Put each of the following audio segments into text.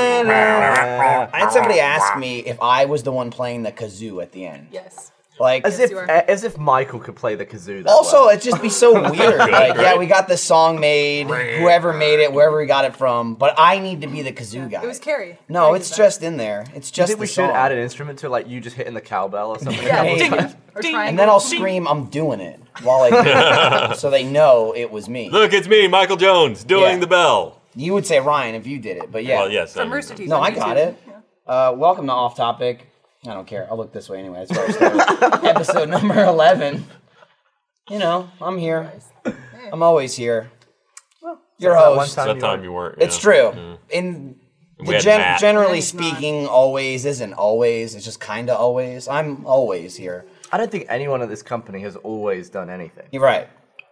I I had somebody ask me if I was the one playing the kazoo at the end. Yes. Like, As if uh, you are. as if Michael could play the kazoo. That also, well. it'd just be so weird. Like, yeah, we got this song made, whoever made it, wherever we got it from, but I need to be the kazoo guy. It was Carrie. No, Carrie it's did that. just in there. It's I just. think we the should song. add an instrument to like you just hitting the cowbell or something. Yeah. a Ding. couple times. Or Ding. triangle. And then I'll scream, I'm doing it while I do it, so they know it was me. Look, it's me, Michael Jones, doing Yeah. the bell. You would say Ryan if you did it, but yeah. Well, yes. From I- Rooster Teeth. No, on I got YouTube. it. Uh, welcome to Off Topic. I don't care. I'll look this way anyway. That's where I started. Episode number 11. You know, I'm here. I'm always here. Your That one host. time Mm-hmm. That you time were- you weren't. It's yeah. true. In We the had gen- Matt. Yeah, generally he's not. speaking, always isn't always. It's just kinda always. I'm always here. I don't think anyone at this company has always done anything. You're right.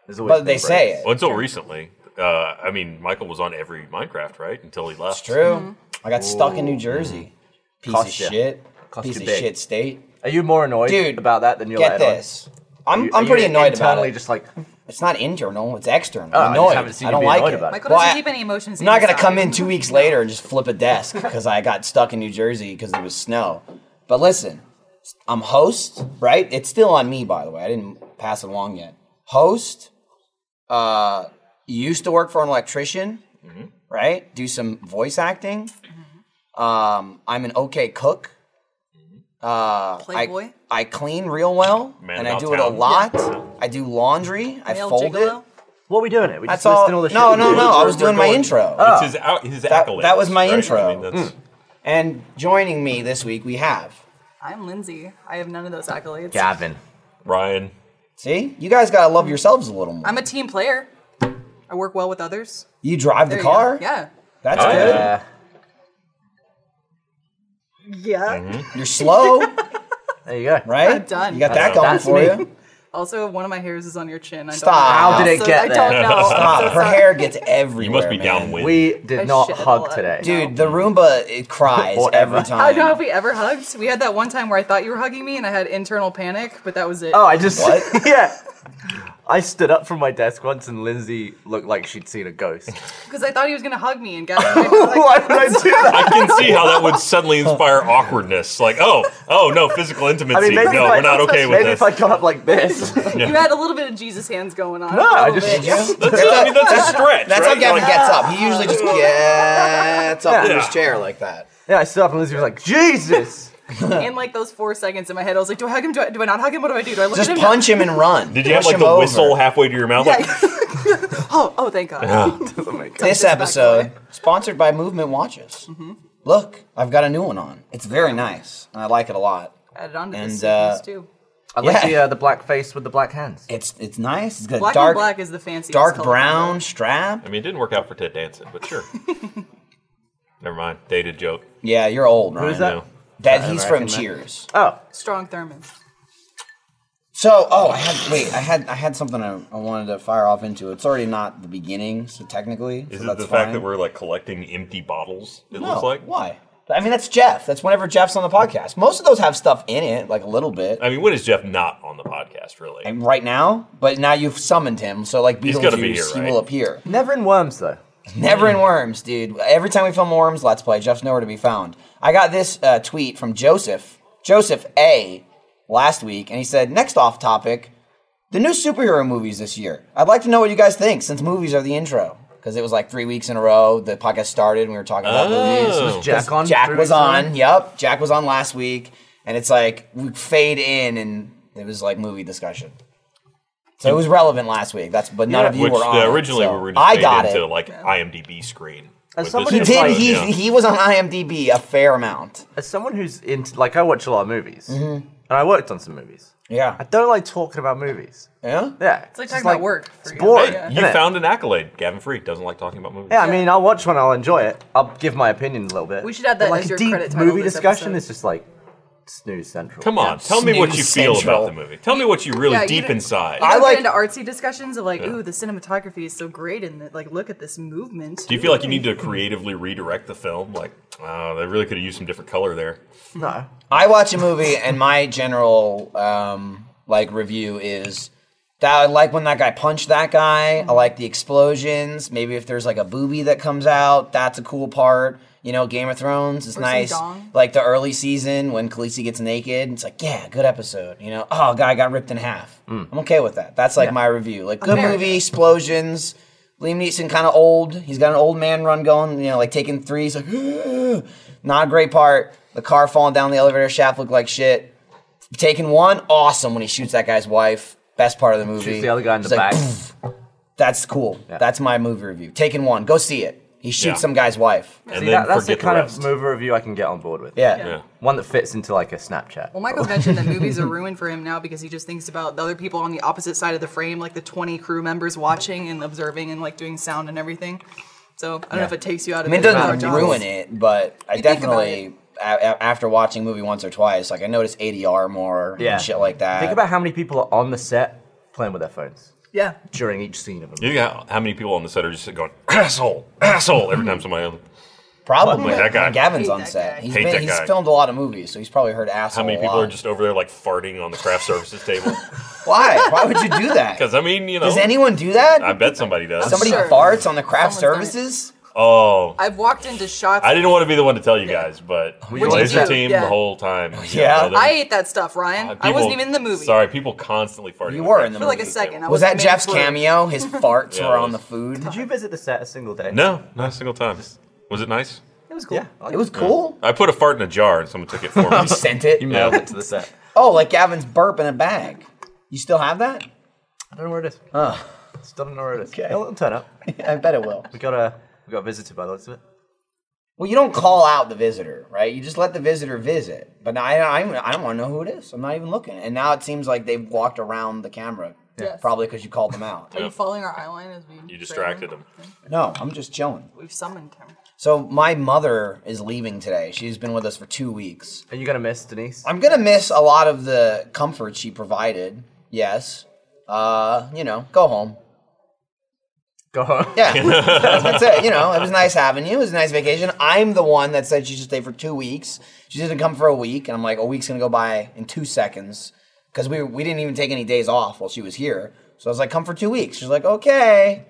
There's always But they say it. Well, until recently, uh, I mean, Michael was on every Minecraft, right? Until he left. It's true. Mm-hmm. I got stuck in New Jersey. Piece of Cost ya. shit. Cost Piece you of big. shit state. Are you more annoyed Dude, about that than you're Get letting on? this. I'm, Are you- I'm are pretty you annoyed about internally it. Just like It's not internal, it's external. Oh, I I'm just annoyed. haven't seen you don't be like annoyed it. about it. Michael Well, doesn't I- keep any emotions. I'm not gonna inside. come in two weeks later and just flip a desk because I got stuck in New Jersey because there was snow. But listen, I'm host, right? It's still on me, by the way. I didn't pass it along yet. Host, uh, used to work for an electrician, Mm-hmm. right? Do some voice acting. Mm-hmm. Um, I'm an okay cook. Uh, Playboy? I, I clean real well, Man and I about do it a town. lot. I do laundry. I Male fold it. gigolo? what are we doing? Are we That's just listing all- all the shit no, we no, do? no, I was We're- we're doing my going- intro. Oh, It's his, out, his accolades, that was my right? intro. Hmm. I mean, that's, And joining me this week, we have. I'm Lindsay. I have none of those accolades. Gavin. Ryan. See, you guys gotta love yourselves a little more. I'm a team player. I work well with others. you drive the There you go. car. Yeah. that's Oh, good. Uh, Yeah. You're slow, there you go. right? I'm done. You got that That's going that's for me. you. Also, one of my hairs is on your chin. I Stop. Don't know How did it get I there? don't know. Stop. I'm so Ah, Her sorry. hair gets everywhere. You must be man. downwind. We I did not shit a hug lot. today. Dude, the Roomba it cries Or every ever. time. I don't know if we ever hugged. We had that one time where I thought you were hugging me, and I had internal panic, but that was it. Oh, I just What? yeah. I stood up from my desk once and Lindsay looked like she'd seen a ghost. because I thought he was gonna hug me, and Gavin and I were like, Why would I do that? I can see how that would suddenly inspire awkwardness. Like, oh, oh no, physical intimacy. I mean, maybe no, if I, we're not okay with maybe if this. I got up like this. you had a little bit of Jesus hands going on. No, a little I just- bit. Yeah. that's, I mean, that's a stretch. That's right? how Gavin Like, gets up. He usually just gets up in Yeah. his chair like that. yeah, I stood up and Lindsay was like, Jesus. in like those four seconds in my head, I was like, do I hug him? Do I, do I not hug him? What do I do? Do I look Just at him? punch him and run. Did you Push have like him the over. whistle halfway to your mouth? Yeah. Like, oh, oh, thank God. This Just back episode away. sponsored by Movement Watches. Mm-hmm. Look, I've got a new one on. It's very nice, and I like it a lot. Added on to And, this uh, sequence, too. I like Yeah. the, uh, the black face with the black hands. It's it's nice. It's got Black dark on black is the fancy. dark brown strap. I mean, it didn't work out for Ted Danson, but sure. Never mind. Dated joke. Yeah, you're old, Ryan. is that? No. That he's from American man. Cheers. Oh, Strong Thurman. So, oh, I had wait, I had I had something I, I wanted to fire off into. It's already not the beginning, so technically, Is so it that's the fine. fact that we're like collecting empty bottles? It no, looks like. why? I mean, that's Jeff. That's whenever Jeff's on the podcast. Most of those have stuff in it, like a little bit. I mean, when is Jeff not on the podcast? Really? And right now, but now you've summoned him, so like He's gotta be Beetlejuice, here, he right? will appear. never in worms though. Never Mm-hmm. in Worms, dude. Every time we film a Worms Let's Play, Jeff's nowhere to be found. I got this uh, tweet from Joseph, Joseph A, last week, and he said, Next off topic, the new superhero movies this year. I'd like to know what you guys think since movies are the intro. Because it was like three weeks in a row, the podcast started and we were talking about movies. Oh. Jack on. Jack through was his on. phone. Yep, Jack was on last week, and it's like we fade in, and it was like movie discussion. So it was relevant last week. That's but none of you Which were uh, on. it, originally so we were just I made got into it. like IMDb screen. As with somebody He this who did. Right, episode, He yeah. he was on IMDb a fair amount. As someone who's into, like, I watch a lot of movies, and I worked on some movies. I Yeah. don't like talking about movies. Yeah. Yeah, It's like just talking about work. It's for you. boring. Yeah. You Innit? found an accolade. Gavin Free doesn't like talking about movies. Yeah, I mean, I'll watch one, I'll enjoy it. I'll give my opinion a little bit. We should add But, that like as a your deep credit title movie this discussion episode. is just like snooze central. Come on, tell me what you Snooze feel Central. about the movie. Tell me what you really Yeah, you deep didn't- inside. I I like- like into artsy discussions of like, ooh, the cinematography is so great, and that, like, look at this movement. Do you feel like you need to creatively redirect the film? Like, oh, they really could have used some different color there. No. I watch a movie, and my general um, like review is That I like when that guy punched that guy. Mm-hmm. I like the explosions. Maybe if there's like a booby that comes out, that's a cool part. You know, Game of Thrones is some nice. dong. Like the early season when Khaleesi gets naked, it's like, yeah, good episode. You know, oh, guy got ripped in half. I'm okay with that. That's like my review. Like good Okay. movie, explosions. Liam Neeson kind of old. He's got an old man run going. You know, like taking threes. Like, not a great part. The car falling down the elevator shaft looked like shit. Taking one, awesome when he shoots that guy's wife. Best part of the movie. Shoots the other guy in the He's like, back. "Pfft, That's cool. Yeah. That's my movie review. Taken one. Go see it. He shoots Yeah. some guy's wife. and See, then that, that's the forget kind the of rest. movie review I can get on board with. Yeah. Yeah. One that fits into like a Snapchat. Well, Michael mentioned that movies are ruined for him now because he just thinks about the other people on the opposite side of the frame, like the 20 crew members watching and observing and like doing sound and everything. So I don't know if it takes you out I of mean, it it. or doesn't not. ruin it, but I You think about definitely, a- a- after watching a movie once or twice, like I noticed ADR more Yeah. and shit like that. Think about how many people are on the set playing with their phones Yeah. during each scene of a movie. You know how, how many people on the set are just going asshole, asshole every time somebody. Else. probably Like that guy. Gavin's Hate on that set. guy. He's Hate been, that he's guy. filmed a lot of movies, so he's probably heard asshole. How many a people are lot. just over there like farting on the craft services table? why? Why would you do that? Because I mean, you know, Does anyone do that? I bet somebody does. Somebody Sure. farts on the craft Someone's done it. services. Oh, I've walked into shots. I didn't want to be the one to tell you guys, but Oh, you laser did. team Yeah. the whole time. Yeah. there- I ate that stuff, Ryan. I wasn't uh, people- even in the movie. Sorry, people constantly farting. You on were craft in the For like a movie. second. I Was that made Jeff's for- cameo? His farts Yeah, were it on the was. food. Did you visit the set a single day? No, not a single time. Was it nice? It was cool. Yeah. It was cool. I put a fart in a jar and someone took it for me. You sent it. You Yeah. mailed it to the set. Oh, like Gavin's burp in a bag. You still have that? I don't know where it is. Oh, Still don't know where it is. Okay. It'll, it'll turn up. I bet it will. We got a we got visited by the looks of it. Well, you don't call out the visitor, right? You just let the visitor visit. But now I, I, I don't want to know who it is. I'm not even looking. And now it seems like they've walked around the camera. Yes. Probably because you called them out. Are you following our eyeline as we? You distracted him. No, I'm just chilling. We've summoned him. So my mother is leaving today. She's been with us for two weeks. Are you gonna miss Denise? I'm gonna miss a lot of the comfort she provided. Yes. Uh, you know, go home. Go home. Yeah, that's, that's it. You know, it was nice having you. It was a nice vacation. I'm the one that said she should stay for two weeks. She didn't come for a week, and I'm like, a week's gonna go by in two seconds because we we didn't even take any days off while she was here. So I was like, come for two weeks. She's like, okay.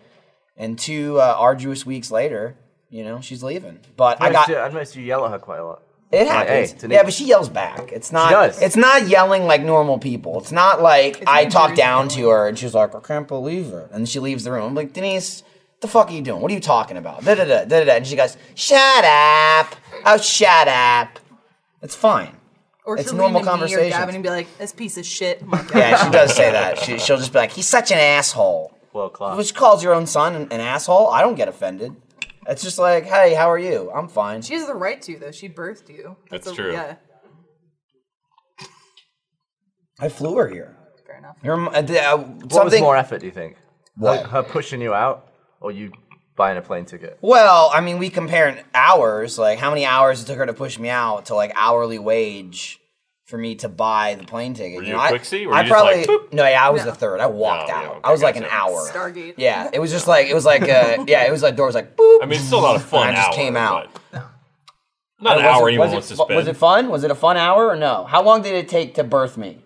And two uh, arduous weeks later, you know, she's leaving. But I I got got. I noticed you yell at her quite a lot. it happens. Hey, Denise. yeah, but she yells back. It's not. does. It's not yelling like normal people. It's not like I not talk Jersey down to her and she's like, I can't believe it, and she leaves the room. I'm like, Denise, the fuck are you doing? What are you talking about? Da da da da da. da. And she goes, Shut up! Oh, shut up! It's fine. Or It's she'll normal lean into me or conversations. Gavin and be like, "This piece of shit." I'm like, Yeah, she does say that. She, she'll just be like, He's such an asshole. World class. Which calls your own son an, an asshole. I don't get offended. It's just like, Hey, how are you? I'm fine. She has the right to though. She birthed you. That's a- true. Yeah. I flew her here. Fair enough. Your m- uh, th- uh, what was something- more effort, do you think? What? Her pushing you out, or you buying a plane ticket? Well, I mean, we compare in hours, like how many hours it took her to push me out to like hourly wage for me to buy the plane ticket. Were you you know, a I- quickie? Were I you just probably like, boop? no, yeah, I was No. the third. I walked Oh, yeah, out. okay, I was like an gotcha. hour. Stargate. Yeah, it was just like it was like uh, yeah, it was like door was like boop. I mean, it's still not a fun I just hour, came out. but- Not Was an it- hour anyone was wants it, to fu- spend. Was it fun? Was it a fun hour or no? How long did it take to birth me,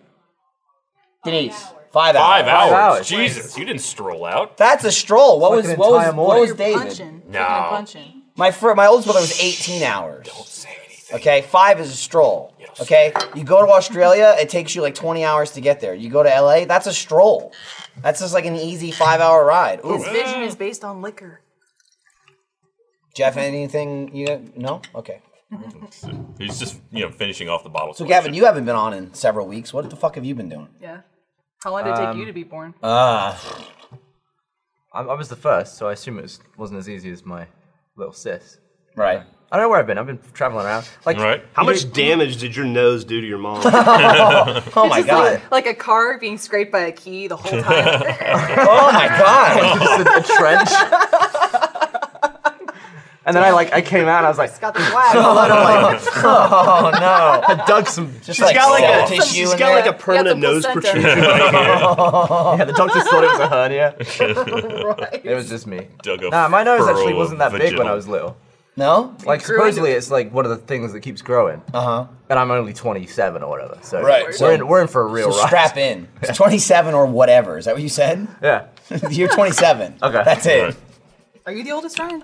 Denise? Five hours. Five hours. hours. Jesus, you didn't stroll out. That's a stroll. What was an what was entire what was morning. David? Punching. No. Punching. My fr- my oldest brother was 18 hours. Say anything. Okay, five is a stroll. Okay, you go to Australia, it takes you like 20 hours to get there. You go to LA, that's a stroll. That's just like an easy five hour ride. Ooh, His Ah. vision is based on liquor. Jeff, anything you no? Okay. He's just you know finishing off the bottle. So Gavin, you haven't been on in several weeks. What the fuck have you been doing? Yeah. How long did it Um, take you to be born? Ah, I, I was the first, so I assume it was, wasn't as easy as my little sis. right. I don't know where I've been. I've been traveling around. Like, Right. How much damage did your nose do to your mom? Oh my god. Like a car being scraped by a key the whole time. Oh my god. just a, a trench. and then I like I came out and I was like, it's got the wax. Oh no. I dug some. Just She's got like soft a tissue she's in got like there. a permanent nose placenta. protrusion. Oh, Yeah, the doctor thought it was a hernia. right. It was just me. Dug a Nah, my nose furrow actually wasn't that big when vaginal. I was little. No? Like grew into supposedly it's like one of the things that keeps growing. Uh huh. And I'm only 27 or whatever. So Right, We're so- in we're in for a So real ride. strap in. It's 27 or whatever. Is that what you said? Yeah. You're 27. Okay. That's it. Right. Are you the oldest Ryan?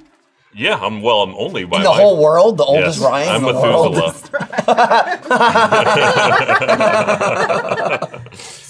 Yeah, I'm well. I'm only by In the my- whole world, the oldest Yes, Ryan I'm in the world. Methuselah.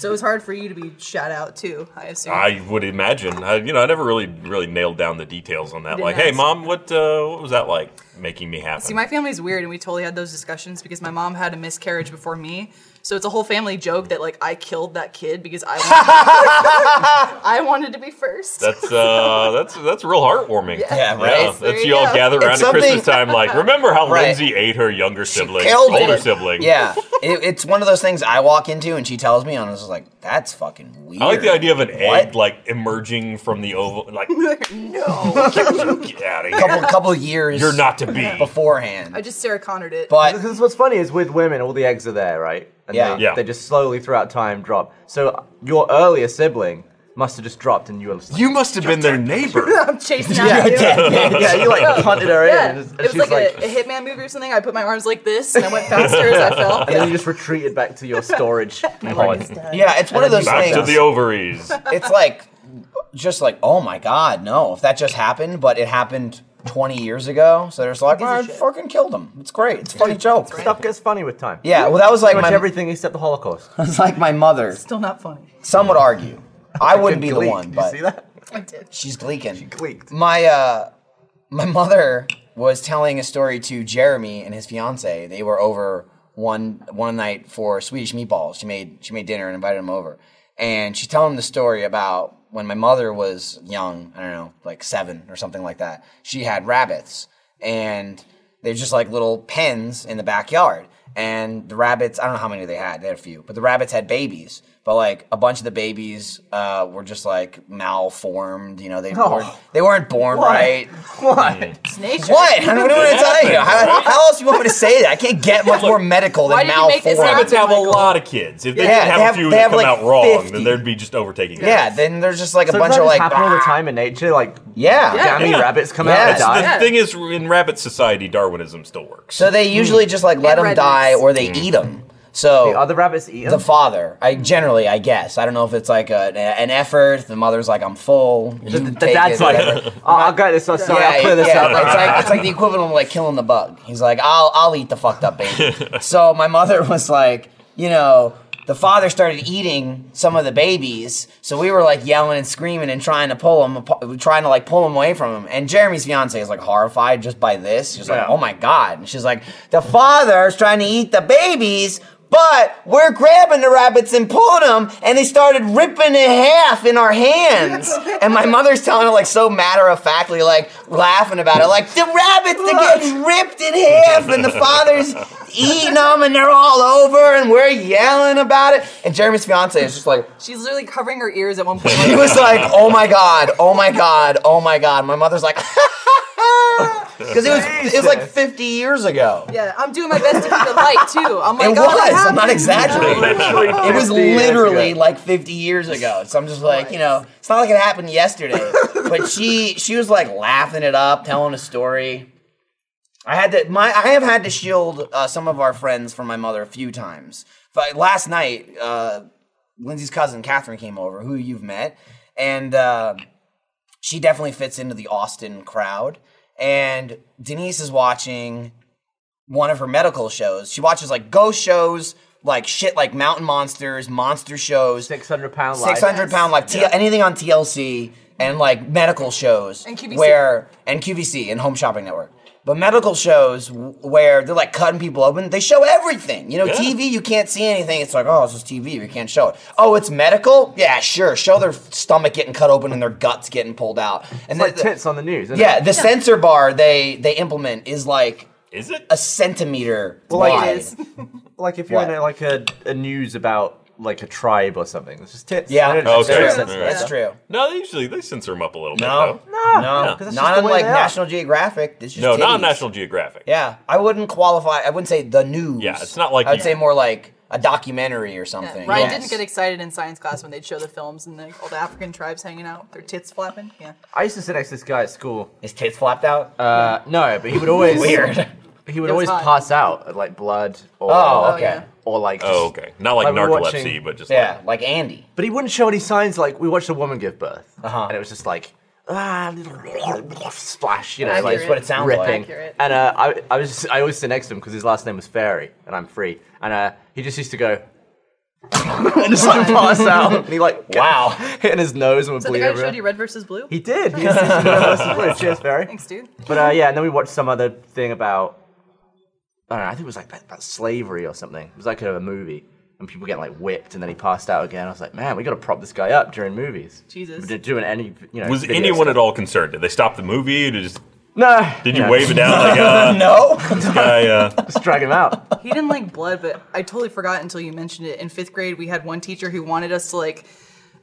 So it's hard for you to be shout out too. I assume. I would imagine. I, you know, I never really really nailed down the details on that. Didn't Like, hey, ask. mom, what uh, what was that like making me happen? See, my family's weird, and we totally had those discussions because my mom had a miscarriage before me. So it's a whole family joke that like I killed that kid because I wanted, I wanted to be first. that's uh, that's that's real heartwarming. Yeah, Yeah, right? There that's you you all go. gather around It's at Christmas something- time. Like, remember how Right. Lindsay ate her younger sibling, killed older it. sibling? Yeah. It, it's one of those things I walk into and she tells me, and I was just like, that's fucking weird. I like the idea of an egg What? like emerging from the oval. Like, no, get out of here! couple, couple years You're not to be. beforehand. I just Sarah Connored it. but Because what's funny is with women, all the eggs are there, right? And Yeah. They, Yeah. They just slowly throughout time drop. So your earlier sibling must have just dropped, and you were just like, You must have been their neighbor. I'm chasing after you. yeah, you like punted her Yeah, in, it and, and was she's like, like, a, a hitman movie or something. I put my arms like this and I went faster as I fell. and then you just retreated back to your storage. yeah, it's one of those Back things. to the ovaries. it's like just like oh my god no if that just happened but it happened 20 years ago so there's like a I shit." fucking killed him it's great it's a funny joke Stuff gets funny with time. yeah well that was like Pretty much my, everything except the Holocaust. it's like my mother Still not funny. some would argue i wouldn't be the Gleek, one did but you see that? I did. she's gleeking she gleeked. my uh my mother was telling a story to jeremy and his fiance they were over one one night for swedish meatballs she made she made dinner and invited him over and she's telling him the story about when my mother was young i don't know like seven or something like that she had rabbits and they're just like little pens in the backyard. And the rabbits, I don't know how many they had, they had a few, but the rabbits had babies. But like a bunch of the babies uh, were just like malformed, you know, they, Oh. weren't, they weren't born right. What? It's nature. What? I don't know what to tell you. How, how else you want me to say that? I can't get much more medical than Why did you make this malformed. Rabbits have a Michael. lot of kids. If they Yeah, didn't have, they have- a few they that have, come like, out wrong, 50. then they'd be just overtaking. it. Yeah, then there's just like a So does bunch that of just like. happen all the "Ah." time in nature? Like, Yeah. gammy Yeah. rabbits come Yeah. out and It's the- die? The thing is, in rabbit society, Darwinism still works. So they usually just like let Hmm. And Hmm. them red die meats. or they eat them. So The other rabbits eat the them? father i generally i guess i don't know if it's like a, an effort the mother's like i'm full you The, the take dad's it, like, whatever. oh, I'll get this. I'm sorry, I'll clear this yeah, up. It's like, it's like the equivalent of like killing the bug. He's like, I'll I'll eat the fucked up baby. so my mother was like, you know, the father started eating some of the babies, so we were like yelling and screaming and trying to pull him, apa- trying to like pull him away from him. And Jeremy's fiance is like horrified just by this. She's like, Yeah. oh my god. And she's like, the father's trying to eat the babies. But we're grabbing the rabbits and pulling them, and they started ripping in half in our hands. And my mother's telling it like so matter of factly, like laughing about it, like the rabbits are getting ripped in half, and the father's eating them, and they're all over, and we're yelling about it. And Jeremy's fiance is just like, She's literally covering her ears at one point. he was like, oh my god, oh my god, oh my god. My mother's like, because it was it was like 50 years ago. yeah, I'm doing my best to keep it light too. I'm like, It oh, that was. I'm not happened." exaggerating. Oh, It was 50 years literally ago. like 50 years ago. So I'm just like, you know, it's not like it happened yesterday. but she she was like laughing it up, telling a story. I had to my I have had to shield uh, some of our friends from my mother a few times. But last night, uh, Lindsay's cousin Catherine came over, who you've met, and uh, she definitely fits into the Austin crowd. And Denise is watching one of her medical shows. She watches like ghost shows, like shit like Mountain Monsters, monster shows, 600 pound life. six hundred pound life, T- anything on TLC, and like medical shows And QVC. where and QVC and Home Shopping Network. But medical shows w- where they're like cutting people open, they show everything. You know, TV, you can't see anything. It's like, oh, it's just TV. We can't show it. Oh, it's medical? Yeah, sure. Show their stomach getting cut open and their guts getting pulled out. And It's like the- the- tits on the news. Isn't yeah, It? the sensor bar they they implement is like Is it? a centimeter like, wide. is. Like if you're in What? a, like a, a news about like a tribe or something, it's just tits. Yeah. They don't Oh, just- they okay. don't censor Yeah. that. That's true. No, they usually they censor them up a little bit. No, though. no, No, 'cause that's Not just the way unlike they are. National Geographic. It's just No, not titties. on National Geographic. Yeah, I wouldn't qualify. I wouldn't say the news. Yeah, it's not like I'd you- say more like a documentary or something. Ryan Yes. didn't get excited in science class when they'd show the films and like all the African tribes hanging out, with their tits flapping. Yeah. I used to sit next to this guy at school. His tits flapped out. Uh, no, but he would always Weird. He would It always was hot. pass out at, like blood or Oh, okay. yeah. or like. Just, Oh, okay. Not like, Like, we're narcolepsy, watching- but just Yeah, like Andy. But he wouldn't show any signs. Like we watched a woman give birth, Uh-huh. and it was just like ah, little splash, you know, Accurate. like That's what it sounds like. ripping. Accurate. And uh, I, I was, just, I always sit next to him because his last name was Fairy, and I'm free. And uh, he just used to go. and just like pass out, and he like Wow. hitting his nose and would So the bleed guy who showed everywhere. you Red versus Blue. He did. He just used to go, "This is blue." Cheers, Fairy. Thanks, dude. But uh, yeah, and then we watched some other thing about I don't know. I think it was like that, about slavery or something. It was like a, movie, and people getting like whipped, and then he passed out again. I was like, man, we got to prop this guy up during movies. Jesus. We're doing any you know. was video anyone stuff. at all concerned? Did they stop the movie? Did, just, No. did you No, wave it down like uh, No. this guy? Uh, Just drag him out. He didn't like blood, but I totally forgot until you mentioned it. In fifth grade, we had one teacher who wanted us to like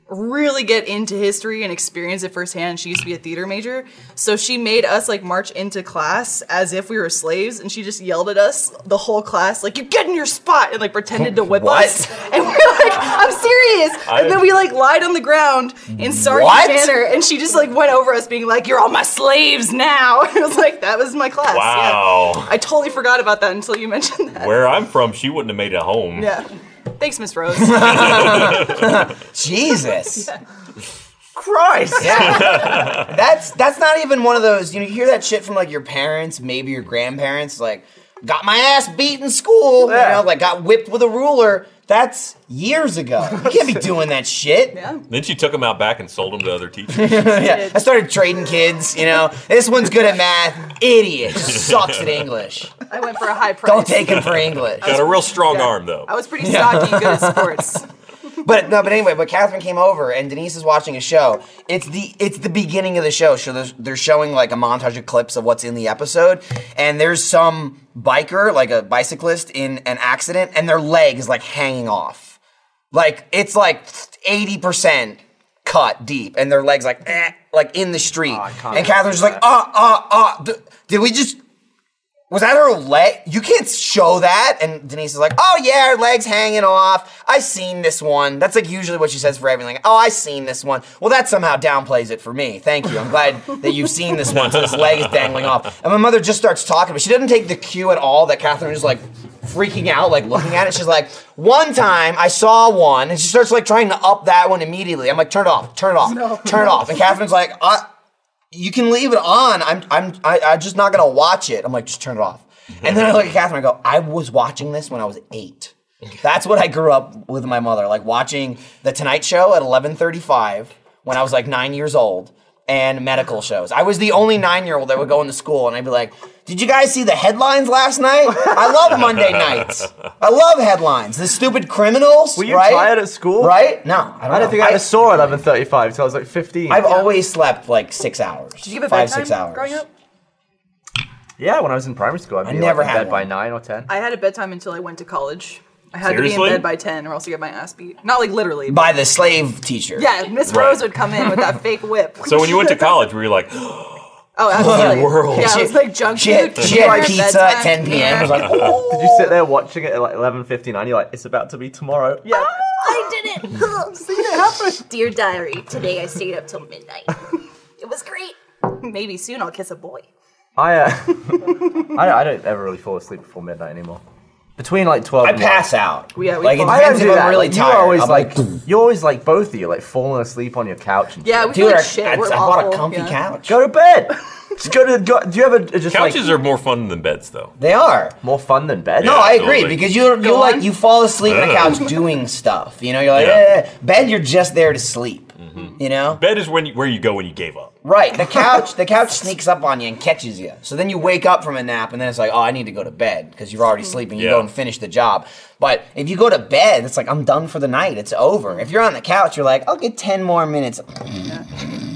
really get into history and experience it firsthand. She used to be a theater major, so she made us like march into class as if we were slaves, and she just yelled at us the whole class like, "You get in your spot!" and like pretended to whip What? us. And we're like, "I'm serious!" I- and then we like lied on the ground in sorry What? manner, and she just like went over us, being like, "You're all my slaves now." I was like, "That was my class." yeah. wow. I totally forgot about that until you mentioned that. Where I'm from, she wouldn't have made it home. Yeah. Thanks, Miss Rose. Jesus. Christ. Yeah. that's that's not even one of those. You know, you hear that shit from like your parents, maybe your grandparents. Like, got my ass beat in school. You Yeah. know, like got whipped with a ruler. That's years ago. You can't be doing that shit. yeah. Then she took him out back and sold him to other teachers. Yeah, I started trading kids. You know, this one's good at math. Idiot, just sucks at English. I went for a high price. Don't take him for English. Got a real strong Yeah. arm though. I was pretty stocky, good at sports. But no, but anyway, but Catherine came over and Denise is watching a show. It's the it's the beginning of the show. So there's, they're showing like a montage of clips of what's in the episode, and there's some biker, like a bicyclist, in an accident, and their leg is like hanging off. Like it's like eighty percent cut deep, and their legs like eh, like in the street. Oh, I can't and Catherine's just like, ah ah ah. d- Did we just was that her leg? You can't show that. And Denise is like, oh yeah, her leg's hanging off. I seen this one. That's like usually what she says for everything. Like, oh, I seen this one. Well, that somehow downplays it for me. Thank you. I'm glad that you've seen this one. So this leg is dangling off. And my mother just starts talking, but she doesn't take the cue at all that Catherine is like freaking out, like looking at it. She's like, one time I saw one, and she starts like trying to up that one immediately. I'm like, turn it off, turn it off, turn it off. And Catherine's like, uh, you can leave it on. I'm I'm I, I'm just not gonna watch it. I'm like, just turn it off. And then I look at Catherine. I go, I was watching this when I was eight. That's what I grew up with my mother, like watching the Tonight Show at 11:35 when I was like nine years old, and medical shows. I was the only nine-year-old that would go into school, and I'd be like, "Did you guys see the headlines last night? I love Monday nights. I love headlines. The stupid criminals. Were you right? tired at school? Right? No, I don't, I know. don't think I ever saw 11:35 till I was like 15. I've always slept like six hours. Did Did you give a five, bedtime six hours growing up? yeah, when I was in primary school, I'd be never like, in had bed by one. nine or ten. I had a bedtime until I went to college. I had to be Seriously? in bed by 10 or else you get my ass beat. Not like literally. But by the slave teacher. yeah, Miss Right. Rose would come in with that fake whip. so when you went to college, were you like, oh, absolutely. world. Yeah, it was like junk She had, food. she had dinner, pizza at 10 bedtime. p.m. I was like, "Oh." Did you sit there watching it at like 11:59? You're like, it's about to be tomorrow. Yeah. I did it. See it happen. Dear diary, today I stayed up till midnight. it was great. Maybe soon I'll kiss a boy. I, uh, I I don't ever really fall asleep before midnight anymore. Between like twelve. I and one. pass out. Yeah, we like, it fall- I don't depends do if that. I'm really like, tired. You're always I'm like, you're always like both of you like falling asleep on your couch. And Yeah, we feel dude, like I, shit. I, We're I bought a awful. comfy Yeah. couch. Go to bed. Just go to. Go, do you ever just couches like are more fun than beds though? They are. more fun than bed? No, Yeah, I agree absolutely. because you you Go like on. you fall asleep on a Yeah. couch doing stuff. You know, you're like, Yeah. Mm-hmm. "Eh, eh, eh." bed. You're just there to sleep. You know, Bed is when you, where you go when you gave up. right? The couch, the couch sneaks up on you and catches you. So then you wake up from a nap, and then it's like, oh, I need to go to bed because you're already sleeping. You Yeah. go and finish the job. But if you go to bed, it's like I'm done for the night. It's over. If you're on the couch, you're like, I'll get ten more minutes.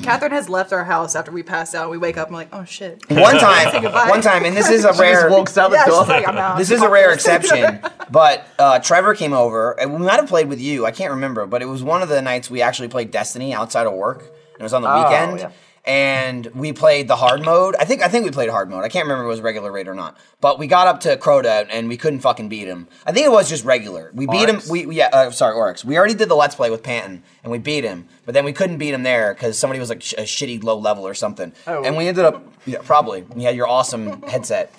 Catherine has left our house after we passed out. We wake up and we're like, oh shit. One Say time, goodbye. one time, and this is a rare. Just walks out the Yeah, she's door. like, I'm out. This is a rare exception, but uh, Trevor came over, and we might have played with you. I can't remember, but it was one of the nights we actually played Destiny outside of work, and it was on the Oh, weekend. yeah. and we played the hard mode. I think I think we played hard mode. I can't remember if it was regular rate or not. But we got up to Crota and we couldn't fucking beat him. I think it was just regular. We beat him. Oryx. We we- yeah. Uh, sorry, Oryx. We already did the let's play with Panton and we beat him. But then we couldn't beat him there because somebody was like sh- a shitty low level or something. Oh. And we ended up yeah probably you had your awesome headset.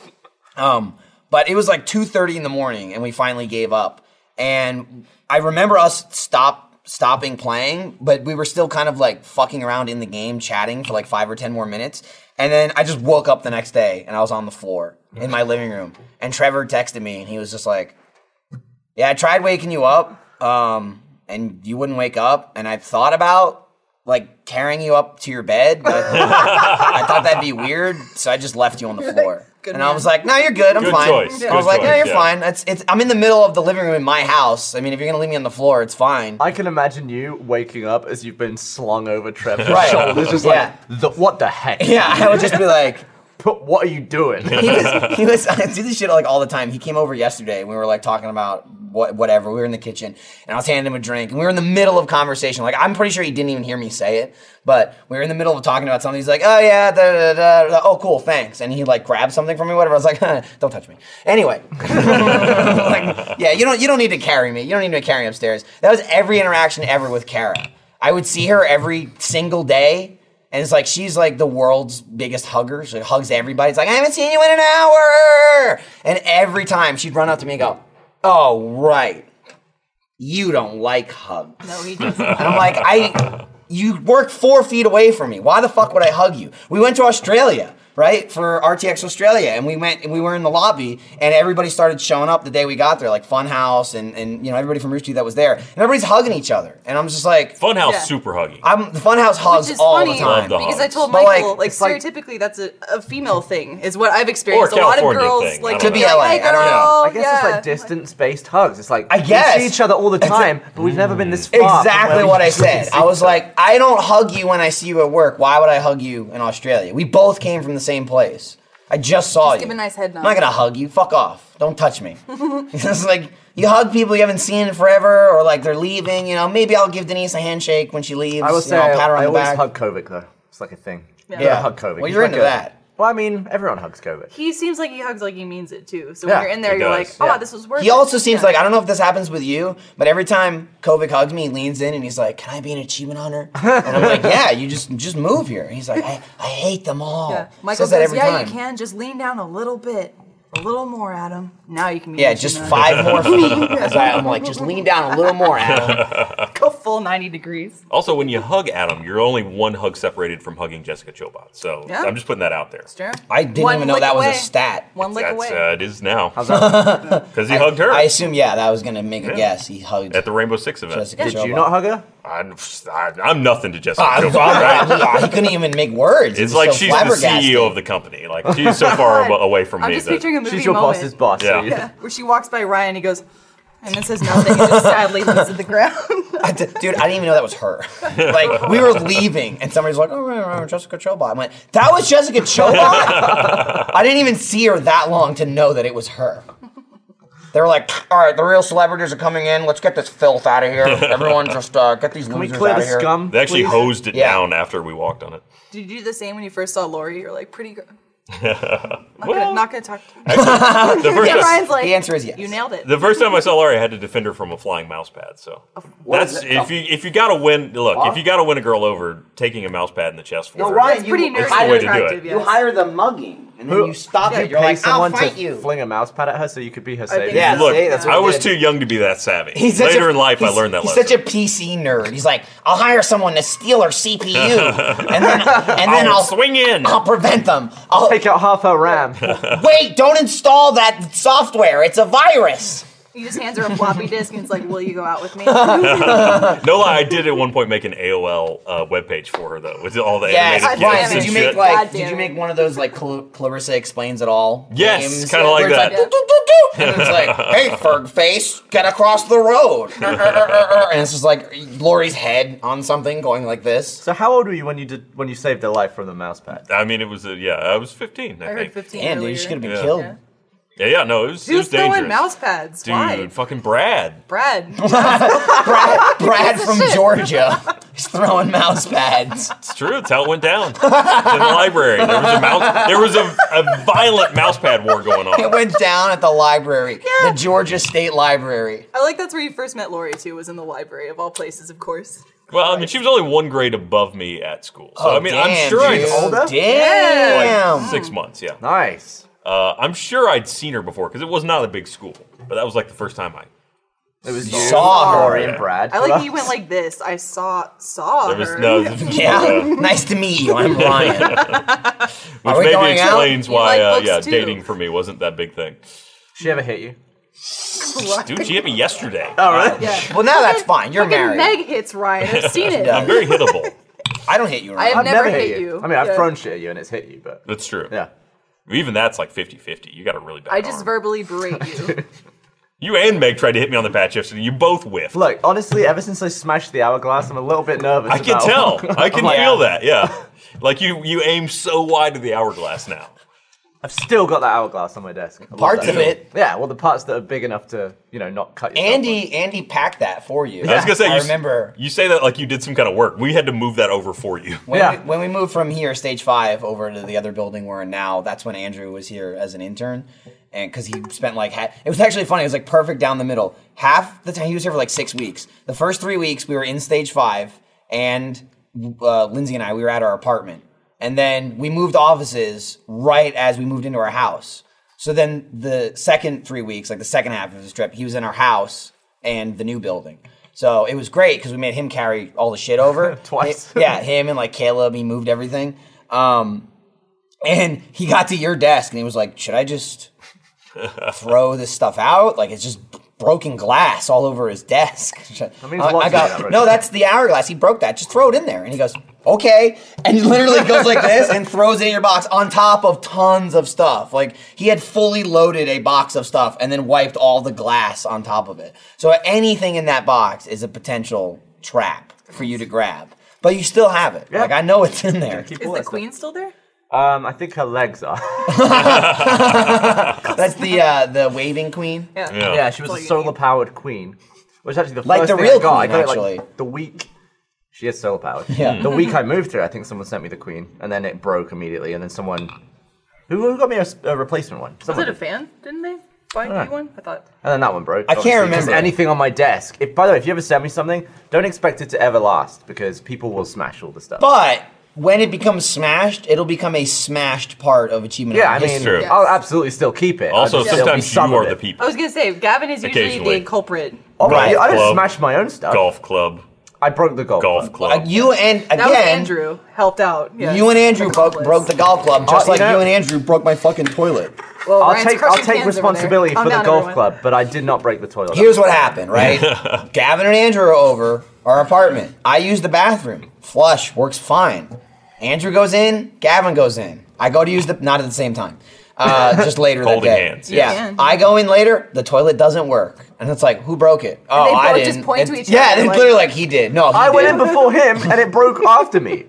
Um, but it was like two thirty in the morning, and we finally gave up. And I remember us stop stopping playing, but we were still kind of like fucking around in the game, chatting for like five or ten more minutes. And then I just woke up the next day, and I was on the floor in my living room. And Trevor texted me, and he was just like, "Yeah, I tried waking you up, um, and you wouldn't wake up. And I thought about." Like carrying you up to your bed, but I thought that'd be weird, so I just left you on the floor. Good and I man. was like, "No, you're good. I'm Good fine." choice, I was good like, "No, choice, you're yeah. fine. It's it's. I'm in the middle of the living room in my house. I mean, if you're gonna leave me on the floor, it's fine." I can imagine you waking up as you've been slung over Trevor's Right. shoulders, just Yeah. like, the, what the heck? yeah, I would just be like, But what are you doing? he was, he was, I do this shit like all the time. He came over yesterday and we were like talking about what, whatever. We were in the kitchen and I was handing him a drink and we were in the middle of conversation. Like, I'm pretty sure he didn't even hear me say it, but we were in the middle of talking about something. He's like, oh yeah, da, da, da, da. oh cool, thanks. And he like grabbed something from me, whatever. I was like, don't touch me. Anyway, like, yeah, you don't, you don't need to carry me. You don't need to carry me upstairs. That was every interaction ever with Kara. I would see her every single day. And it's like she's like the world's biggest hugger. She hugs everybody. It's like I haven't seen you in an hour. And every time she'd run up to me and go, "Oh right, you don't like hugs." No, he doesn't. And I'm like, I, you work four feet away from me. Why the fuck would I hug you? We went to Australia, right, for RTX Australia, and we went and we were in the lobby, and everybody started showing up the day we got there, like Funhouse and and you know everybody from Rooster Teeth that was there, and everybody's hugging each other, and I'm just like, Funhouse Yeah. super huggy. I'm the Funhouse hugs Which is all the funny time. Love the because I hugs. told But, like, Michael, like, it's like- stereotypically, that's a, a female thing, is what I've experienced. Or a a lot of California girls thing, I like don't to know. be like, "Hey, To be LA, I don't know. girl," I guess yeah. it's like distance-based hugs. It's like I guess. we see each other all the time, but we've never been this far. Exactly where we what I just said. see I was each other. like, I don't hug you when I see you at work. Why would I hug you in Australia? We both came from the same place. I just saw Just you. give a nice head I'm nod. not gonna hug you. Fuck off. Don't touch me. it's like you hug people you haven't seen in forever, or like they're leaving. You know, maybe I'll give Denise a handshake when she leaves. I will you say, know, I, I'll pat her on I the always back. hug Kovic though. It's like a thing. You Yeah. gotta hug Kovic. Well, He's you're like into a- that. Well, I mean, everyone hugs Kovic. He seems like he hugs like he means it too. So Yeah, when you're in there, he you're does. like, "Oh, Yeah. this was worth." He it." also seems Yeah. like I don't know if this happens with you, but every time Kovic hugs me, he leans in and he's like, "Can I be an achievement hunter?" And I'm like, "Yeah, you just just move here." And he's like, "I, I hate them all." Yeah. Says Michael goes, that every "Yeah, time. you can just lean down a little bit, a little more, Adam. Now you can." be Yeah, an just achievement five more feet. As I, am like, just lean down a little more, Adam. hunter." Go full ninety degrees. also, when you hug Adam, you're only one hug separated from hugging Jessica Chobot. So Yeah. I'm just putting that out there. Sure. I didn't One even know lick that was away. a stat. One lick That's away. uh, it is now How's that? because he hugged her I assume, yeah, that was gonna make a Yeah. guess. He hugged at the Rainbow Six event. Jessica Did Chobot. you not hug her? I'm, I'm nothing to Jessica Ah, Chobot. God, right? yeah, he couldn't even make words. He It's was like so she's the flabbergasted. CEO of the company. Like she's so far ab- away from I'm me. just that- picturing a movie She's your moment boss's boss. Yeah. so you- Yeah. where she walks by Ryan. He goes, and then says nothing. and just sadly leaves to the ground. I d- dude, I didn't even know that was her. like we were leaving, and somebody's like, "Oh, right, right, Jessica Chobot." I'm like, "That was Jessica Chobot." I didn't even see her that long to know that it was her. They were like, "All right, the real celebrities are coming in. Let's get this filth out of here. Everyone, just uh, get these Can we losers clear out the of here." scum? They actually please? hosed it Yeah. down after we walked on it. Did you do the same when you first saw Lori? You're like, "Pretty girl." Well, Not gonna talk. to you." the And first time- Ryan's like, The answer is yes. You nailed it. The first time I saw Laurie, I had to defend her from a flying mouse pad. So that's if you if you gotta win. Look, if you gotta win a girl over, taking a mouse pad in the chest for her. It's pretty nerdy. the way to do attractive, it. yes. the mugging, and Who- stop You pay someone to fling a mouse pad at her so you could be her savior. think Yeah, Look, see, that's what I we was did. too young to be that savvy. He's such Later a- in life, I he's- learned that He's lesson. such a PC nerd. He's like, I'll hire someone to steal her CPU, and then and then I'll I'll, swing in." I'll prevent them. I'll Take out half her RAM. wait. Don't install that software. It's a virus. He just hands her a floppy disk and it's like, "Will you go out with me?" I no lie, I did at one point make an AOL uh, webpage for her though, with all the Yes, animated Brian, GIFs damn did and it. you shit. make like God did damn you it. make one of those like Cl- Clarissa explains it all? Yes, games? kinda Where like it's that. Like, "Doo, doo, doo, doo," and it's like, hey, Ferg face, get across the road. and it's just like Lori's head on something going like this. so how old were you when you did when you saved her life from the mouse pad? I mean, it was a, yeah, I was 15. I, heard think. 15 Damn, earlier. dude, you should have been Yeah. killed. Yeah. Yeah, yeah, no, it was, it Who's was dangerous. throwing mouse pads? Dude, Why? fucking Brad. Brad. Brad, Brad from Georgia. He's throwing mouse pads. It's true. That's how it went down. It's in the library. There was a mouse. There was a, a violent mouse pad war going it on. went down at the library, the Georgia State Library. I like that's where you first met Lori too. Was in the library of all places, of course. Well, I mean, she was only one grade above me at school, so I mean, I'm Oh, damn, sure dude. I'd Older? Damn. like six months. Yeah, Nice. uh, I'm sure I'd seen her before because it was not a big school, but that was like the first time I. It was You you, saw her. Lori, and Brad. I like that you went like this. I saw saw There was her. no. This was, Yeah. uh, nice to meet you. I'm Ryan. which Are we maybe going out? explains You why, like uh, books yeah, too. dating for me wasn't that big thing. She ever hit you? Dude, she hit me yesterday. Oh, really? Yeah. Well, now that's fine. You're married. Fucking Meg hits Ryan. I've seen it. I'm very hittable. I don't hit you, I Ryan. have I've never, hit, hit you. I mean, I've Yeah. thrown shit at you and it's hit you, but That's true. yeah. Even that's like 50-50. You got a really bad. I just arm. verbally berate you. you and Meg tried to hit me on the patch yesterday. You both whiffed. Look, honestly, ever since I smashed the hourglass, I'm a little bit nervous. I can about- tell. I can like- "Oh." feel that. Yeah, like you you aim so wide to the hourglass now. I've still got that hourglass on my desk. I love Parts that. of it. Yeah, well, the parts that are big enough to, you know, not cut yourself. Andy, Andy packed that for you. I was gonna say you, I s- remember you say that like you did some kind of work. We had to move that over for you. when, Yeah. we, when we moved from here, stage five, over to the other building we're in now. That's when Andrew was here as an intern, and because he spent like ha- it was actually funny. It was like perfect down the middle. Half the time he was here for like six weeks. The first three weeks we were in stage five, and uh, Lindsay and I we were at our apartment, and then we moved offices right as we moved into our house. So then the second three weeks, like the second half of his trip, he was in our house and the new building. So it was great because we made him carry all the shit over Twice. Hi- yeah, him and like Caleb, he moved everything. Um, and he got to your desk and he was like, "Should I just throw this stuff out? Like it's just broken glass all over his desk." I, means lots I to you, got right? no. That's the hourglass. He broke that. Just throw it in there. And he goes, "Okay." And he literally goes like this and throws it in your box on top of tons of stuff. Like he had fully loaded a box of stuff and then wiped all the glass on top of it. So anything in that box is a potential trap for you to grab. But you still have it. Like I know it's in there. Keep Is all the that stuff. queen still there? Um, I think her legs are. That's the uh, the waving queen. Yeah. yeah, she was all a you need. solar powered queen, which is actually the Like first the thing real I got. I queen, got it, like, actually. the week. She is solar powered. Yeah. The week I moved here, I think someone sent me the queen, and then it broke immediately, and then someone. Who, who got me a, s- a replacement one? Was Someone it a fan? Didn't they find Yeah. you one? I thought. And then that one broke. I can't obviously, 'cause remember. anything on my desk. If by the way, if you ever send me something, don't expect it to ever last because people will smash all the stuff. But when it becomes smashed, it'll become a smashed part of achievement. yeah, I History. mean, true. I'll absolutely still keep it. I'll Also, just- there'll be sometimes you some of are it. the I people. was gonna say Gavin is usually Occasionally. the culprit. Oh, Right. I just Club. smashed my own stuff. Golf club. I broke the golf. Golf club. Uh, club. you and again, That was Andrew helped out. Yeah. you and Andrew broke, Accomplice. broke the golf club just Uh, Oh, like you know- you and Andrew broke my fucking toilet. Well, I'll Ryan's take I'll take crushing cans over there. responsibility Calm for the down, golf everyone. club, but I did not break the toilet. Here's what happened, right? Gavin and Andrew are over our apartment. I use the bathroom. Flush works fine. Andrew goes in. Gavin goes in. I go to use the not at the same time. Uh, just later that Holding day. hands, yeah. yes. I go in later. The toilet doesn't work, and it's like, who broke it? Oh, they I both didn't. just point to It's- each yeah, other, it's like- literally like he did. No, he I went did. in before him, and it broke after me.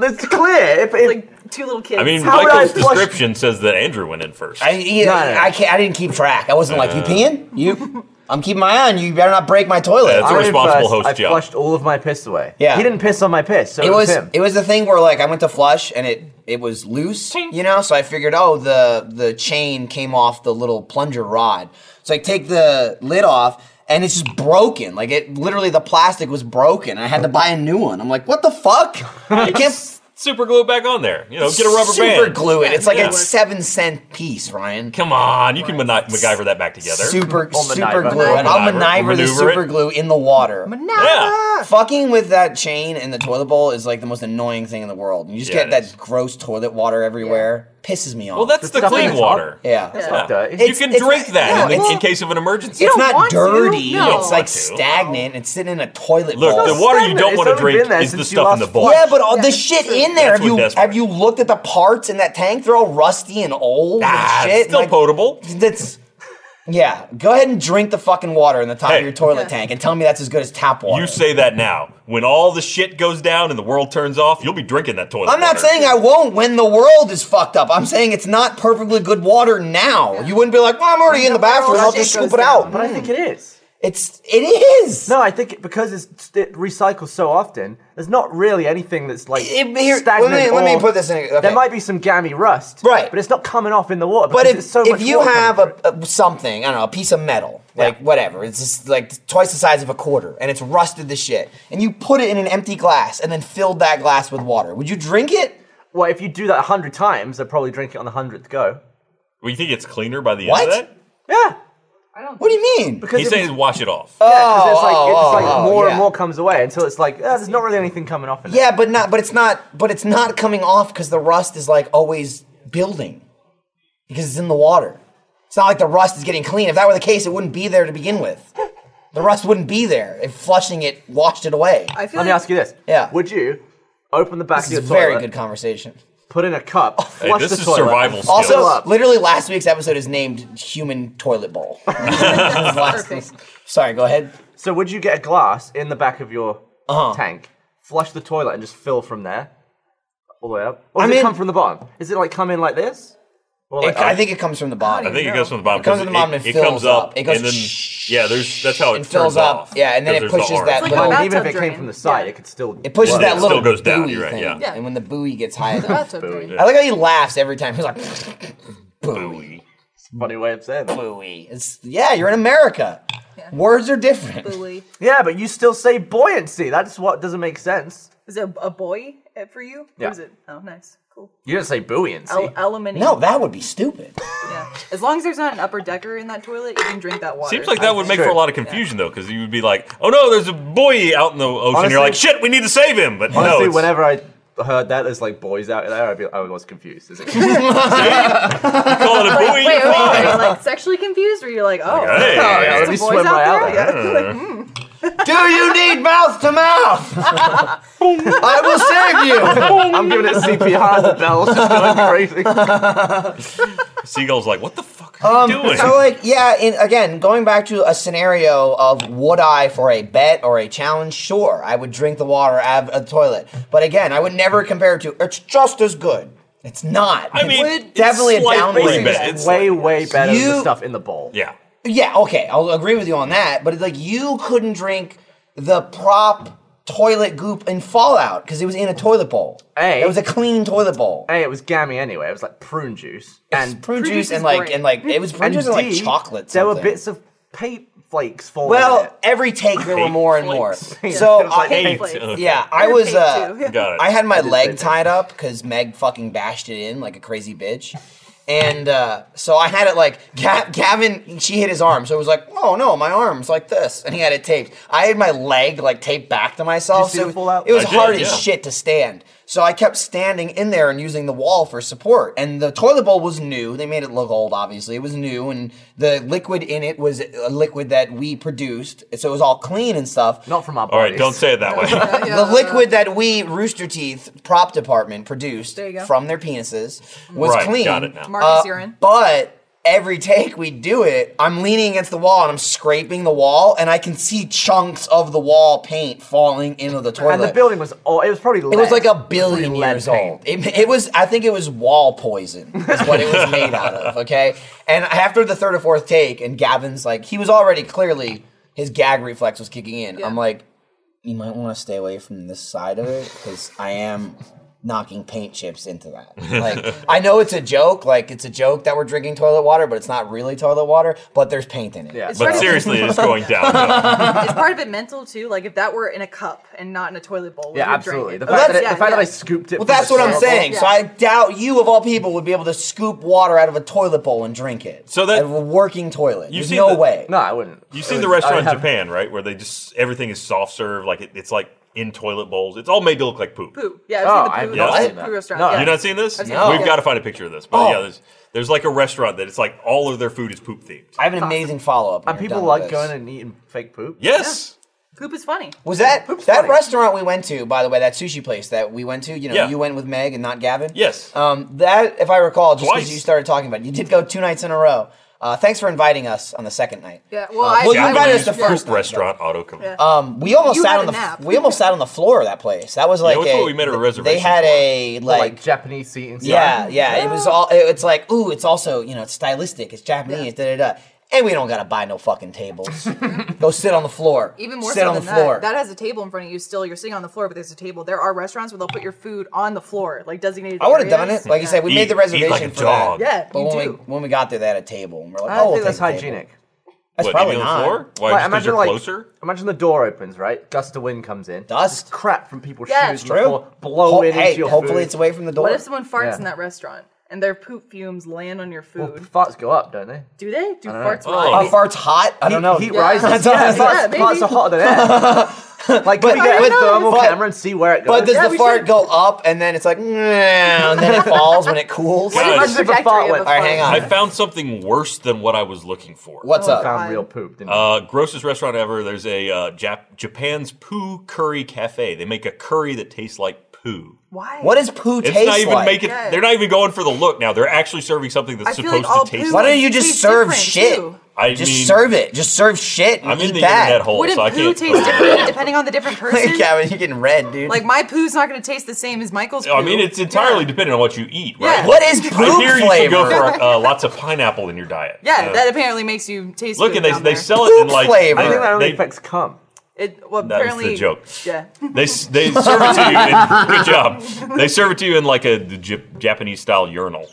It's clear. If, if like two little kids. I mean, How would I Michael's flush- description says that Andrew went in first. I, he, No, no, no. I, can't, I didn't keep track. I wasn't like, you peeing? You, I'm keeping my eye on you. You better not break my toilet. That's I a went in responsible first, host I job. flushed all of my piss away. Yeah. he didn't piss on my piss, so it, it was him. it was the thing where like I went to flush and it it was loose, you know. So I figured, oh, the the chain came off the little plunger rod. So I take the lid off and it's just broken. Like it literally the plastic was broken. I had to buy a new one. I'm like, what the fuck? You can't Super glue it back on there. You know, get a rubber super band. glue it. It's like Yeah. a seven cent piece, Ryan. Come on, you can mani- MacGyver that back together. Super Or super Maniva. glue. And I'll Maniva. maneuver the Maneuver it. super glue in the water. Yeah. Fucking with that chain and the toilet bowl is like the most annoying thing in the world. You just Yeah, get it that is. gross toilet water everywhere. Pisses me off. Well, that's the stuff in clean the water. yeah. Yeah. Not dirty. You can It's- it's- drink that yeah, in, the- it's- in case of an emergency. You It's don't not want to. dirty. No. You don't It's like want to. stagnant. It's sitting in a toilet Look, bowl. the water you stagnant. don't It's want to only drink been there is the since you stuff in last the bowl. yeah, but all the that's shit true. in there. That's Have you what desperate. have you looked at the parts in that tank? They're all rusty and old Ah, and it's shit. still like, potable. That's yeah. Go ahead and drink the fucking water in the top Hey. of your toilet Yeah. tank and tell me that's as good as tap water. You say that now. When all the shit goes down and the world turns off, you'll be drinking that toilet. I'm not water. saying I won't when the world is fucked up. I'm saying it's not perfectly good water now. You wouldn't be like, well, I'm already in the bathroom. I'll just scoop it out. but I think it is. It's it is. No, I think it, because it's, it recycles so often, there's not really anything that's like It- it- here- stagnant. let me- let me or- put this in- okay. There might be some gammy rust, Right. But it's not coming off in the water. But because if, it's so if much you water coming have through a, it. a something, I don't know, a piece of metal, like Yeah. whatever, it's just like twice the size of a quarter, and it's rusted to shit, and you put it in an empty glass and then filled that glass with water, would you drink it? well, if you do that a hundred times, they'll probably drink it on the hundredth go. Well, you think it's cleaner by the What? end of that? Yeah, What do you mean? because He's if- saying wash it off. yeah, 'cause it's like oh, it's like oh, more yeah. and more comes away until it's like eh, there's not really anything coming off in it. yeah, but not, but it's not, but it's not coming off because the rust is like always building because it's in the water. It's not like the rust is getting clean. If that were the case, it wouldn't be there to begin with. The rust wouldn't be there if flushing it washed it away. I feel Let me like ask you this. Yeah. Would you open the back This of your is a toilet, very good conversation. put in a cup, Hey, flush this the is toilet? survival skills. Also, Fill up. literally last week's episode is named "Human Toilet Bowl." Last- Perfect. Sorry, go ahead. So would you get a glass in the back of your tank, flush the toilet, and just fill from there all the way up? Or does I it mean- come from the bottom? Is it like come in like this? Or like oh, It- I think it comes from the bottom. I think it goes from the bottom. It comes 'cause from the bottom and it, fills comes up. up. It goes and then shh, yeah, there's that's how it and fills turns up. off, Yeah, and then 'cause it there's pushes arm. that It's But like I a mean, bathtub even if it came drain. from the side, Yeah. it could still. it pushes Well, that it little still goes down, buoy you're right, thing. yeah. Yeah. And when the buoy gets high enough, bathtub drain. I like how he laughs every time. He's like, "Buoy, Funny way of saying that. buoy." It's yeah, you're in America. Words are different. Buoy. Yeah, but you still say buoyancy. That's what doesn't make sense. Is it a boy eh, for you? Yeah. Or is it? Oh, nice. Cool. You didn't say buoyancy. El- element. No, that would be stupid. Yeah. As long as there's not an upper decker in that toilet, you can drink that water. Seems like that would make for Sure. a lot of confusion though, because you would be like, "Oh no, there's a boy out in the ocean." Honestly- You're like, "Shit, we need to save him!" But no, Honestly, it's- whenever I heard that, there's like boys out there. I'd be, I was confused. Is it- you call it a buoy. Wait, wait, wait. you're Are fine. you like sexually confused, or you're like, oh, Like, hey, oh, yeah, there's let some me boys swim out right out there? there. Yeah. Uh, Like, hmm. Do you need mouth to mouth? I will save you. I'm giving it CPR. The bell's just going crazy. Seagull's like, "What the fuck are you doing?" Um, So like yeah, in, again, going back to a scenario of would I for a bet or a challenge? Sure, I would drink the water out of a toilet. But again, I would never compare it to. It's just as good. It's not. I mean, it's it's definitely a slightly downgrade. better. It's way, way better than You- the stuff in the bowl. yeah, Yeah, okay, I'll agree with you on that. But it's like you couldn't drink the prop toilet goop in Fallout because it was in a toilet bowl. Hey. it was a clean toilet bowl. A, it was gammy anyway. It was like prune juice and prune prune juice juice and is like great. and like it was prune and juice and like D, chocolate. There were something. bits of paint flakes falling. in Well, it. every take there were Paint more and more. flakes. So It was like I- Paint eight. Uh, flakes. Okay. yeah, I was paint uh, too. got it. I had my did leg paint too. tied up because Meg fucking bashed it in like a crazy bitch, and uh, so I had it like Ga- Gavin. She hit his arm, so it was like, oh no, my arm's like this, and he had it taped. I had my leg like taped back to myself, see so the fallout? it was I did, hard as yeah. shit to stand. So I kept standing in there and using the wall for support. And the toilet bowl was new. They made it look old, obviously. It was new, and the liquid in it was a liquid that we produced, so it was all clean and stuff. not from our All bodies. right, don't say it that way. The liquid that we Rooster Teeth prop department produced There you go. from their penises was Right, clean. got it now. Marcus Uh, urine. But every take we do it, I'm leaning against the wall and I'm scraping the wall, and I can see chunks of the wall paint falling into the toilet. And the building was all. It was probably. It was like a billion years old. It, it was, I think it was wall poison, is what it was made out of, okay? And after the third or fourth take, and Gavin's like, he was already clearly, his gag reflex was kicking in. Yeah. I'm like, you might want to stay away from this side of it, because I am knocking paint chips into that. Like, I know it's a joke, like, it's a joke that we're drinking toilet water, but it's not really toilet water, but there's paint in it. Yeah. but seriously, it's going down. It's part of it mental too. Like if that were in a cup and not in a toilet bowl. would Yeah, you drink absolutely. it? The fact, that, That's- it, yeah, the fact that yeah. I scooped it. Well, from that's the what I'm toilet saying. bowl. So Yeah. I doubt you, of all people, would be able to scoop water out of a toilet bowl and drink it. So that- Out of a working toilet. You've There's seen no the- way. bowl. No, I wouldn't. You've It seen the was- I restaurant in haven't. Japan, right? Where they just everything is soft serve, like it, it's like in toilet bowls. It's all made to look like poop. Poo. Yeah, I've Oh, seen I've the poo, not the seen that. poo restaurant. No, yeah. You're not seeing this? I've seen No. it. We've got to find a picture of this. But Oh. yeah, there's, there's like a restaurant that it's like all of their food is poop themed. I have an amazing follow up. And people like going and eating fake poop. Yes. Poop is funny. Was that Oops, that sorry. restaurant we went to? By the way, that sushi place that we went to. You know, Yeah. you went with Meg and not Gavin. Yes. Um, that, if I recall, just because Twice. you started talking about it, you did go two nights in a row. Uh, thanks for inviting us on the second night. Yeah. Well, Uh, I, well, you I, invited I- us to yeah. first- Poop restaurant auto com- Yeah. Um, we almost You sat had on the a nap. we almost sat on the floor of that place. That was like that's a, what we made our They reservation had for. a Like, like Japanese seating. Yeah, yeah. It was all. it- It's like, ooh, it's also you know, it's stylistic. It's Japanese. Da da da. and we don't gotta buy no fucking tables. Go sit on the floor. Even more sit so on than the floor. that, that has a table in front of you. Still, you're sitting on the floor, but there's a table. There are restaurants where they'll put your food on the floor, like designated. I would have done areas. it. Like you Yeah. said, we Eat- made the eat like reservation a for that. dog. Yeah, but you when we do. when we got there, they had a table, and we're like, I oh, don't we'll think that's take a table. hygienic. That's what, probably eating not. on the floor? Why? Like, just because you're like, closer? Imagine the door opens, right? Gust of wind comes in. Dust. Just crap from people's Yeah, shoes it's True. before blow Ho- in hey, into your hopefully food. it's away from the door. What if someone farts Yeah. in that restaurant and their poop fumes land on your Well, food? farts go up, don't they? Do they? Do know. farts Oh. Our rise? farts hot? I don't know. Heat Yeah. rises. That's all- yeah, that's all- farts, Yeah, farts maybe. are hotter than air. like, But- can we get I a don't know. thermal But- camera and see where it goes? But does Yeah, the we fart should- go up and then it's like, "Nah," and then it falls when it cools? What What Guys. is If a the fart trajectory of a went- fart? All right, hang on. I found something worse than what I was looking for. What's Oh, up? God. found real poop, didn't Uh, grossest restaurant ever. There's a uh, Jap- Japan's poo curry cafe. They make a curry that tastes like poo. Why? What does poo It's taste not even like? making. Yeah. They're not even going for the look now. They're actually serving something that's I feel supposed like all to taste. poo Why like don't you just tastes serve different, shit? too. I Just mean, serve it. Just serve shit. And I'm in eat the that. internet hole, Wouldn't so I poo can't. taste different depending on the different person? Like, Gavin, you're getting red, dude. Like my poo's not going to taste the same as Michael's. Poo. I mean, it's entirely Yeah. dependent on what you eat, Yeah. right? what is poo I hear you flavor? should go for uh, lots of pineapple in your diet. Yeah, Uh, that apparently makes you taste. look, good and they down they there. sell it in Poop like flavor. I They, think that only they- affects cum. It well That was the apparently joke. Yeah. They s- they serve it to you. In, good job. They serve it to you in like a Japanese style urinal,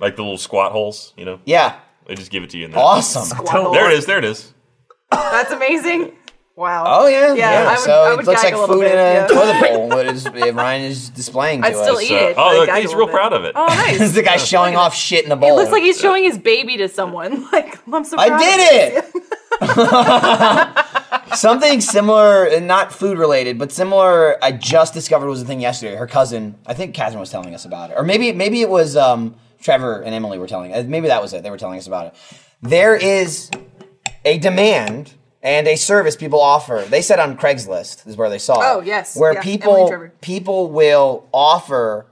like the little squat holes. You know, yeah. they just give it to you in there. Awesome. Wow. There it is. There it is. That's amazing. Wow. Oh yeah, Yeah, I would- so I would it looks gag like a little food bit, in a yeah. toilet bowl. What is if Ryan is displaying to I'd still us? eat it. Uh, but oh, I'd look, gag a he's little real bit. proud of it. Oh, nice. This is the guy showing off shit in a bowl. It looks like he's showing his baby to someone. Like I'm so. I proud of did this. it. Something similar, and not food related, but similar. I just discovered was a thing yesterday. Her cousin, I think Catherine was telling us about it, or maybe maybe it was um, Trevor and Emily were telling. uh, Maybe that was it. They were telling us about it. There is a demand and a service people offer. They said on Craigslist is where they saw. it, Oh, yes. where Yeah, Emily and people Trevor. people will offer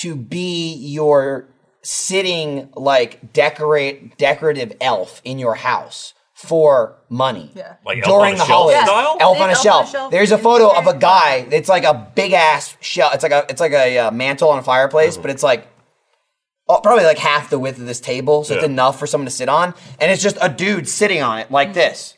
to be your sitting like decorate decorative elf in your house for money Yeah. Like Elf during on a the Shelf holidays. style? Elf on Elf a shelf. There's a and photo of a fairy. guy. It's like a big ass shell. It's like a it's like a uh, mantle on a fireplace, but it's like oh, probably like half the width of this table, so it's Yeah. enough for someone to sit on. And it's just a dude sitting on it like this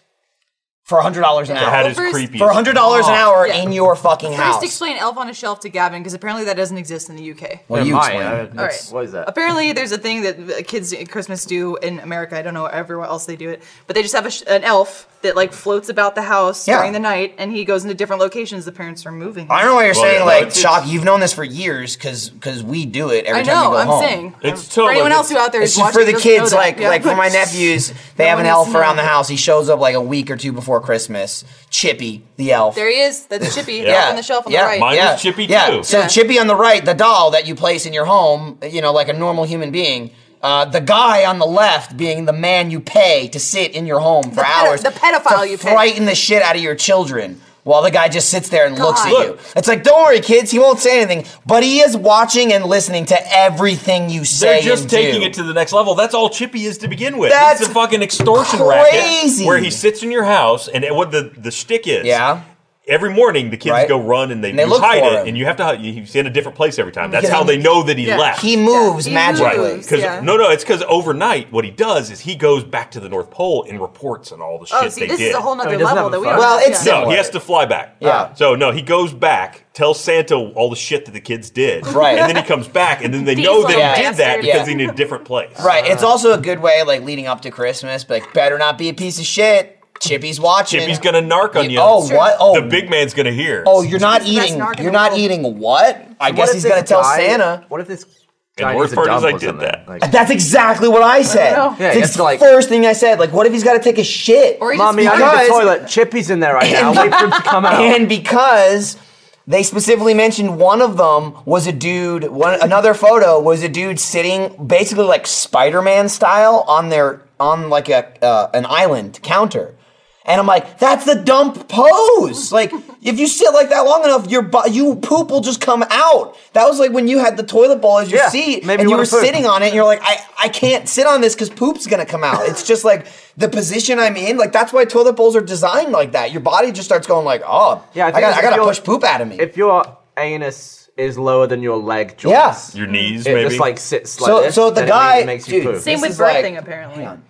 for hundred dollars an That hour. is first- creepy. For hundred dollars an hour Yeah. in your fucking First, house. explain Elf on a Shelf to Gavin because apparently that doesn't exist in the UK. Well, Never you mind, explain. I- it. All that's- right. What is that? Apparently, there's a thing that the kids at Christmas do in America. I don't know everywhere else they do it, but they just have a sh- an elf that like floats about the house Yeah. during the night, and he goes into different locations. The parents are moving. I him. don't know why you're Well, saying yeah, like it's- shock. You've known this for years because we do it every I time we know. go I'm home. saying It's for totally- anyone else who out there It's is just watching for the doesn't know kids, that. like Yeah. like for my nephews, they No have one an needs elf to know. around the house. He shows up like a week or two before Christmas. Chippy, the elf. There he is. That's Chippy. Yeah. Elf on the shelf on yeah, the right. Mine yeah, is Chippy, yeah. too. So Yeah. Chippy on the right, the doll that you place in your home, you know, like a normal human being. Uh, the guy on the left being the man you pay to sit in your home for pedo- hours. the pedophile to you pay. frighten the shit out of your children. While the guy just sits there and looks at God. you. It's like, don't worry, kids, he won't say anything, but he is watching and listening to everything you say. They're just and taking do. it to the next level. That's all Chippy is to begin with. That's it's a fucking extortion crazy. racket where he sits in your house and what the the shtick is. Yeah. Every morning the kids Right. go run and they, And they you look hide for it him. and you have to hide- you- he's in a different place every time. That's Because how he- they know that he Yeah. left. He moves Yeah, he magically. Right, moves. because yeah. no, no, it's because overnight what he does is he goes back to the North Pole and reports on all the shit Oh, see, they this did. is a whole I nother mean, it doesn't have level that a we phone. don't. Well, have. it's yeah. no, he has to fly back. Yeah. So no, he goes back, tells Santa all the shit that the kids did, Right. And then he comes back, and then they know that he Diesel did that bastard. because Yeah. he's in a different place. Right. It's also a good way, like leading up to Christmas, but like better not be a piece of shit. Chippy's watching. Chippy's gonna narc on you. Oh what? Oh, the big man's gonna hear. oh, you're not Chippy's the best eating. narc in You're the not world. eating what? I What guess if he's this gonna tell guy- Santa. What if this And guy the needs worst a part is dump I or did something? that. Like, That's exactly what I said. know. Yeah, it's it's the like- first thing I said. Like, what if he's got to take a shit? Or he just Mommy, I farts. need Because- the toilet. Chippy's in there right now. Wait for him to come out. and because they specifically mentioned one of them was a dude one another photo was a dude sitting basically like spider-man style on their on like a uh, an island counter and i'm like that's the dump pose like if you sit like that long enough your bu- you poop will just come out that was like when you had the toilet bowl as your Yeah, seat and maybe you you were wanna poop. sitting on it and you're like i i can't sit on this because poop's gonna come out it's just like the position i'm in like that's why toilet bowls are designed like that your body just starts going like oh Yeah, I I, think gotta, if I gotta you're- push poop out of me. If your anus is lower than your leg joint, Yeah. your knees it maybe. just like sits like So- this. so the then it guy- makes you dude, poo. Same This with is like- birthing, apparently. Hang on.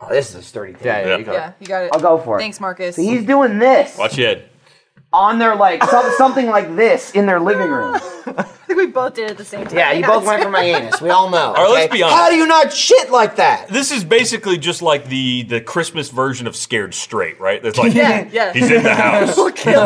Oh, this is a sturdy thing. Yeah, yeah, you got Yeah, it. you got it. I'll go for it. Thanks, Marcus. So he's doing this Watch your head. on their like some, something like this in their living room. I think we both did it at the same time. Yeah, you both went for my anus. We all know. All right, let's okay? be honest. How do you not shit like that? This is basically just like the the Christmas version of Scared Straight, right? That's like Yeah, yeah. he's in the house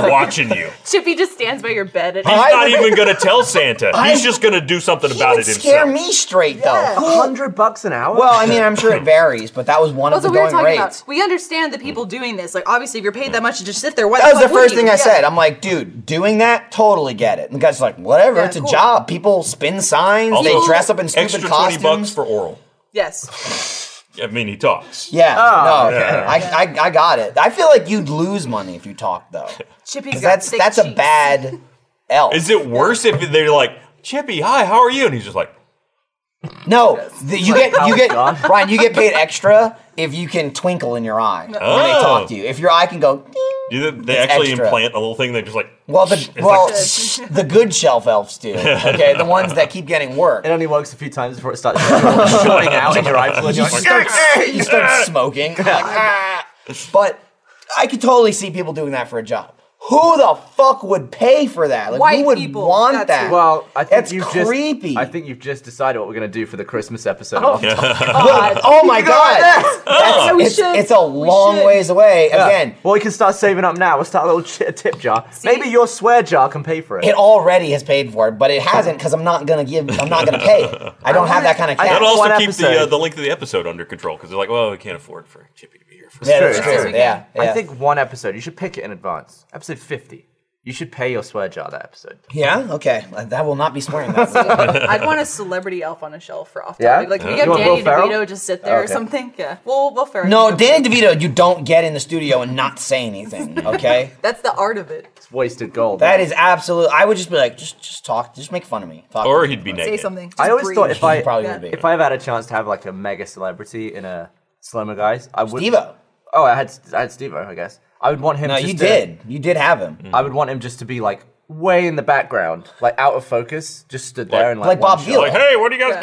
watching you. Chippy just stands by your bed and He's I not would- even gonna tell Santa. I- He's just gonna do something He about would it scare himself. me straight A though. hundred bucks an hour. Well, I mean, I'm sure it varies, but that was one That's of the what we were going talking rates. about. We understand the people doing this. Like, obviously, if you're paid that much to just sit there, why That was fuck the would first you? thing I Yeah. said. I'm like, dude, doing that, totally get it. And the guy's like, whatever, Yeah, it's a cool. job. People spin signs, Also, they dress up in stupid extra costumes. twenty bucks for oral. Yes. I mean, he talks. yeah, Oh, no, okay. I, I, I got it. I feel like you'd lose money if you talked though. 'Cause Chippy's got That's thick that's a cheeks. bad L. Is it worse if they're like, Chippy, hi, how are you? And he's just like, No, the, you Oh get you Howard get John. Brian. You get paid extra if you can twinkle in your eye when they Oh. talk to you. If your eye can go, ding. you know, they actually extra. implant a little thing. They're just like, well, the well, like- s- the good shelf elves do. Okay, the ones that keep getting work. it only works a few times before it starts shorting out in your eye fluid. You're You like, start, you start smoking, like, ah. but I could totally see people doing that for a job. Who the fuck would pay for that? Like, White who would people, want that's that? who- Well, I think That's you've creepy. Oh, Just, I think you've just decided what we're going to do for the Christmas episode. Well, oh my god, That's- Yeah, we it's, should. it's a We long should. ways away. Yeah. Again, Well, we can start saving up now. We'll start a little ch- tip jar. Maybe your swear jar can pay for it. it already has paid for it, but it hasn't because I'm not gonna give. I'm not gonna pay it. I don't have that kind of I cash. that That's also one keeps the, uh, episode. the length of the episode under control because they're like, well, we can't afford for Chippy to be here for yeah, true, that's it's true. true. Yeah, yeah. I think one episode. You should pick it in advance. Episode fifty. You should pay your swear jar that episode. Yeah. Okay. That will not be swearing. That's I'd want a celebrity elf on a shelf for off topic. Yeah? Like, if we You get want Danny Will Ferrell? DeVito just sit there or Okay. something. Yeah. Well, Will Ferrell. no, Danny DeVito. You don't get in the studio and not say anything. Okay. That's the art of it. It's wasted gold. that is absolute. I would just be like, just just talk. Just make fun of me. Talk Or to me. he'd be Say naked. something. Just I always breathe. thought if I He probably Yeah. would be. if I ever had a chance to have like a mega celebrity in a Slimmer Guys, I would. Steve-O. Oh, I had I had Stevo. I guess I would want him. No, just you to- did. You did have him. I would want him just to be like way in the background, like out of focus, just stood there and like Like Bob one Vila. shot. Like, hey, what are you guys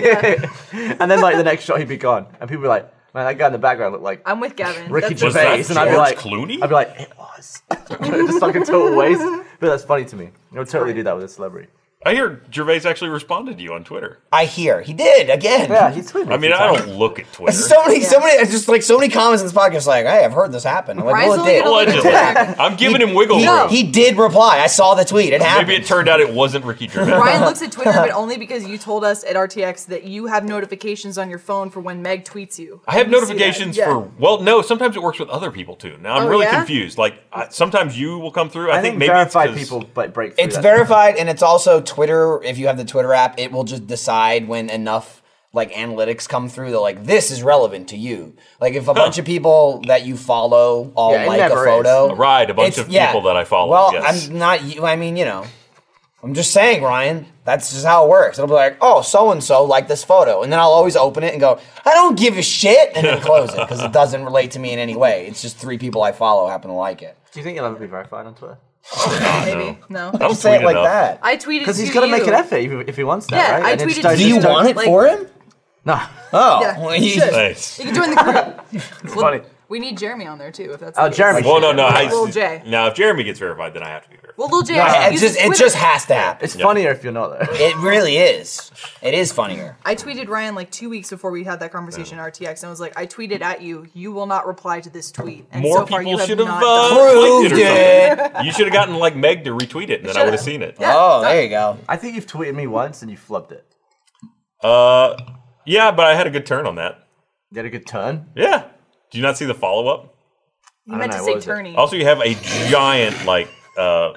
getting into? and then like the next shot he'd be gone, and people would be like, "Man, that guy in the background looked like I'm with Gavin. Ricky That's- Was Gervais," that and I'd be George like, Clooney? I'd be like, "It was." just like a total waste. But that's funny to me. I would totally do that with a celebrity. I hear Gervais actually responded to you on Twitter. I hear he did again. Yeah, he's tweeted. I mean, I don't look at Twitter. So many, so many, it's just like so many comments in this podcast. Like, hey, I've heard this happen. I'm like, Brian's well, it only did. gonna look Allegedly. I'm giving him wiggle He, room. he did reply. I saw the tweet. It happened. Maybe it turned out it wasn't Ricky Gervais. Brian looks at Twitter, but only because you told us at RTX that you have notifications on your phone for when Meg tweets you. I have You see that? notifications Yeah. for well, no. Sometimes it works with other people too. Now I'm Oh, really yeah? confused. Like I, sometimes you will come through. I, I think maybe it's verified 'cause- people but break. through It's that. verified, and it's also Twitter. If you have the Twitter app, it will just decide when enough like analytics come through. They're like, this is relevant to you. Like if a bunch of people that you follow all Yeah, it like a never photo, is. Right, a bunch it's- of people that I follow, Well, yes. I'm not. you- I mean, you know, I'm just saying, Ryan. That's just how it works. It'll be like, oh, so and so liked this photo, and then I'll always open it and go, I don't give a shit, and then close it because it doesn't relate to me in any way. It's just three people I follow happen to like it. Do you think you'll ever be verified on Twitter? Maybe. No. I don't Say it tweet like enough. that. I tweeted Because he's to got to you. make an effort if, if he wants that, Yeah, right? I And it's tweeted don't- to Do you just don't- want it like- for him? No. Oh, Yeah, well, you you- should. Thanks. You can join the group. Funny. We need Jeremy on there too, if that's. Oh, the case. Jeremy. Well, no, no. I, Little J. Now, if Jeremy gets verified, then I have to be verified. Well, Lil J. Yeah, it uses just it Twitter. just has to happen. It's funnier if you're not there. It really is. It is funnier. I tweeted Ryan like two weeks before we had that conversation at RTX, and I was like, I tweeted at you. You will not reply to this tweet. And More so far, people you have should have not done uh, Proved tweeted or it. something. You should have gotten like Meg to retweet it, and then I would have seen it. Yeah, oh, there you go. I think you've tweeted me once and you flubbed it. Uh, yeah, but I had a good turn on that. You had a good turn. Yeah. Do you not see the follow up? You meant know, to what say was it? Turney. Also, you have a giant like uh,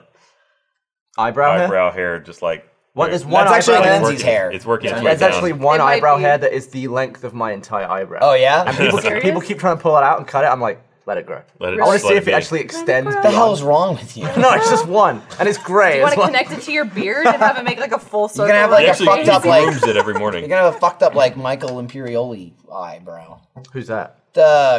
Eyebrow hair? eyebrow hair, just like What, there. there's one That's actually eyebrow hair. It's Lindsay's working- hair. It's working. its Yeah. way There's down. actually one It might eyebrow be- hair that is the length of my entire eyebrow. Oh yeah. And people, keep, Serious? people keep trying to pull it out and cut it. I'm like, let it grow. Let it- I want just to let see it if it be. actually extends. What the hell beyond. is wrong with you? No, it's just one, and it's grey. You want It's to one- connect it to your beard and have it make like a full circle. gonna have, He like, a actually fucked up, like- grooms it every You're morning. gonna have a fucked up like Michael Imperioli eyebrow. Who's that? Ah,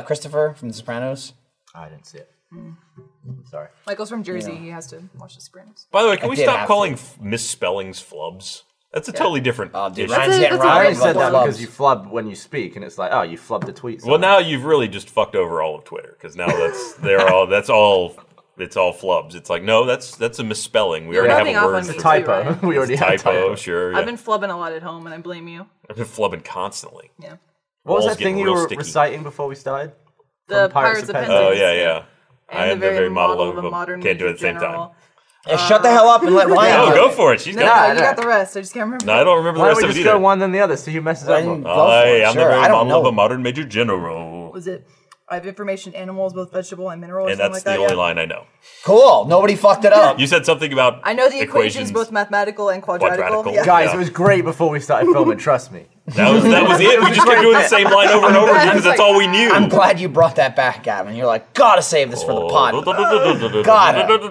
The Christopher from The Sopranos. I didn't see it. I'm sorry. Michael's from Jersey. He has to watch The Sopranos. By the way, can I we did stop have calling f- misspellings flubs? That's a totally different. Oh, dude, issue. Ryan's That's a- getting that's a I only Ryan very said that Flubs. because you flub when you speak, and it's like, oh, you flubbed the tweet. Well, now you've really just fucked over all of Twitter because now that's they're all that's all it's all flubs. It's like no, that's that's a misspelling. We You're already rubbing have a off word on for me. that. typo. we already had typo. typo. Sure, yeah. I've been flubbing a lot at home, and I blame you. I've been flubbing constantly. Yeah. What was Walls that getting thing you real were sticky. reciting before we started? The From Pirates of Penzance. Oh yeah, yeah. And I the am the very, very model, model of, a modern Can't do it at the same time. general. Hey, shut the hell up and let Ryan. No, do Oh, go it. for it. She's No, got. no, Yeah. Oh, you got the rest. I just can't remember. No, I don't remember the Why don't rest we of it just go either. one then the other? See who messes I up didn't more. go for I it. am sure. the very I don't model know. of a modern major general, Was it? I have information animals, both vegetable and mineral, or and something that's like that. the only yeah. line I know. Cool. Nobody fucked it up. You said something about I know the equations, equations both mathematical and quadratical. Quadratical. Yeah. Guys, Yeah. it was great before we started filming. Trust me. That was that was it. We just kept doing the same line over and over again because that's all we knew. I'm glad you brought that back, Gavin. You're like, gotta save this for the pod. God. I Made am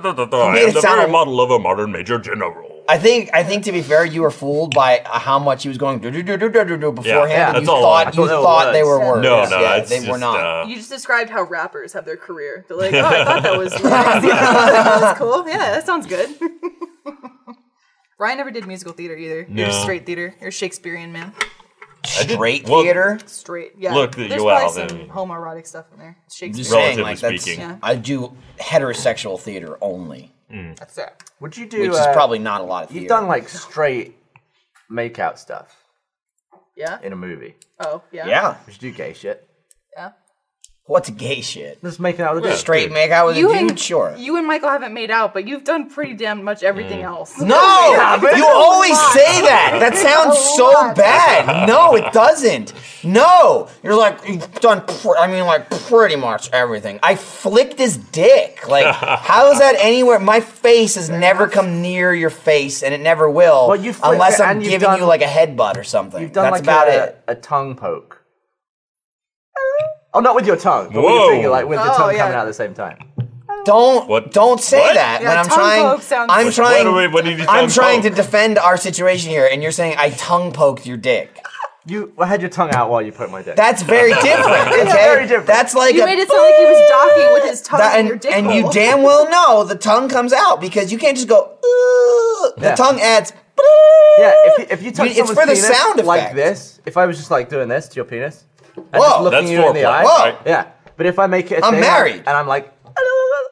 it the sound very a- model of a modern major general. I think I think to be fair, you were fooled by how much he was going do do do do do do do beforehand. Yeah, and that's you all I- I thought thought you they were thought they were words. words. No, no, yeah, it's they just, were not. uh, You just described how rappers have their career. They're like, oh, I thought that was lyrics. Yeah, that's cool. Yeah, that sounds good. Ryan never did musical theater either. You're just No. straight theater. You're a Shakespearean man. I did- Straight well, theater. Straight. Yeah. Look, There's wow, probably some then- homoerotic stuff in there. Shakespeare. Just Relatively saying, like that's. speaking. Yeah. I do heterosexual theater only, That's it. Would you do? which is uh, probably not a lot of theater. you've done like straight makeout stuff Yeah. in a movie. Oh, yeah. yeah. Would you do gay shit? Yeah. What's gay shit? Just making out with a dude. Straight make out with You a dude? and sure. you and Michael haven't made out, but you've done pretty damn much everything else. No, but- you always say that. That sounds so bad. No, it doesn't. No, you're like you've done. Pr- I mean, like pretty much everything. I flicked his dick. Like, how is that anywhere? My face has never come near your face, and it never will, Well, you flicked unless it I'm and you've giving done- you like a headbutt or something. You've done That's like about a, it. a tongue poke. Oh, not with your tongue, but with Whoa. your finger, like with the Oh, tongue yeah. coming out at the same time. Don't What? don't say What? that Yeah, when I'm tongue trying. poke sounds- I'm What- trying. what do we- what do you I'm tongue trying to poke? defend our situation here, and you're saying I tongue poked your dick. You I had your tongue out while you put my dick. That's very different. Okay? very different. That's like You a, made it sound like he was docking with his tongue that- in your and, dick and you hole. damn well know the tongue comes out because you can't just go. "Ooh." The Yeah. tongue adds. yeah, if you, if you touch it's someone's for the penis sound like effect. this, if I was just like doing this to your penis, and Whoa. just looking That's you in the foreplay, eye, right? yeah. But if I make it, i I'm married. and I'm like,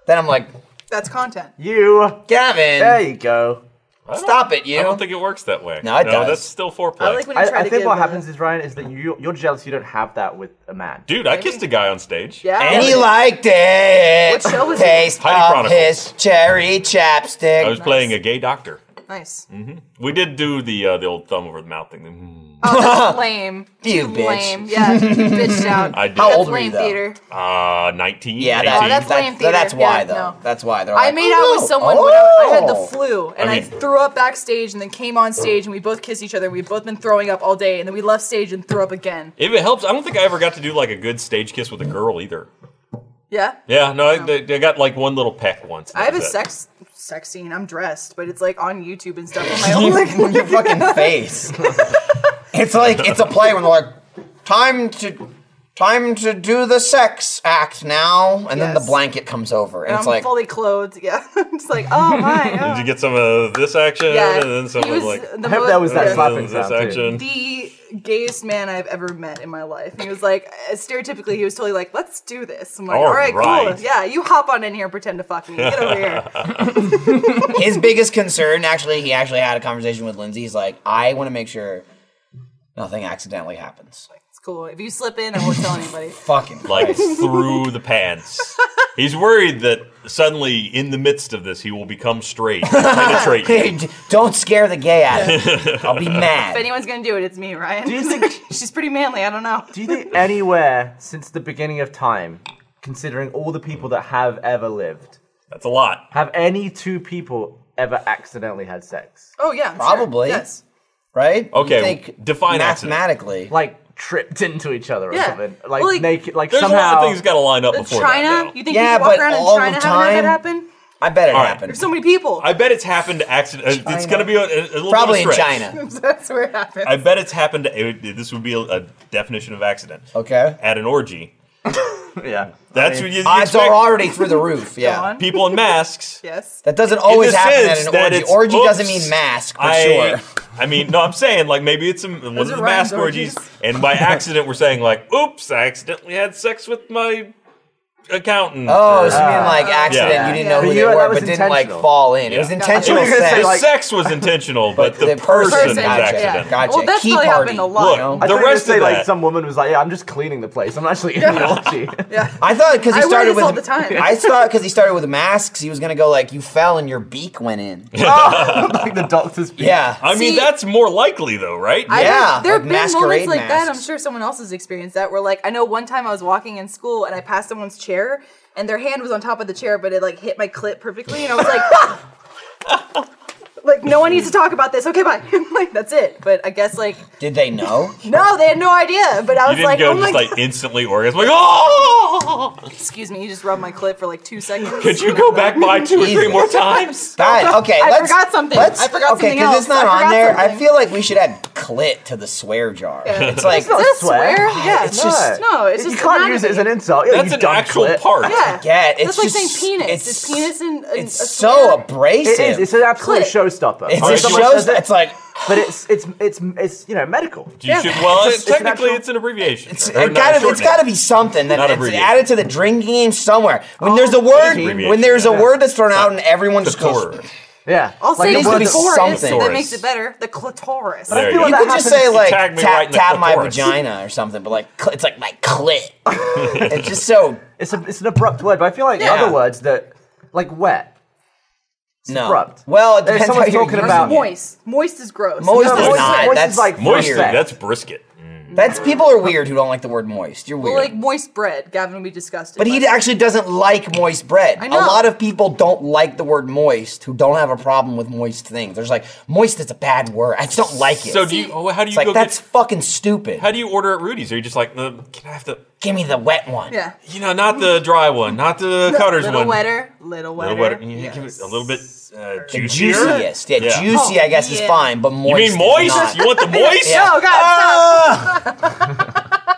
Then I'm like, That's content. you, Gavin, there you go. I don't- stop it, you. I don't think it works that way. No, it does. that's still foreplay. I like when you I, try I to think give what a- happens is Ryan is that you you're jealous you don't have that with a man. Dude, I kissed a guy on stage. Yeah. and he liked it. What show was it? Taste Heidi of Chronicles. his cherry chapstick. I was Nice. playing a gay doctor. nice. We did do the uh, the old thumb over the mouth thing. Hmm. Oh, Lame. You bitch. Lame. Yeah, you bitched out. I did. How That's old were you lame though? theater. Uh, 19, Yeah, 18. that, Oh, that's that- lame that- that's theater. why Yeah, though. no. That's why they're. I like, made "Oh, out no. with someone when I, I had the Oh." flu, and I, mean- threw up backstage, and then came on stage, and we both kissed each other. and We've both been throwing up all day, and then we left stage and threw up again. If it helps, I don't think I ever got to do like a good stage kiss with a girl either. Yeah, Yeah, no, I, they, they got like one little peck once. and I have that a was it. sex sex scene. I'm dressed, but it's like on YouTube and stuff. And my own, like, your fucking face. it's like it's a play when they're like, time to time to do the sex act now, and then the Yes. blanket comes over, and I'm it's like fully clothed. Yeah, it's like oh my. Did you get some of this action? yeah, And then he someone was like. the hope most- that was that yeah. "This- slapping this sound, too." action. the gayest man I've ever met in my life. He was like, stereotypically, he was totally like, let's do this. I'm like, all All right, right. cool. Yeah, you hop on in here and pretend to fuck me. Get over here. his biggest concern. Actually, he actually had a conversation with Lindsay. He's like, I want to make sure nothing accidentally happens. Like, It's cool. If you slip in, I won't tell anybody. fucking like through the pants. He's worried that suddenly, in the midst of this, he will become straight, and penetrate. you. Christ. don't scare the gay out of me. I'll be mad. If anyone's going to do it, it's me, Ryan. Do you think- She's pretty manly. I don't know. Do you think anywhere since the beginning of time, considering all the people that have ever lived, That's a lot. have any two people ever accidentally had sex? Oh, yeah. I'm sure. Probably. Yes. right? You Okay, think define accident. mathematically. Like tripped into each other or Yeah. something? Like, Well, like, naked? Like There's a lot somehow? of things got to line up Uh, before China? that. though. You think Yeah, you could walk but around in all China the having that time- happen? I bet it All right. happened. There's so many people. I bet it's happened accident. uh, It's China. going to be a, a, a little Probably bit in of stretch. China. That's where it happens. I bet it's happened. It, would- this would be a, a definition of accident Okay. at an orgy. yeah. That's what you, you Odds are expect. already through the roof. Go Yeah. on. People in masks. Yes. That doesn't always the happen at sense an that orgy. it's- Orgy doesn't oops, mean mask for I, sure. I mean, no, I'm saying like maybe it's some one of are the Ryan's mask orgies, orgies. and by accident we're saying like, "Oops, I accidentally had sex with my accountant." Oh, or- so you mean like accident? Yeah. You didn't Yeah. know who But they you know, were, that was but didn't like intentional. fall in. It Yeah. was I thought intentional you were the gonna say, sex. like- sex was intentional, but, the, person, was gotcha, accidental. yeah. Gotcha. Well, that's Key probably party. happened a lot. Look, you know? The I thought rest you of say like that- some woman was like, "Yeah, I'm just cleaning the place. I'm actually in the orgy." Yeah. I thought because he I wear started this with all the time. I thought because he started with masks, he was gonna go like you fell and your beak went in. like the doctor's. feet. Yeah, I mean, See- that's more likely though, right? I- Yeah, there have like been moments masquerade like that. I'm masks. sure someone else has experienced that. Where like I know one time I was walking in school and I passed someone's chair and their hand was on top of the chair, but it like hit my clit perfectly, and I was like, like no one needs to talk about this. Okay, bye. like that's it. But I guess like did they know? no, they had no idea. But I you was didn't like, go oh my just god. like instantly orgasm, like oh. Excuse me, you just rubbed my clit for like two seconds. Could you go back by two or three Jesus. more times? God, okay. I let's, forgot something. Let's, I forgot okay, something because else. it's not I on forgot there. I something. feel like we should add clit to the swear jar. It's like Is that a swear? Yeah, It's just- no. It's you just can't use it as an anatomy. insult. Yeah, That's you an dumb actual clit. part. Yeah, get it's that's like just- saying penis. it's- It's penis and, and it's a so swear. abrasive. It is. It's an absolute Clit. showstopper. It's Like, a someone show. says it, It's like but it's it's it's it's you know medical. You should, well, It's- it's an technically, actual- it's an abbreviation. It's, or it not, gotta, shortening. it's got to be something that Not it's abbreviation. added to the drinking game somewhere. When there's a word, abbreviation, when there's a yeah. word that's thrown out and everyone just goes, Clitoris. Yeah. I'll say it it's needs to be the chorus. something. That makes it better. The clitoris. There I you feel go. like you that could just happens- say like tagged me tap, right in the tap my clitoris. vagina or something, but like cl- it's like my clit. it's just so It's a, it's an abrupt word, but I feel like Yeah. other words that like wet. no. abrupt. Well, it There's depends someone how you're talking using about- it. Moist. Moist is gross. Moist No, is moist- not. moist is that's like Moisty, Respect. that's brisket. that's people are weird who don't like the word moist. You're Well, weird. like moist bread. Gavin would be disgusted. but he by it. actually doesn't like moist bread. I A know. lot of people don't like the word moist who don't have a problem with moist things. There's like moist is a bad word. I just don't like it. So do you? oh, How do you It's like go that's get? fucking stupid. How do you order at Rudy's? Are you just like, uh, can I have the? Give me the wet one. Yeah. You know, not the dry one, not the cutter's little one. wetter. Little wetter. Little wetter. You yes. give it a little bit uh, The juicier. juiciest. Yeah, Yeah. juicy I guess is yeah. fine, but You moist. mean is moist? not. You want the moist? Yeah. Oh God! Stop.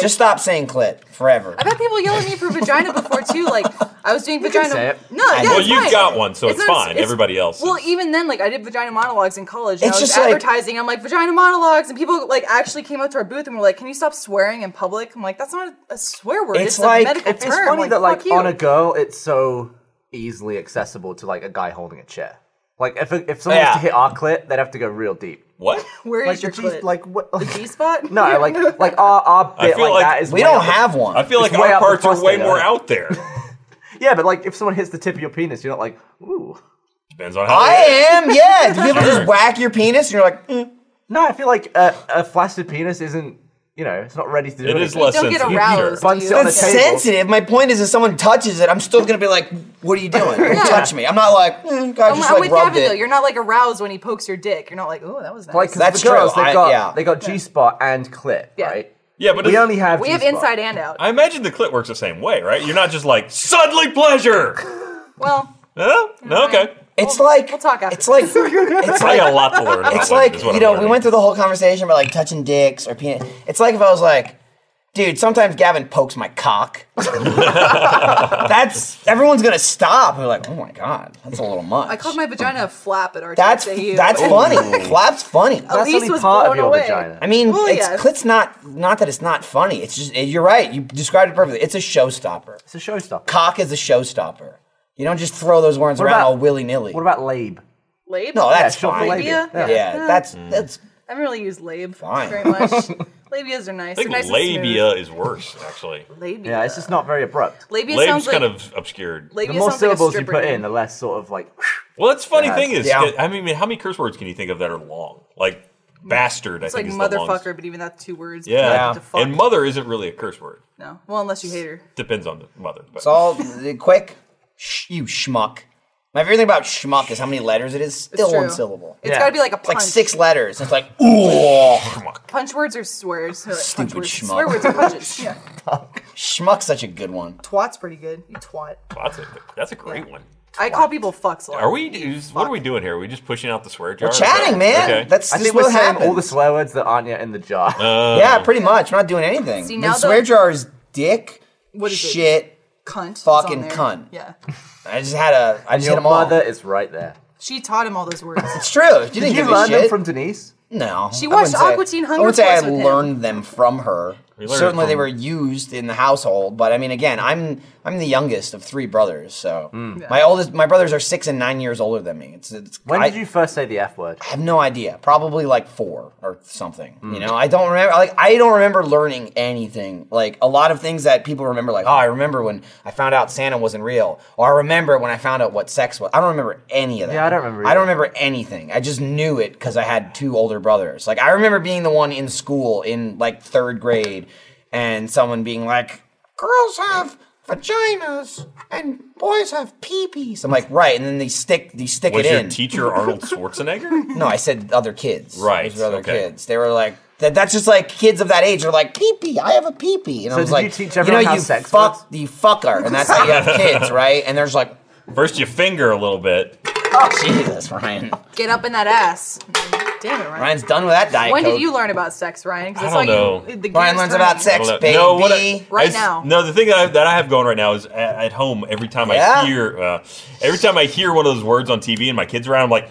Just stop saying clit forever. I've had people yell at me for vagina before too. Like I was doing vagina. say it. No, yeah, know. Well, it's you've fine. got one, so it's, not- fine. Everybody else. Well, is- even then, like I did vagina monologues in college. And It's I was just like- advertising. I'm like vagina monologues, and people like actually came up to our booth and were like, "Can you stop swearing in public?" I'm like, "That's not a swear word. It's It's, like- a medical It's, it's term." funny that like fuck you. on a girl, it's so easily accessible to like a guy holding a chair. Like if if someone was Yeah. to hit our clit, they'd have to go real deep. what? Where Like is your the clit? G- like what? G spot? no, like like our our I bit feel like, like that is. We way don't up the- have one. I feel It's like way our up the parts are prostate, way more though. out there. Yeah, but like if someone hits the tip of your penis, you're not like ooh. Depends on how. I it is. am, yeah. Do people Sure. just whack your penis and you're like, mm. No, I feel like a, a flaccid penis isn't. You know, it's not ready to do It is anything. less Don't get sensitive. aroused. Sure. Bun do you? sit on the that's table. sensitive. My point is, if someone touches it, I'm still gonna be like, "What are you doing? Don't touch me." I'm not like, mm, "God, I'm, just I'm like with rubbed Gavin though. it." You're not like aroused when he pokes your dick. You're not like, "Oh, that was nice." Like 'cause That's the girls, true, they I- got yeah. they got G spot and clit, Yeah. right? Yeah, but We it's- only have we have G-spot. inside and out. I imagine the clit works the same way, right? You're not just like suddenly pleasure. well, Huh? No, okay. it's like we'll talk after It's like it's I like got a lot to learn. About it's women, like is what you I'm know we learning. went through the whole conversation about like touching dicks or penis. It's like if I was like, dude, sometimes Gavin pokes my cock. that's everyone's gonna stop. They're like, oh my god, that's a little much. I called my vagina a flap at our that's TCU. that's funny. Flap's funny. That's Elise only was part of blown your away. vagina. I mean, Oh. Well, it's yeah. clit's not not that it's not funny. It's just you're right. You described it perfectly. It's a showstopper. It's a showstopper. Cock is a showstopper. You don't just throw those words What around about- all willy nilly. What about Labe? Labe? No, that's short fine. labia. Yeah, Yeah. that's Hmm. that's I haven't really used lab Fine. very much. Labias are nice. I think They're nice labia And is worse, actually. smooth. labia. Yeah, it's just not very abrupt. labia Labe's sounds like kind of obscured. labia The more sounds like a syllables you stripper put name. in, the less sort of like. Well, that's funny Yeah, thing is, yeah. I mean, how many curse words can you think of that are long? Like bastard, It's I like think is the longest. motherfucker, but even that's two words. Yeah. You have to fuck. And mother isn't really a curse word. No, well, unless you hate her. Depends on the mother. But it's all quick. Sh- you schmuck. My favorite thing about schmuck is how many letters it is. Still true. one syllable. It's Yeah. got to be like a It's punch. like six letters. It's like ooh. punch words or swears. So like Stupid punch words. schmuck. Swear words are punches. yeah. Schmuck's such a good one. Twat's pretty good. You twat. that's a, that's a great one. I call people fucks a lot. Are we? Is, what are we doing here? Are we just pushing out the swear jar? We're chatting, man. Okay. That's I just think what we're saying happens. all the swear words that aren't yet in the jar. Uh, yeah, pretty much. We're not doing anything. See, the now swear the- jar is dick, What is it? shit. Cunt. is Fucking on there. cunt. Yeah. I just had a. I just hit Your them all. mother is right there. She taught him all those words. It's true. You didn't Did you give learn a shit. them from Denise? no. She I watched wouldn't say- Aqua Teen I Hunger wouldn't say I Force with him. learned them from her. You learned Certainly, it they from- were used in the household. But I mean, again, I'm I'm the youngest of three brothers, so my oldest my brothers are six and nine years older than me. It's, it's When I, did you first say the F word? I have no idea. Probably like four or something. Mm. You know, I don't remember. Like, I don't remember learning anything. Like, a lot of things that people remember, like, oh, I remember when I found out Santa wasn't real, or I remember when I found out what sex was. I don't remember any of that. Yeah, I don't remember I don't either. remember anything. I just knew it because I had two older brothers. Like, I remember being the one in school in like third grade, and someone being like, "Girls have." Vaginas and boys have peepees. I'm like, right, and then they stick, they stick Was it your in. teacher Arnold Schwarzenegger? No, I said other kids. Right, Those were other okay. kids. They were like that, that's just like kids of that age are like pee pee. I have a pee pee, and I So was did like, you teach everyone know, how you sex fuck works? you fucker, and that's how you have kids, right? And there's like, First, you finger a little bit. oh Jesus, Ryan. Get up in that ass. Damn it, Ryan. Ryan's oh. done with that diet. when Coke. did you learn about sex, Ryan? 'Cause I that's don't all you- know. the Ryan gears learns turn about you. I sex, don't baby. know. uh, No, what I- Right I s- now. No, the thing that I, that I have going right now is at, at home. Every time Yeah? I hear, uh, every time I hear one of those words on TV and my kids around, I'm like,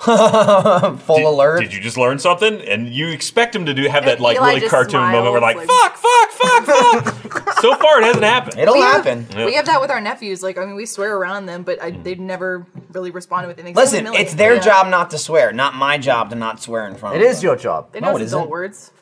Full did, alert. did you just learn something? And you expect them to do have that And like Eli really just cartoon moment where like, smiles, fuck, fuck, fuck, fuck. so far, it hasn't happened. It'll We have- happen. We have that with our nephews. Like, I mean, we swear around them, but I, they've never really responded with anything. Hmm. Listen, Millie. it's their Yeah. job not to swear, not my job to not swear in front It of is them. your job. They No, know it it's adult isn't. words.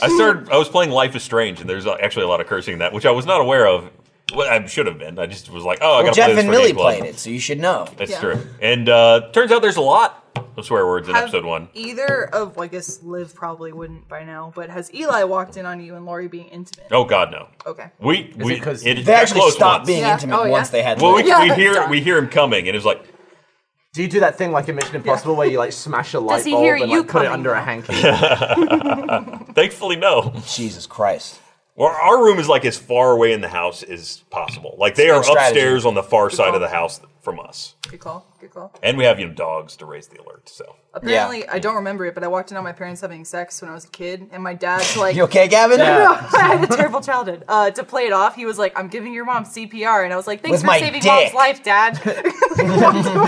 I started. I was playing Life is Strange, and there's uh, actually a lot of cursing in that, which I was not aware of. Well, I should have been. I just was like, oh, I Well, got to Jeff play this and for Millie Game Club. played it, so you should know. That's Yeah. true. And uh, turns out there's a lot of swear words in Have episode one. Either of, well, I guess Liv probably wouldn't by now, but has Eli walked in on you and Laurie being intimate? Oh God, no. Okay. We we it 'cause- it, They got actually close stopped once. being Yeah. intimate Oh, yeah. once they had. Well, we, Lily. Yeah, we hear done. we hear him coming, and it's like Do you do that thing like in Mission Impossible where you like smash a light Does he bulb hear and you like put it coming, under a though? hanky? thankfully no. Jesus Christ. Well, our room is like as far away in the house as possible. Like they are Good strategy. upstairs on the far side call. of the house from us, Good call. Good call. and we have you know dogs to raise the alert. So Apparently, I don't remember it, but I walked in on my parents having sex when I was a kid, and my dad's like, You okay, Gavin? No, I had a terrible childhood. Uh, to play it off, he was like, "I'm giving your mom CPR," and I was like, "Thanks With for my saving dick. mom's life, Dad."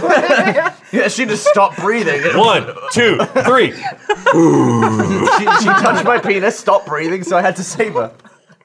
yeah, she just stopped breathing. one, two, three. she, she touched my penis, stopped breathing, so I had to save her.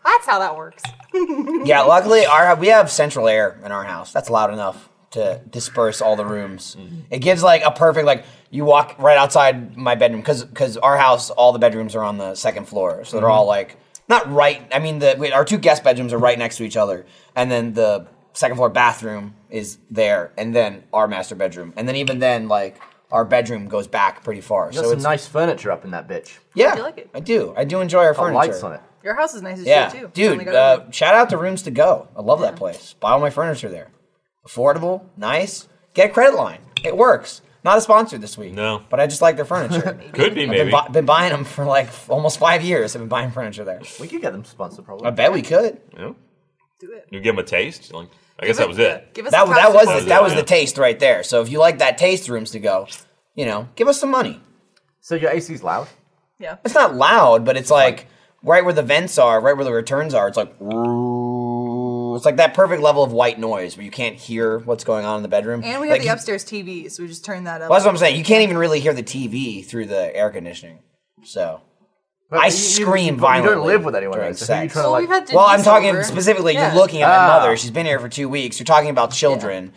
That's how that works. Yeah, luckily our we have central air in our house. That's loud enough to disperse all the rooms. Mm-hmm. It gives like a perfect like you walk right outside my bedroom because our house all the bedrooms are on the second floor, so Mm-hmm. they're all like not right. I mean the wait, our two guest bedrooms are right next to each other, and then the second floor bathroom is there, and then our master bedroom, and then even then like. Our bedroom goes back pretty far, Got so some it's nice furniture up in that bitch. yeah. You like it? I do. I do enjoy our Got furniture. lights on it. Your house is nice as Yeah, shit too. Finally dude. got rid of Uh, it. shout out to Rooms to Go. I love that place. Buy all my furniture there. Affordable, nice. Get a credit line. It works. Not a sponsor this week. No. but I just like their furniture. Could be I've been, maybe. bu- been buying them for like f- almost five years. I've been buying furniture there. We could get them sponsored, probably. I bet we could. Yeah. Do it. Oh, You give them a taste. Like I Give guess that it- was it. Give us That a was that was was the, it, that was yeah. the taste right there. So if you like that taste, Rooms to Go, you know, give us some money. So your AC's loud. yeah. It's not loud, but it's like right where the vents are, right where the returns are. It's like it's like that perfect level of white noise where you can't hear what's going on in the bedroom. And we have Like, the upstairs TV, so we just turn that up. Well, that's what I'm saying. You can't even really hear the TV through the air conditioning. So But I you- you- scream but You don't violently live with anyone, during right? So who are you sex. trying to Well, like? we've had well, I'm Denise talking over. specifically. Yeah. You're looking at my Ah. mother. She's been here for two weeks. You're talking about children.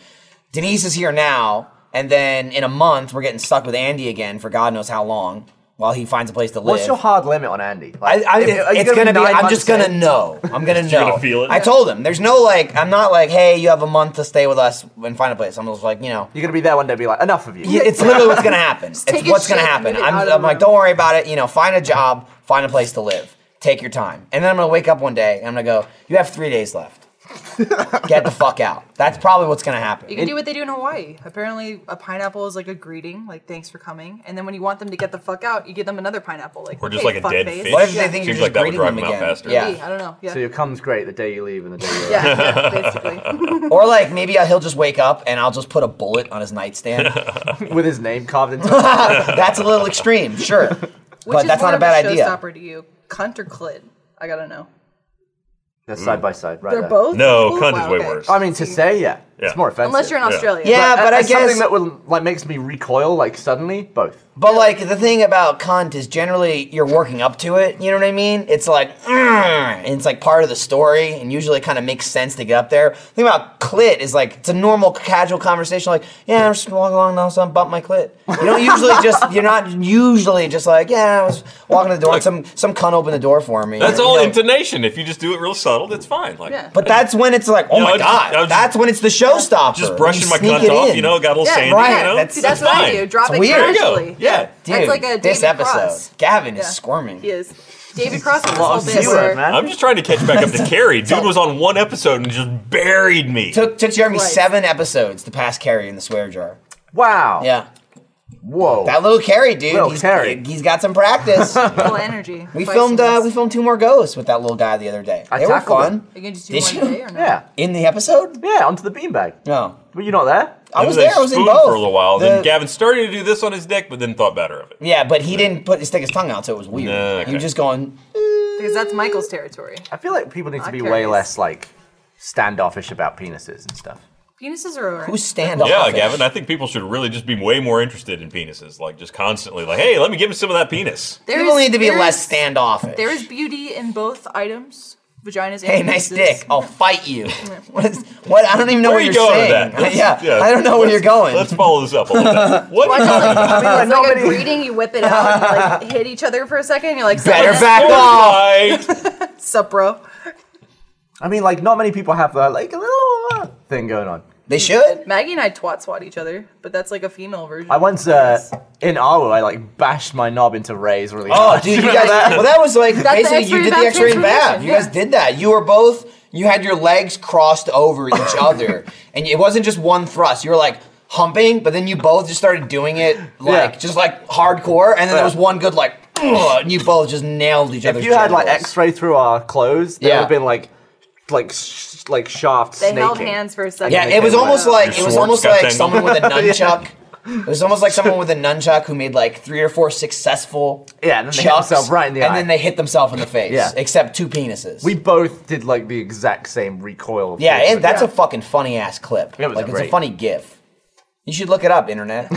Denise is here now, and then in a month we're getting stuck with Andy again for God knows how long while he finds a place to live. What's your hard limit on Andy? I, Like, I, if- are you it's gonna be. nine I'm months just gonna in? know. I'm gonna know. You're gonna feel it? I told him. There's no like. I'm not like. Hey, you have a month to stay with us and find a place. I'm just like, you know. You're gonna be there one day, and be like, enough of you. Yeah, it's literally what's gonna happen. take It's a what's gonna shit and happen. move it I'm, out of the I'm like, room. don't worry about it. You know, find a job, find a place to live, take your time, and then I'm gonna wake up one day and I'm gonna go. You have three days left. Get the fuck out. That's probably what's gonna happen. You can do what they do in Hawaii. Apparently, a pineapple is like a greeting, like "thanks for coming," and then when you want them to get the fuck out, you give them another pineapple, like Or just "Okay, like a dead fuckface." fish. what if they Yeah. think Seems you're just like that would greeting drive them them out again? faster. Yeah. Maybe, I don't know. Yeah, So your come's great the day you leave and the day you. yeah, yeah, basically. Or like maybe he'll just wake up and I'll just put a bullet on his nightstand. with his name carved into it. that's a little extreme, sure, Which but is that's more not a of bad idea. Showstopper to you, cunt or clit? I gotta know. They're side by side, right? They're there. both. No, Ooh, Cunt wow, is way okay. worse. I mean, to say, yeah, Yeah. it's more offensive. Unless you're in Yeah. Australia. Yeah, but a- I as guess- something that will like makes me recoil like suddenly. Both. But like the thing about cunt is generally you're working up to it. You know what I mean? It's like, "Mm," and it's like part of the story, and usually it kind of makes sense to get up there. The thing about clit is like it's a normal casual conversation. Like, yeah, I'm just walking along now, so I'm bumping my clit. You don't usually just you're not usually just like, yeah, I was walking to the door, and some some cunt opened the door for me. That's You all know? intonation. If you just do it real subtle, that's fine. Like, Yeah. But that's when it's like, oh You know, my I just- god, I was just- that's when it's the showstopper. just when brushing you my sneak cunt it off, in. you know, got a little Yeah, sandy, right. you know? That's- See, that's what I fine. do. Drop It's it weird. There you go. casually. Yeah. Dude, That's like a this David episode, Cross. Gavin is Yeah. squirming. He is. David Cross is Well, all I'm bit zero, where man. I'm just trying to catch back up to Carrie. Dude was on one episode and just buried me. Took took Jeremy Right. seven episodes to pass Carrie in the swear jar. Wow. Yeah. Whoa. That little Carrie dude, Little he's, Carrie. he's got some practice. Full energy. we Vice filmed uh, versa. we filmed two more ghosts with that little guy the other day. I they were tackled fun. him. Are you gonna just do Did one you? day or no? yeah. In the episode? Yeah. Onto the beanbag. No. Were you not there? I was Maybe they there, I was in spooned both. for a little while. The- Then Gavin started to do this on his dick, but then thought better of it. yeah, but he didn't put his stick his tongue out, so it was weird. No, He okay. was just going, Because that's Michael's territory. I feel like people need to Not be way curious. less like standoffish about penises and stuff. Penises are over. who's stand up? Yeah, Gavin, I think people should really just be way more interested in penises. Like, just constantly, like, hey, let me give him some of that penis. There People is- need to be there less is- standoffish. There is beauty in both items, vaginas and Hey, nice penises. dick. I'll fight you. What? Is, what? I don't even know Where where, are you you're going with saying. that? Let's- yeah, yeah. I don't know where you're going. Let's follow this up a little bit. What? Watch out, like, like, it's like nobody- a greeting. You whip it out and you, like hit each other for a second. And you're like, Better "Sup, back off. Right. Sup, bro. I mean, like not many people have that like a little uh, thing going on. They should. Maggie and I twat swat each other, but that's like a female version. I once uh, in Aru, I like bashed my knob into Ray's really Oh, hard. dude, you guys. Well, that was like the basically you X-ray did the back X-ray and bath. transformation, You guys yeah. did that. You were both. You had your legs crossed over each other, and it wasn't just one thrust. You were like humping, but then you both just started doing it like Yeah. just like hardcore, and then there was Yeah. one good like, and you both just nailed each other. If you had like X-ray through our clothes, there Yeah. would have been like, like, sh- like shafts. they snaking. held hands for a second. Yeah, it was Wow. almost like it was Your almost sword's got like tangled. someone with a nunchuck. It was almost like someone with a nunchuck who made like three or four successful Yeah, and then they hit chucks, themselves right in the and eye. then they hit themselves in the face. Yeah. except two penises. We both did like the exact same recoil. yeah, movement. and that's a fucking funny ass clip. It was like it's a great. funny gif. You should look it up, internet.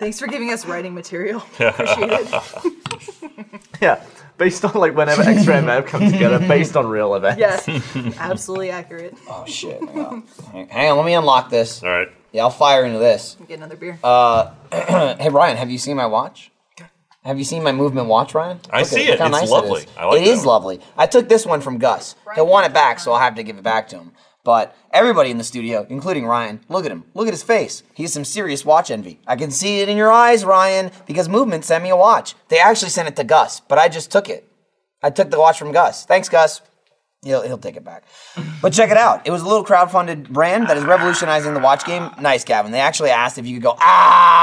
Thanks for giving us writing material. Appreciate it. yeah. Based on like whenever X-ray and Mab come together, based on real events. Yes, absolutely accurate. oh shit! Hang on. Hang- Hang on, let me unlock this. All right. Yeah, I'll fire into this. Get another beer. uh, Hey Ryan, have you seen my watch? Have you seen my movement watch, Ryan? I Look at- see look it. how It's nice lovely. It is, I like It that is one. lovely. I took this one from Gus. He'll want it back, so I'll have to give it back to him. But everybody in the studio, including Ryan, look at him. Look at his face. He has some serious watch envy. I can see it in your eyes, Ryan, because Movement sent me a watch. They actually sent it to Gus, but I just took it. I took the watch from Gus. Thanks, Gus. He'll, he'll take it back. But check it out. It was a little crowdfunded brand that is revolutionizing the watch game. Nice, Gavin. They actually asked if you could go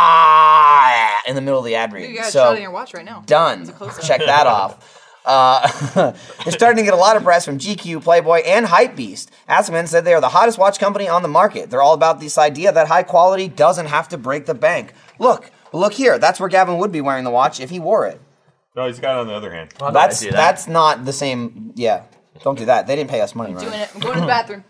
ah in the middle of the ad read. you got a so shot on your watch right now. done. close-up. Check that off. Uh, they're starting to get a lot of press from GQ, Playboy, and Hypebeast. Asman said they are the hottest watch company on the market. They're all about this idea that high quality doesn't have to break the bank. Look, look here. That's where Gavin would be wearing the watch if he wore it. No, he's got it on the other hand. That's do that. that's not the same. Yeah, don't do that. They didn't pay us money, right? Doing it. I'm going to the bathroom.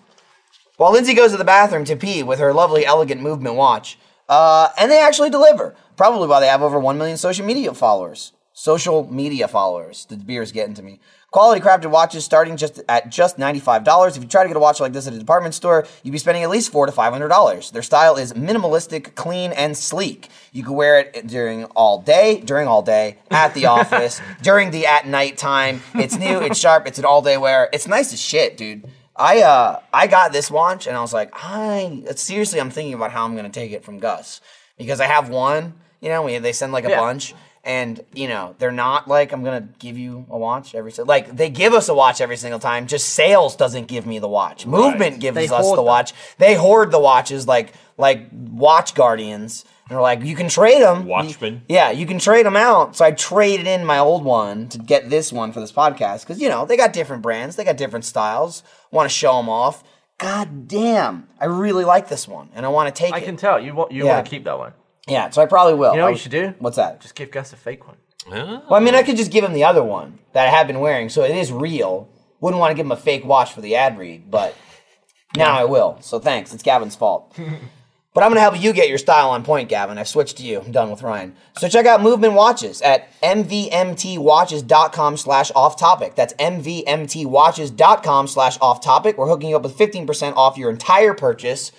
While Lindsay goes to the bathroom to pee with her lovely, elegant movement watch, uh, and they actually deliver. Probably why they have over 1 million social media followers. Social media followers. The beer's getting to me. Quality crafted watches starting just at just $95. If you try to get a watch like this at a department store, you'd be spending at least four to $500. Their style is minimalistic, clean, and sleek. You can wear it during all day, during all day, at the office, during the at night time. It's new, it's sharp, it's an all day wear. It's nice as shit, dude. I uh I got this watch and I was like, I seriously I'm thinking about how I'm gonna take it from Gus because I have one, you know, we, they send like a Yeah. bunch and you know they're not like I'm gonna give you a watch every si- like they give us a watch every single time. Just sales doesn't give me the watch. Movement gives They us hoard the them. watch. They hoard the watches like like watch guardians. And they're like, you can trade them. Watchmen. Yeah, you can trade them out. So I traded in my old one to get this one for this podcast because you know they got different brands, they got different styles. Want to show them off? God damn, I really like this one, and I want to take I it. can tell you want you Yeah. Um, want to keep that one. yeah, so I probably will. You know what I- you should do? What's that? Just give Gus a fake one. well, I mean, I could just give him the other one that I have been wearing, so it is real. Wouldn't want to give him a fake watch for the ad read, but now I will. So thanks. It's Gavin's fault. But I'm going to help you get your style on point, Gavin. I've switched to you. I'm done with Ryan. So check out Movement Watches at mvmtwatches.com slash off topic. That's mvmtwatches.com slash off topic. We're hooking you up with 15% off your entire purchase.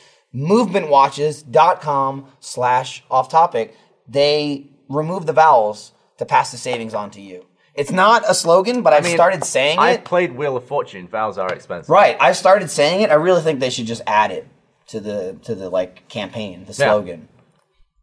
Movementwatches.com slash off topic. They remove the vowels to pass the savings on to you. It's not a slogan, but I have mean, started saying I it. played Wheel of Fortune. Vowels are expensive. Right. I started saying it. I really think they should just add it to the to the like campaign, the Yeah. slogan.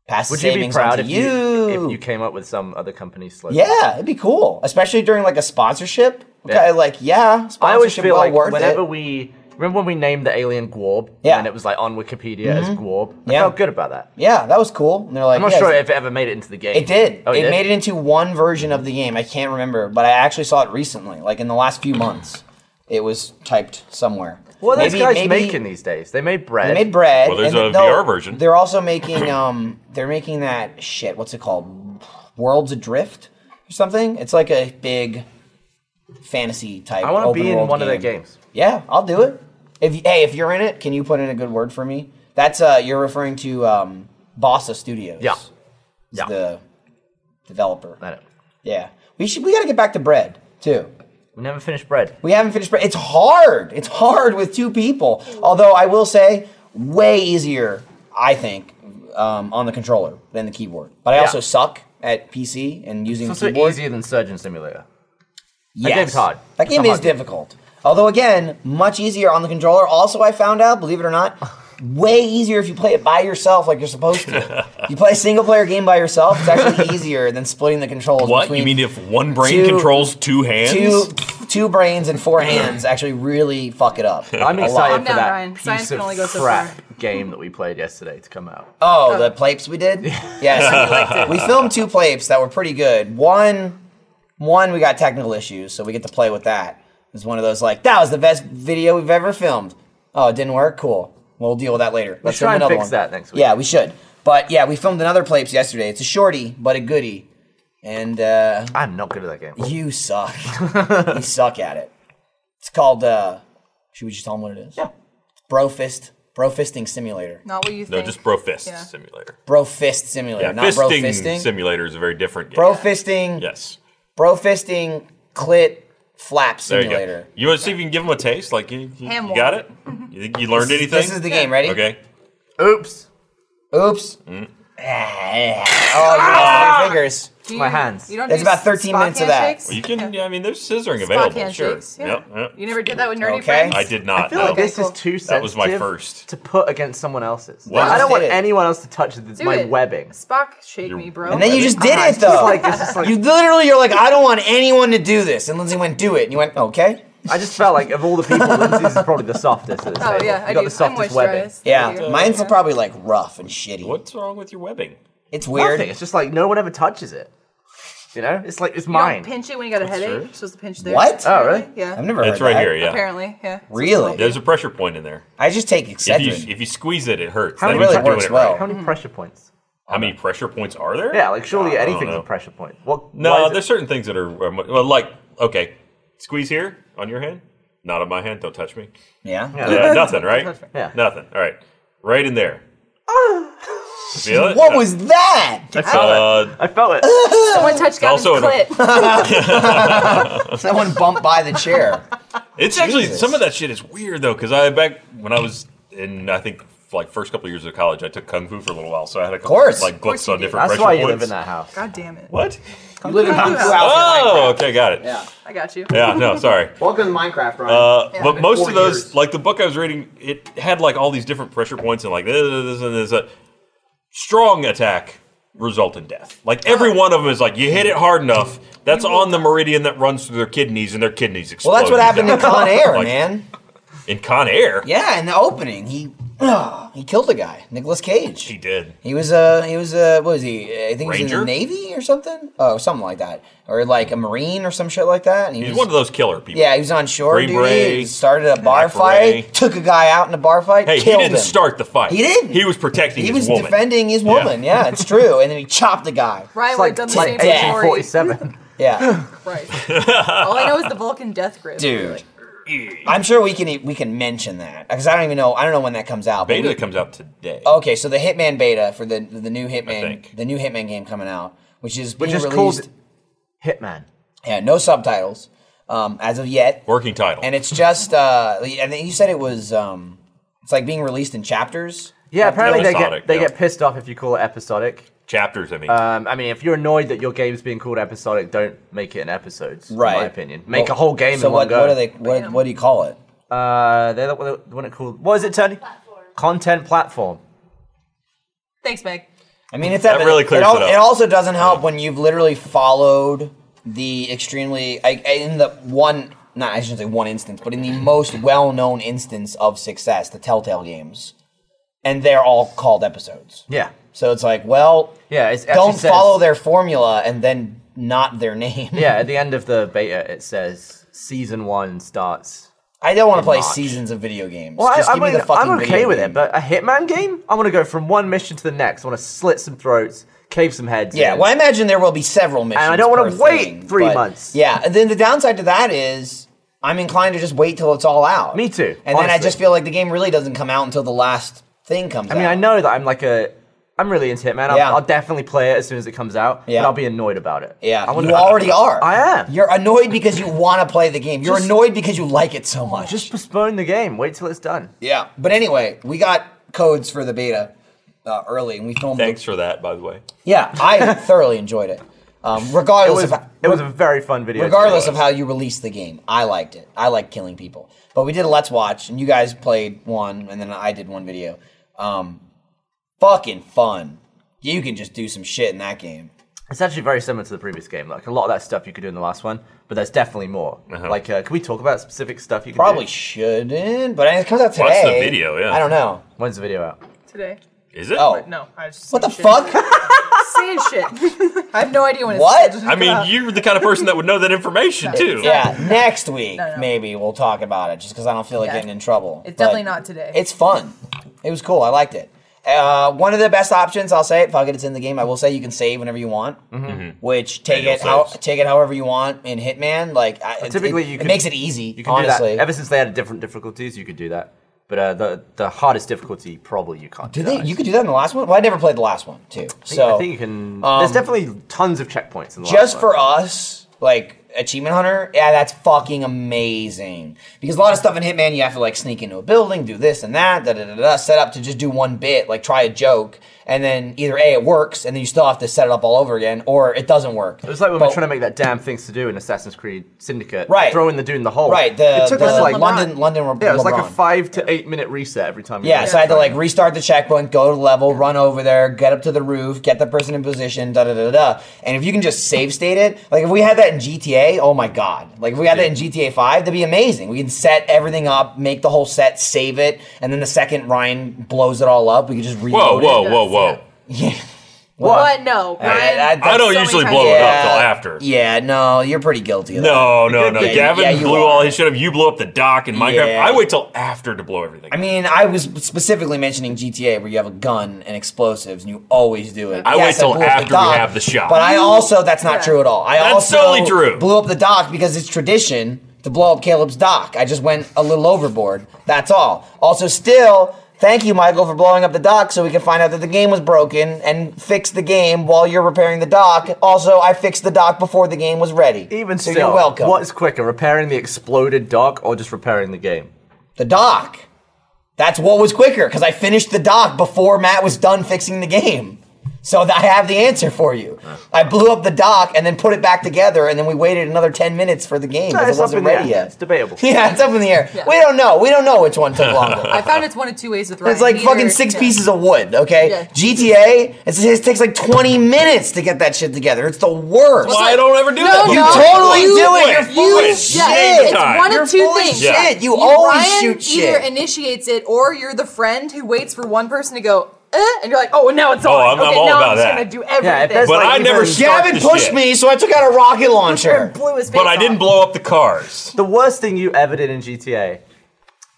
Pass the Would you be savings proud onto if you. you if you came up with some other company's slogan? yeah, it'd be cool, especially during like a sponsorship. Yeah. Okay, like yeah, sponsorship I always feel well like worth whenever it. we remember when we named the alien Gorb, Yeah. Mm-hmm. and it was like on Wikipedia as Gorb. I Yeah. felt good about that. yeah, that was cool. And they're like, I'm not yeah, sure it's- if it ever made it into the game. It did. Oh, it made it into one version of the game. I can't remember, but I actually saw it recently, like in the last few months. It was typed somewhere. What are these Maybe- guys maybe- making these days? They made bread. They made bread. Well, there's and a they'll- VR version. They're also making um, they're making that shit. What's it called? Worlds Adrift or something. It's like a big fantasy type. I want to open be in world one of their game. games. Yeah, I'll do it. If you- hey, if you're in it, can you put in a good word for me? That's uh, you're referring to um, Bossa Studios. Yeah. is Yeah. the developer. I know. Yeah, we should. We got to get back to bread too. We never finished bread. We haven't finished. It's hard. It's hard with two people. Although I will say, way easier, I think, um, on the controller than the keyboard. But I also suck at PC and using It's the also keyboard. easier than Surgeon Simulator. Yes. game's hard. That game It's a is hard game. difficult. Although again, much easier on the controller. Also, I found out, believe it or not, way easier if you play it by yourself, like you're supposed to. you play a single player game by yourself. It's actually easier than splitting the controls. What between you mean? If one brain two- controls two hands, two two brains and four hands actually really fuck it up. I'm lot. excited Calm for down, that Ryan. piece Science of can only go so crap far. game that we played yesterday to come out. Oh, the plapes we did? Yes. we filmed two plapes that were pretty good. One one we got technical issues, so we get to play with that. It was one of those like, that was the best video we've ever filmed. Oh, it didn't work? Cool. We'll deal with that later. Let's try film and another fix one. that next week. Yeah, we should. But yeah, we filmed another plapes yesterday. It's a shorty, but a goodie. And uh, I'm not good at that game. you suck. you suck at it. It's called uh should we just tell them what it is? Yeah. Brofist. Brofisting simulator. Not what you no, think. just bro fist Yeah. simulator. Bro fist simulator, Yeah, not bro fisting fisting. simulator is a very different game. Bro fisting, yes, bro fisting, clit flap there you simulator. go. You want to see if you can give them a taste? Like you, you, Ham you got it? You, think you learned anything? This is the game. Ready? okay. Mm. Oops. Oops. Ah, oh, you lost Ah! your fingers. Do My you- hands. You don't There's do about 13 spot minutes of that. handshakes? You can. Yeah. I mean, there's scissoring Spot available. Sure. handshakes. Yeah. Yep, yep. You never did that with nerdy Okay. friends. I did not. I feel no. like this cool. is too sensitive That was my first. to put against someone else's. What? I don't want Did it. anyone else to touch the, Do my it. webbing. Spock, shake You're- me, bro. And then you just did Ah, it it's just though. like- it's just like- you literally, you're like, I don't want anyone to do this. And Lindsay went, do it. And you went, okay. I just felt like of all the people, Lindsay's is probably the softest. At this Oh table. yeah, you I got do. the softest I'm webbing. moisturized. I Yeah, do. mine's Yeah. probably like rough and shitty. What's wrong with your webbing? It's weird. Nothing. It's just like no one ever touches it. You know, it's like it's You don't mine. pinch it when you got a headache. true. You're supposed to pinch there. What? Oh, really? Yeah. I've never. It's heard right that. here. Yeah. Apparently, yeah. Really? There's a pressure point in there. I just take If you, Excedrin. if you squeeze it, it hurts. How That many means really you're doing works it well. right. How many pressure points? How many pressure points are there? Yeah, like surely I don't anything's a know. pressure point. Well, No, there's certain things that are are mo- well, like okay, squeeze here on your hand, not on my hand. Don't touch me. Yeah. Yeah, Uh, nothing, right? touch me. Yeah. nothing. All right, right in there. Feel it? What was that? I felt Uh, it. I felt it. Someone touched Gavin's also an- clit. Someone bumped by the chair. It's actually Jesus. some of that shit is weird though, because I back when I was in, I think like first couple of years of college, I took kung fu for a little while, so I had a couple course. like course books you on do. different That's pressure why you points. live in that house. God damn it. What? You live in Kung Fu House. Oh, okay, got it. Yeah, Yeah. I got you. no, sorry. Welcome to Minecraft, Ryan. Uh, but most four of those, years. like the book I was reading, it had like all these different pressure points and like this, this, and this. uh, Strong attack result in death. Like Uh, every one of them is like you hit it hard enough. That's on the meridian that runs through their kidneys, and their kidneys explode. well, that's what and happened in die. Con Air, Like, man. In Con Air, Yeah, in the opening, he ugh, he killed a guy, Nicolas Cage. he did. He was a he was a what was he? I think he was in the Ranger? Navy or something. Oh, something like that, or like a Marine or some shit like that. And he He's was, one of those killer people. yeah, he was on shore Green duty. Beret, he started a bar Black Beret. fight, took a guy out in a bar fight, Hey, he killed didn't him. start the fight. He didn't. He was protecting He was his woman. defending his woman. Yeah. it's true. And then he chopped the guy. Ryan It's would have like, done the like same death. for 1847. Yeah, Right. All I know is the Vulcan death grip. dude. I'm sure we can e- we can mention that because I don't even know I don't know when that comes out. but Beta we- comes out today. okay, so the Hitman beta for the the new Hitman think. the new Hitman game coming out, which is Which being is released. called Hitman. Yeah, no subtitles um, as of yet, Working title. and it's just uh, and then you said it was um, it's like being released in chapters. Yeah, apparently they episodic, get they yeah. get pissed off if you call it episodic. Chapters, I mean. Um, I mean, if you're annoyed that your game's being called episodic, don't make it in episodes. In my Right. opinion, make Well, a whole game So in what, one go. what are they? What, what do you call it? Uh, they're the, the one it called. What is it, Tony? Content platform. Thanks, Meg. I Mm-hmm. mean, it's that, That really clears it, al- it up. it also doesn't help when you've literally followed the extremely I, I- in the one not I shouldn't say one instance, but in the Mm-hmm. most well-known instance of success, the Telltale games, and they're all called episodes. Yeah. So it's like, well, Yeah, it's- it actually don't says- follow their formula and then not their name. Yeah, at the end of the beta, it says season one starts. I don't want to play March. seasons of video games. Well, Just I, I give me mean, the fucking I'm okay video with game. it, but a Hitman game? I want to go from one mission to the next. I want to slit some throats, cave some heads. Yeah, in. well, I imagine there will be several missions. don't wanna per wait thing, three but- months. Yeah, and then the downside to that is I'm inclined to just wait till it's all out. Me too, And then I honestly. just feel like the game really doesn't come out until the last thing comes out. I mean, I know that I'm like a. I'm really into Hitman. I'll, Yeah. I'll definitely play it as soon as it comes out. Yeah. But I'll be annoyed about it. Yeah, I wanna- you already are. I am. You're annoyed because you want to play the game. You're Just- annoyed because you like it so much. Just postpone the game. Wait till it's done. yeah. But anyway, we got codes for the beta uh, early, and we filmed. the- Thanks for that, by the way. Yeah, I thoroughly enjoyed it. Um, It regardless was. of It was a very fun video. to regardless watch. of how you release the game i liked it i like killing people but we did a let's watch and you guys played one and then i did one video um fucking fun you can just do some shit in that game It's actually very similar to the previous game. Like a lot of that stuff you could do in the last one, but there's definitely more. Like, uh, can we talk about specific stuff you can Uh-huh. probably do? shouldn't but it comes out today Watch the video, yeah. i don't know When's the video out? Today. Is it? oh No, I was just what the saying fuck shit. Saying shit. I have no idea when it's What? scheduled to I come out. mean, you're the kind of person that would know that information, too. yeah next week No, no. maybe we'll talk about it just because i don't feel like Yeah. getting in trouble It's But definitely not today. it's fun it was cool i liked it uh, one of the best options i'll say it fuck it it's in the game i will say you can save whenever you want Mm-hmm. which take Manual it how, saves. take it however you want in hitman like I, it- typically it, you it can- makes it easy You can honestly do that. Ever since they had different difficulties, you could do that. But uh, the the hardest difficulty probably you can't. do do they, that. you could do that in the last one well i never played the last one too so I think you can. there's definitely tons of checkpoints in the um, just last for one. us, like Achievement Hunter, yeah, that's fucking amazing. Because a lot of stuff in Hitman, you have to like sneak into a building, do this and that, da da da da, set up to just do one bit, like try a joke, and then either A, it works, and then you still have to set it up all over again, or it doesn't work. It was like when we But- were trying to make that damn things to do in Assassin's Creed Syndicate. Right. Throwing the dude in the hole. Right, the- it took the us like London- London Yeah, it was like a LeBron. five to eight minute reset every time. we Yeah, did so I it. had to like restart the checkpoint, go to the level, run over there, get up to the roof, get the person in position, da da da da. da. And if you can just save state it, like if we had that in GTA, oh my god! Like if we had that in GTA Five, that'd be amazing. We can set everything up, make the whole set, save it, and then the second Ryan blows it all up, we could just Whoa, reload whoa, it. whoa, whoa. Yeah. What? No. Ryan, I- I- I don't so usually many blow times. it up till Oh, after. Yeah, no, you're pretty guilty. Of that. No, no, no. Yeah, Gavin yeah, you blew are. all his shit up. You blew up the dock in Minecraft. Yeah. I wait till after to blow everything. I mean, I was specifically mentioning GTA, where you have a gun and explosives, and you always do it. I wait till blew up after we dock, have the shot. But I also that's not Yeah. true at all. I That's also totally true. blew up the dock because it's tradition to blow up Caleb's dock. I just went a little overboard. That's all. Also, still. Thank you, Michael, for blowing up the dock so we can find out that the game was broken and fix the game while you're repairing the dock. Also, I fixed the dock before the game was ready. Even so, still, you're welcome. What is quicker, repairing the exploded dock or just repairing the game? the dock. That's what was quicker because I finished the dock before Matt was done fixing the game. So th- I have the answer for you. I blew up the dock and then put it back together, and then we waited another ten minutes for the game No, because it it's up wasn't in the ready air. yet. It's debatable. Yeah, it's up in the air. Yeah. We don't know. We don't know which one took longer. I found it's one of two ways with Ryan. It's like Either- fucking six yeah. pieces of wood, okay? Yeah. GTA, it's, it takes like 20 minutes to get that shit together. It's the worst. Why I don't ever do that? You no. totally You- do it. wait, You're you- full of yeah, shit. It's time. one You're of two full of things. shit. You You- always Ryan shoot either shit. initiates it or you're the friend who waits for one person to go, eh, and you're like, oh, now it's on. I'm- I'm okay, all now about I'm just that. gonna do Yeah, if everything. there's But like I even- never start Gavin the pushed shit. me, so I took out a rocket launcher. blew his face But I didn't off. blow up the cars. The worst thing you ever did in GTA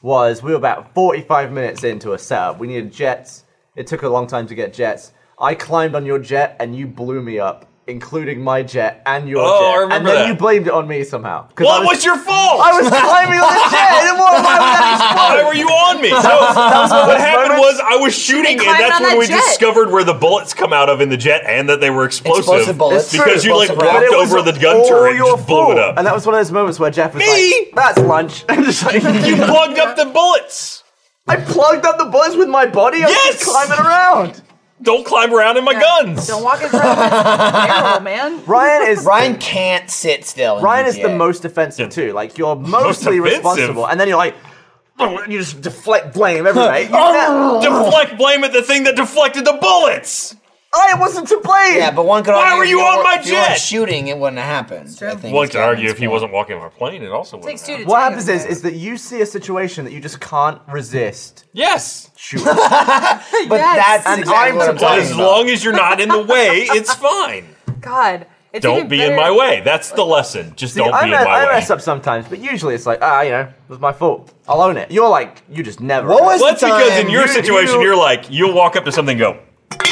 was we were about 45 minutes into a setup. We needed jets. It took a long time to get jets. I climbed on your jet and you blew me up. including my jet and your Oh, I jet, and remember then that. you blamed it on me somehow. 'Cause I What was, was your fault? I was climbing on the jet, and why would that explode? Why were you on me? No, what happened was I was shooting, and climbed that's on when that we jet. discovered where the bullets come out of in the jet, and that they were explosive. Explosive bullets. It's Because true. you like Explosive rounds. walked But it was over the gun all turret and your just blew it fault. up. And that was one of those moments where Jeff was Me? like, "That's lunch." I'm just like, you plugged up the bullets. I plugged up the buzz with my body. I was Yes! just climbing around. Don't climb around in my guns. Don't walk in front of this barrel, man. Ryan is Ryan can't sit still. in Ryan is the GTA. most offensive too. Like you're mostly offensive? responsible, and then you're like, "Oh," and you just deflect blame everywhere. You Oh. can't- Deflect blame at the thing that deflected the bullets. I wasn't to blame. Yeah, but one could. Why argue were if you on were- my if you weren't jet? shooting, it wouldn't have happened. I true. think One it's could argue Gavin's if he point. wasn't walking on a plane, it also would. Takes two to have. tango. what happens is is that you see a situation that you just can't resist. Yes. Shoot. But that's And exactly I'm what to I'm blame. talking As about. long as you're not in the way, it's fine. God, it's Don't even be in better- my way. That's the lesson. Just See, don't I, be mess, in my I way. mess up sometimes, but usually it's like, ah, you know, it was my fault. I'll own it. You're like, you just never. What own it. was- Well, that's because in time. your You- situation, you- you, are like, you'll walk up to something and go,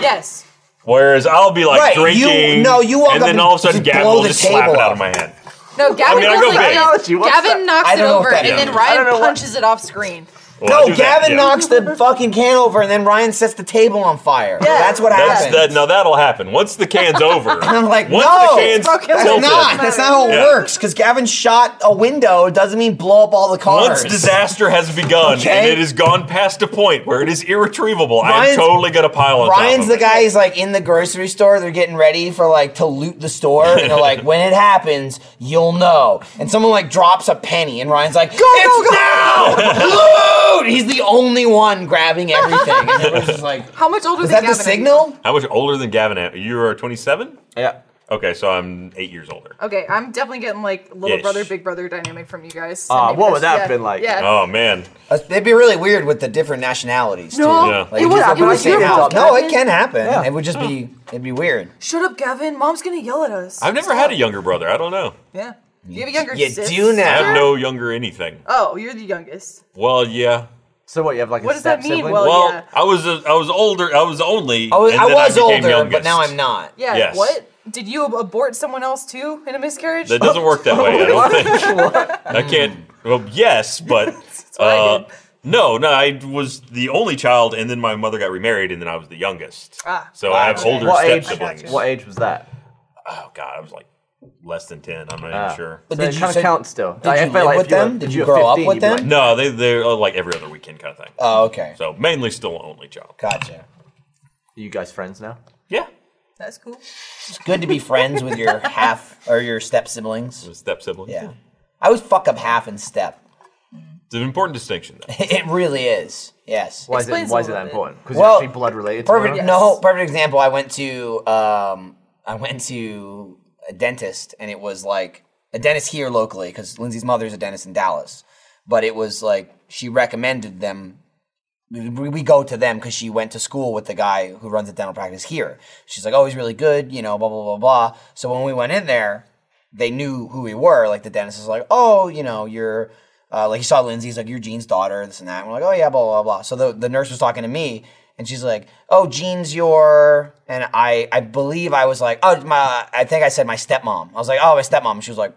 Yes. whereas I'll be like Right, you- drinking. no, you walk And up then and all of a sudden, just Gavin blow will the just slap table it out up. of my hand. No, Gavin mean, I goes go like big. this. Analogy, what's Gavin that? I knocks it don't know over, if that- and then Yeah. I don't Ryan know what- punches it off screen. Well, I No, do that, Gavin yeah. knocks the fucking can over and then Ryan sets the table on fire. That's what That's happened. that. Now that'll happen once the can's over. I'm like, once no, the can's fuck it, that's tilted, not. That's not how it Yeah. works. Because Gavin shot a window doesn't mean blow up all the cars. Once disaster has begun and Okay. it has gone past a point where it is irretrievable, I am Ryan's- totally gonna pile on. top Ryan's of the it. guy who's like in the grocery store. They're getting ready for like to loot the store, and they're like, "When it happens, you'll know." And someone like drops a penny, and Ryan's like, "Go, it's now! loot!" He's the only one grabbing everything, and everyone's just like, How much older "Is than that the Gavin are you? signal?" How much older than Gavin? am- You are 27. Yeah. Okay, so I'm eight years older. Okay, I'm definitely getting like little Ish. brother, big brother dynamic from you guys. Ah, Sending what would this- that have yeah, been like? Yeah. Oh man, Uh, It'd be really weird with the different nationalities. No, too. Yeah. Like, it you was, just it open was the your same fault. house. No, Gavin. it can happen. Yeah. It would just be, it'd be weird. Shut up, Gavin. Mom's gonna yell at us. I've never had a younger brother. I don't know. Yeah. Do you have a younger You sis? do now. I have no younger anything. Oh, you're the youngest. Well, yeah. So what? You have like a What does that step-sibling? mean? Well- Well, yeah. I was a, I was older. I was only. Oh, I was, Oh, and I then was became older, but youngest. now I'm not. Yeah. Yes. What? Did you ab- abort someone else too in a miscarriage? That doesn't work that way. I don't think. I can't. Well, yes, but what I uh, did. no, no. I was the only child, and then my mother got remarried, and then I was the youngest. Ah. so I have Okay. older What step age? siblings. What age was that? Oh God, I was like less than ten. I'm not Ah. even sure. But So did it you kind say- of count still? did you live with if you were- them? if Did you you were grow up 15, with you'd be them? like, No, they they're uh, like every other weekend kind of thing. Oh, okay. So mainly still only child. Gotcha. It's Are you guys friends now? Yeah, That's cool. good to be friends with your half or your step siblings. step siblings. Yeah. I always fuck up half and step. it's an important distinction. Though. It really is. Yes. Why is it, Explains why a is it that little bit. important? Because Well, you're actually blood related. Perfect. to one No, perfect example. I went to um, I went to a dentist, and it was like a dentist here locally because Lindsay's mother's a dentist in Dallas. But it was like she recommended them. We, we go to them because she went to school with the guy who runs a dental practice here. She's like, "Oh, he's really good," you know, blah blah blah blah. So when we went in there, they knew who we were. Like the dentist was like, "Oh, you know, you're." Uh, like he saw Lindsay, he's like, "You're Gene's daughter," this and that. And we're like, "Oh yeah, blah blah blah." So the, the nurse was talking to me, and she's like, "Oh, Gene's your," and I I believe I was like, "Oh my," I think I said my stepmom. I was like, "Oh, my stepmom." And she was like,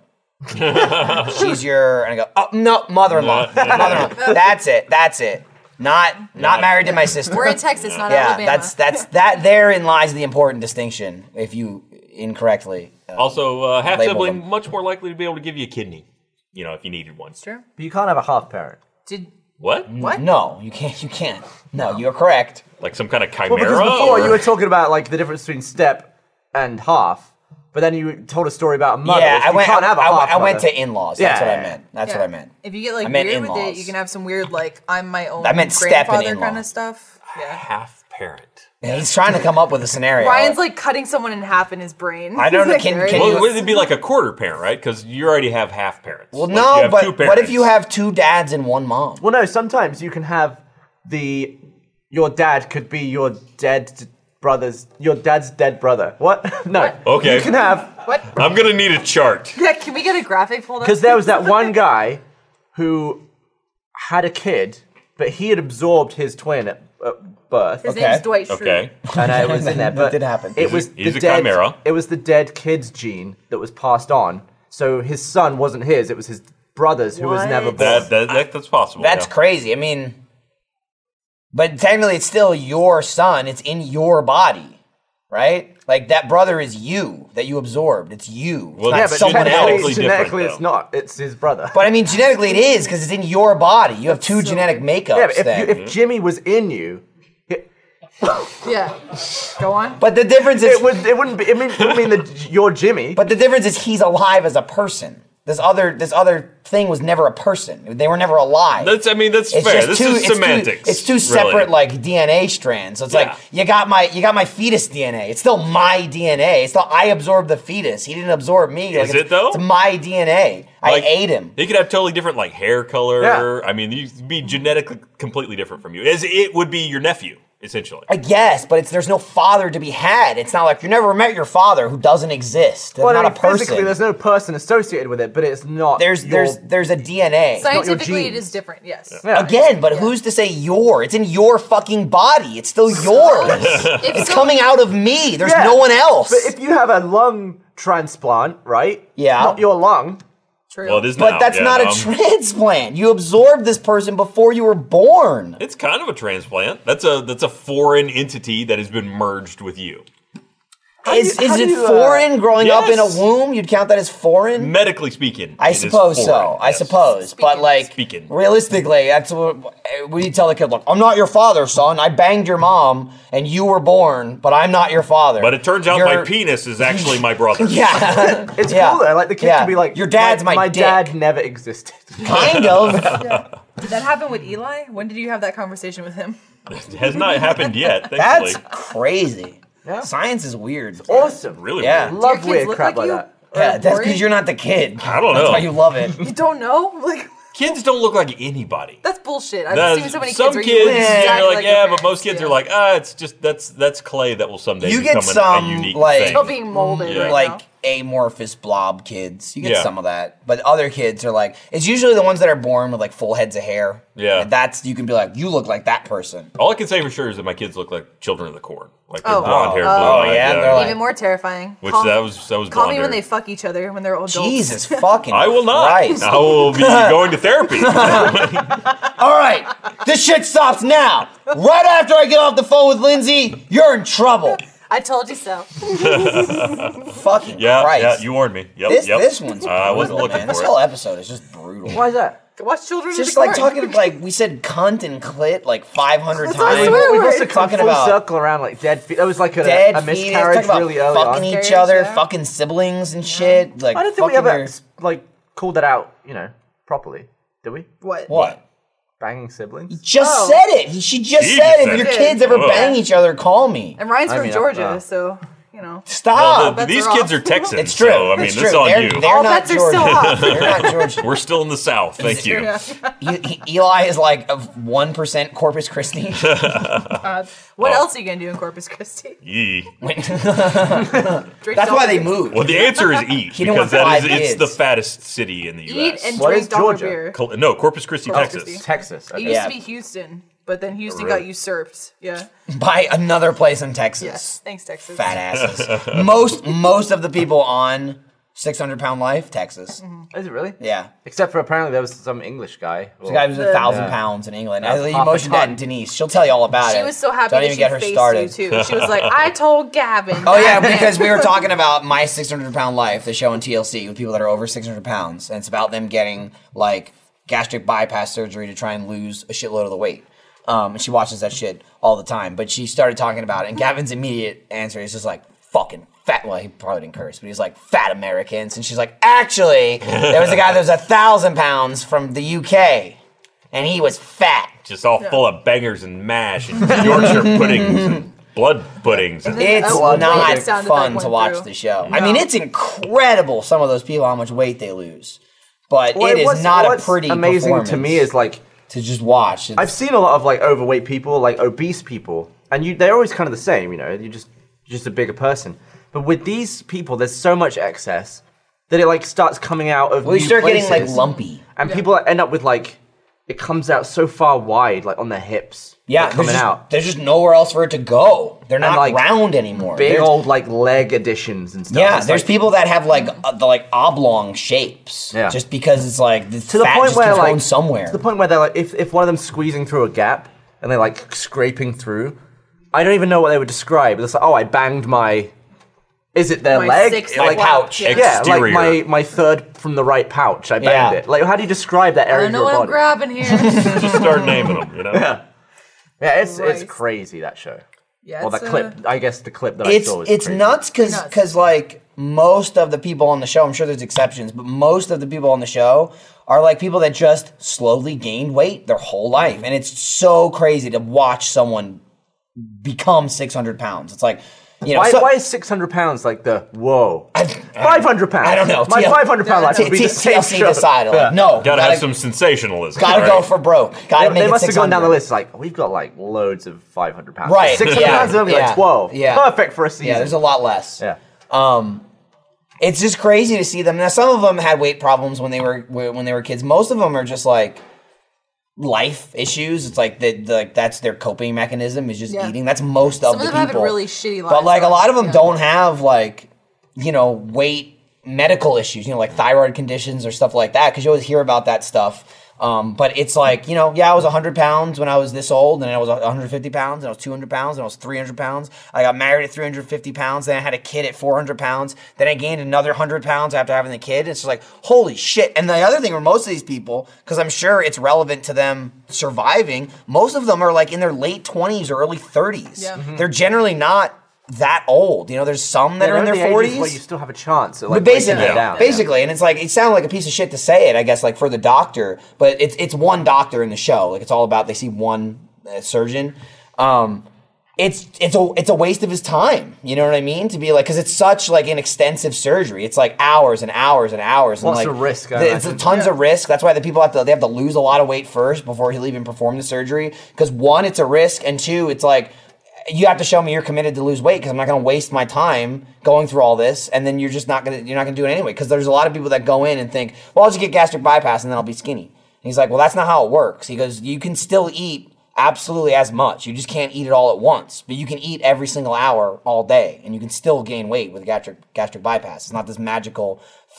"She's your," and I go, "Oh no, mother-in-law, No, no, no. mother-in-law. That's it, that's it. Not not married to my sister." We're in Texas, not yeah, Alabama. that's that's that. Therein lies the important distinction. If you incorrectly. uh, Also, uh, half Label sibling them. much more likely to be able to give you a kidney. You know, if you needed one. True. But you can't have a half parent. Did What? Mm. what? No, you can't. You can't. No, you're correct. Like some kind of chimera? Well, because before or- you were talking about like the difference between step and half, but then you told a story about a mother. yeah, which I you went. Can't have a I, half I went mother. to in-laws. Yeah, That's what yeah, I meant. That's Yeah. what I meant. If you get like I meant weird with it, in-laws. you can have some weird like I'm my own I meant step and grandfather in-law. kind of stuff. Yeah. half parent. And he's trying to come up with a scenario. Ryan's like cutting someone in half in his brain. I don't know, Like, can- right? can Well, you- would it be like a quarter parent, right? Because you already have half parents. well, Like, you no, have two but what if parents. you have two dads and one mom? Well, no. Sometimes you can have the your dad could be your dead d- brother's your dad's dead brother. What? no. Okay. You can have What? I'm gonna need a chart. Yeah, can we get a graphic pulled up? because there was that one guy who had a kid But he had absorbed his twin at, at birth. His Okay. name's Dwight Schrute. Okay. and I was in there. That But did happen. It He's a- was he's the a dead, chimera. It was the dead kid's gene that was passed on. So his son wasn't his; it was his brother's who was What? never born. That, that, that that's possible. That's yeah. crazy. I mean, but technically, it's still your son. It's in your body, right? Like that brother is you that you absorbed. It's you. It's Well, not yeah, but someone genetically else. genetically, different, genetically it's though. not. It's his brother. But I mean, genetically, it is because it's in your body. You have two so genetic makeups. yeah, but if, then. you, if Jimmy was in you, it, Yeah. Go on. but the difference is, it would it wouldn't be. I mean, it would mean that you're Jimmy. but the difference is, he's alive as a person. This other, this other thing was never a person. They were never alive. That's I mean that's fair. This is two- semantics. it's two really. separate like DNA strands. So it's Yeah. like you got my you got my fetus DNA. It's still my DNA. It's still I absorbed the fetus. He didn't absorb me. Like, Is it's- it, though? It's my DNA. Like, I ate him. They could have totally different like hair color. Yeah. I mean, they'd be genetically completely different from you. As it would be your nephew essentially. I guess, but it's there's no father to be had. It's not like you never met your father who doesn't exist. They're Well, I not mean, a person. physically, there's no person associated with it, but it's not. There's your- there's there's a DNA. your Scientifically, it genes. is different. Yes. Yeah. Again, but who's to say your? It's in your fucking body. It's still yours. If it's so- coming out of me. There's Yeah. no one else. But if you have a lung transplant, right? Yeah. Not your lung. True. Well, it is But now. that's Yeah, not um, a transplant. You absorbed this person before you were born. It's kind of a transplant. That's a that's a foreign entity that has been merged with you. Is, you- how is do it you, uh, foreign growing up in Yes. a womb? You'd count that as foreign? Medically speaking, I it is suppose so. foreign, I yes. suppose. But Speaking- like Speaking. realistically, that's what we tell the kid, look, I'm not your father, son. I banged your mom and you were born, but I'm not your father. But it turns out my You're- penis is actually my brother. Yeah. It's Yeah. cool though. Like the kid Yeah. could be like, Your dad's my dick." dad never existed. kind of. That happened with Eli. When did you have that conversation with him? It has not happened yet. Thankfully. That's crazy. Yeah. Science is weird. awesome. really Yeah. weird. Love kids weird look crap like, like you? that. Yeah, that's boring. because you're not the kid. I don't That's know. why you love it. You don't know? Like, Kids don't look like anybody. that's bullshit. I've That's- seen so many some kids. where kids, you look yeah, exactly you're like, your yeah, but most parents, kids yeah. are like, ah, it's just that's that's clay that will someday You get become an- some, a unique like- thing. Still being molded. Yeah. right like now. amorphous blob kids. You get Yeah. some of that, but other kids are like it's usually the ones that are born with like full heads of hair. Yeah. And that's you can be like you look like that person. All I can say for sure is that my kids look like children of the corn, like they're Oh. blonde hair, Oh. blue Oh, eyed, yeah, they're like- Even more terrifying. which Call- that was that was Call blonde me when hair. they fuck each other when they're adults. Jesus fucking I will not. Christ. I will be going to therapy. All right, this shit stops now. Right after I get off the phone with Lindsay, you're in trouble. I told you so. Fucking yeah, Christ. yeah, you warned me. Yep, this yep. this one's. Uh, I brutal, wasn't man. looking for This it. whole episode is just brutal. Why is that? Watch children. Just like talking, like we said, cunt and clit like 500 times. swear We've We're also come talking full about circle around like dead feet. That was like a, dead a fetus, miscarriage talk about really early fucking on. each Miscarriage, other, yeah. fucking siblings and shit. Like I don't think we fucking ever your- like called that out, you know, properly. Did we? What? what? Banging siblings? Just Oh. said it. He- She just She said just if said your it. kids ever Whoa. bang each other, call me. And Ryan's I from mean, Georgia, uh, so you know. Well, Stop. the, bets these are kids off. are Texans, it's true. so I mean, it's this true. on they're, you. They're All not bets are still Georgia. off. they're not Georgia. We're still in the South. Thank you. E- E- Eli is like one percent Corpus Christi. Oh. What else are you gonna do in Corpus Christi? Yee. Drink That's why Dollar they Beer. moved. Well, the answer is eat didn't because want that five is it's kids. the fattest city in the Eat U.S. and What drink is dollar Georgia? beer. Col- no, Corpus Christi, Corpus Texas. Christi. Texas. It Okay. used Yeah. to be Houston, but then Houston really? got usurped. Yeah. By another place in Texas. Yes. Thanks, Texas. Fat asses. most most of the people on 600 pound life, Texas. Mm-hmm. Is it really? Yeah. Except for apparently there was some English guy. The guy was a thousand Yeah. pounds in England. I half a emotioned ton. that Denise. She'll tell you all about it. She was so happy Don't that even she get her faced started. you too. She was like, "I told Gavin." Oh yeah, Gavin." because we were talking about my 600 pound life, the show on TLC with people that are over 600 pounds, and it's about them getting like gastric bypass surgery to try and lose a shitload of the weight. Um, and she watches that shit all the time. But she started talking about it, and Gavin's immediate answer is just like fucking fat. Well, he probably didn't curse, but he's like fat Americans, and she's like, actually, there was a guy that was a thousand pounds from the UK, and he was fat. Just all full of bangers and mash and Yorkshire puddings and blood puddings. And It's Oh, not it sounded like fun went to watch through. the show. I mean, it's incredible some of those people how much weight they lose, but Well, it is what's- not a what's pretty amazing performance to me is like to just watch. It's, I've seen a lot of like overweight people, like obese people, and you they're always kind of the same, you know. You just you're just a bigger person. But with these people, there's so much excess that it like starts coming out of. well, you new start getting like places, lumpy. and people end up with like it comes out so far wide, like on their hips. Yeah, like, coming there's just, out. There's just nowhere else for it to go. They're not like, round anymore. Big There's- old like leg additions and stuff. yeah, It's there's like- people that have like uh, the like oblong shapes. Yeah. Just because it's like the to the fat point just where keeps like going somewhere. To the point where they're like, if if one of them's squeezing through a gap and they're like scraping through, I don't even know what they would describe. It's like, oh, I banged my. Is it their My leg? sixth like lap, pouch. yeah. Yeah, Exterior. like my my third from the right pouch. I banged Yeah. it. Like, how do you describe that I area don't of know your what I'm body? grabbing here. Just start naming them, you know? yeah, it's it's Christ. crazy that show. yeah, Well, it's, that uh, clip. I guess the clip that I it's saw was it's crazy. nuts because Nuts. like most of the people on the show, I'm sure there's exceptions, but most of the people on the show are like people that just slowly gained weight their whole life, and it's so crazy to watch someone become 600 pounds. It's like you know, Why, so- why is 600 pounds like the whoa? I- 500 pounds. I don't know. My TL 500 pound life T- would be T- the same TLC show. decided, like, Yeah. no, Gotta have some sensationalism. gotta right? go for broke. Gotta They, make they it must have gone down the 600. list. Like we've got like loads of 500 pounds. Right, 600 yeah, pounds is only yeah, like 12. yeah. Perfect for a season. Yeah, there's a lot less. Um, Yeah. it's just crazy to see them. Now, some of them had weight problems when they were when they were kids. Most of them are just like life issues. It's like that like that's their coping mechanism is just Yeah. eating. That's most Some of of the them people. have really shitty lives. but like a lot of them yeah. don't have like you know weight medical issues. You know, like thyroid conditions or stuff like that. Because you always hear about that stuff. Um, but it's like you know, yeah, I was 100 pounds when I was this old, and I was 150 pounds, and I was 200 pounds, and I was 300 pounds. I got married at 350 pounds, then I had a kid at 400 pounds, then I gained another 100 pounds after having the kid. It's just like holy shit. And the other thing for most of these people, because I'm sure it's relevant to them surviving, most of them are like in their late 20s or early 30s. Yeah. Mhm. They're generally not that old. You know, there's some that They're are in the their ages 40s. Where you still have a chance. At, like, But basically, breaking it down. basically, and it's like it sounded like a piece of shit to say it, I guess, like for the doctor. But it's it's one doctor in the show. Like it's all about they see one uh, surgeon. Um, it's it's a it's a waste of his time. You know what I mean? To be like, because it's such like an extensive surgery. It's like hours and hours and hours. Lots and like, of risk, I the- It's imagine. tons of risk. That's why the people have to they have to lose a lot of weight first before he'll even perform the surgery. Because one, it's a risk, and two, it's like you have to show me you're committed to lose weight because I'm not going to waste my time going through all this, and then you're just not going to you're not going to do it anyway. Because there's a lot of people that go in and think, well, I'll just get gastric bypass and then I'll be skinny. And he's like, well, that's not how it works. He goes, you can still eat absolutely as much. You just can't eat it all at once, but you can eat every single hour all day, and you can still gain weight with gastric gastric bypass. It's not this magical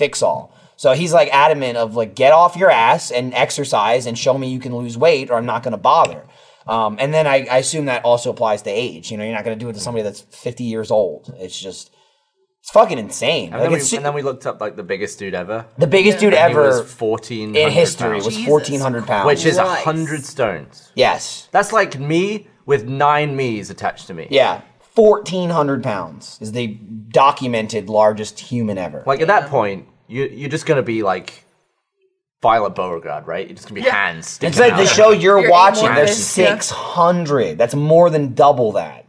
fix all. So he's like adamant of like get off your ass and exercise and show me you can lose weight, or I'm not going to bother. Um, and then I, I assume that also applies to age. You know, you're not going to do it to somebody that's 50 years old. It's just, it's fucking insane. And Like, then, it's we, su- and then we looked up like the biggest dude ever. the biggest dude And he ever was 14 in history was Jesus 1,400 pounds. which is Christ. 100 stones. yes, That's like me with nine me's attached to me. yeah, 1,400 pounds is the documented largest human ever. Like at that point, you you're just gonna be like Violet Beauregard, right? You're just gonna be hands sticking It's like out. the show you're, You're watching. aimless, There's yeah. 600. That's more than double that.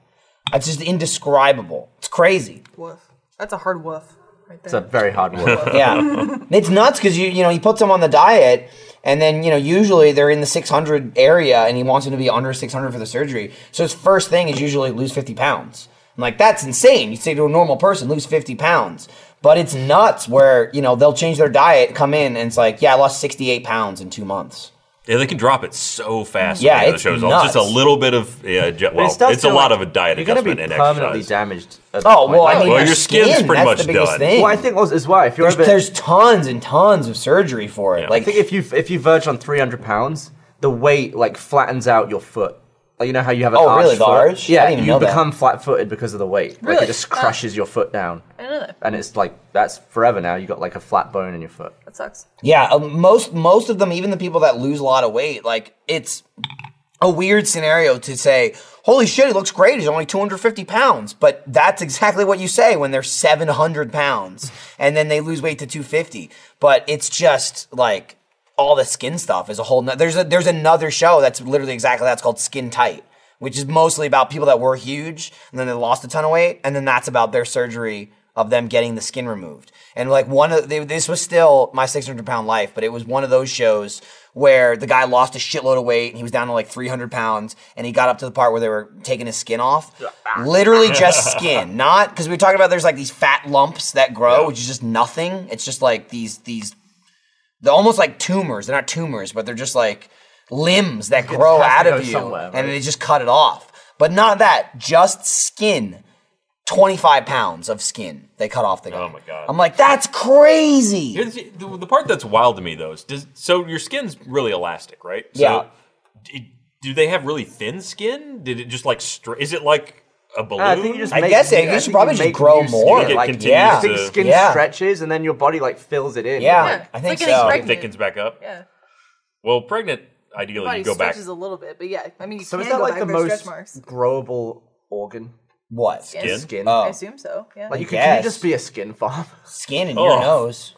That's just indescribable. It's crazy. Woof. That's a hard woof. Right It's a there. very hard word. Yeah, it's nuts because you you know he puts them on the diet, and then you know usually they're in the 600 area, and he wants them to be under 600 for the surgery. So his first thing is usually lose 50 pounds. I'm like that's insane. You say to a normal person lose 50 pounds, but it's nuts where you know they'll change their diet, come in, and it's like yeah I lost 68 pounds in two months. Yeah, they can drop it so fast. Yeah, Yeah, the it's shows nuts. just a little bit of yeah. ju- But Well, it does it's a feel lot like of a diet you're gonna adjustment be and permanently exercise. damaged. at that Oh point. well, I Like, mean Well, your, your skin's skin, pretty that's the much biggest done. Thing. well, I think also as well if you're there's, over, there's tons and tons of surgery for it. Yeah. Like I think if you if you verge on 300 pounds, the weight like flattens out your foot. Like you know how you have an Oh, arched really? The foot? arch? I Yeah, didn't even you know that. become flat-footed because of the weight. Like Really? it just crushes your foot down. I know that. And it's like that's forever now. You got like a flat bone in your foot. That sucks. Yeah, uh, most most of them, even the people that lose a lot of weight, like it's a weird scenario to say, "Holy shit, he looks great. He's only 250 pounds." But that's exactly what you say when they're 700 pounds and then they lose weight to 250. But it's just like all the skin stuff is a whole. No- there's a, there's another show that's literally exactly that's called Skin Tight. Which is mostly about people that were huge and then they lost a ton of weight, and then that's about their surgery of them getting the skin removed. And like one of they, this was still my 600 pound life, but it was one of those shows where the guy lost a shitload of weight and he was down to like 300 pounds and he got up to the part where they were taking his skin off. Literally just skin, not because we were talking about there's like these fat lumps that grow, which is just nothing. It's just like these these they're almost like tumors. They're not tumors, but they're just like limbs that grow has out to go of you, somewhere, right? and they just cut it off. But not that, just skin. 25 pounds of skin they cut off the guy. Oh my God. I'm like, that's crazy. Here's the, the, the part that's wild to me though is does, so your skin's really elastic, right? So Yeah. d- do they have really thin skin? Did it just like stra- is it like a balloon? I think you just I make guess it- new- you I should think probably just make grow new more, Skin. like, Like, yeah. I think to- skin Yeah. stretches and then your body like fills it in. yeah, Yeah, Oh, I it's think like an so. extract- thickens back up. Yeah. Well, pregnant ideally Body you go back. stretches a little bit, but yeah, I mean, you So can is that go like back the for most stretch marks. growable organ? What? Skin, Skin? Skin. Oh. I assume so. Yeah. like you I can, can you guess. just be a skin farm? in your Oh. nose.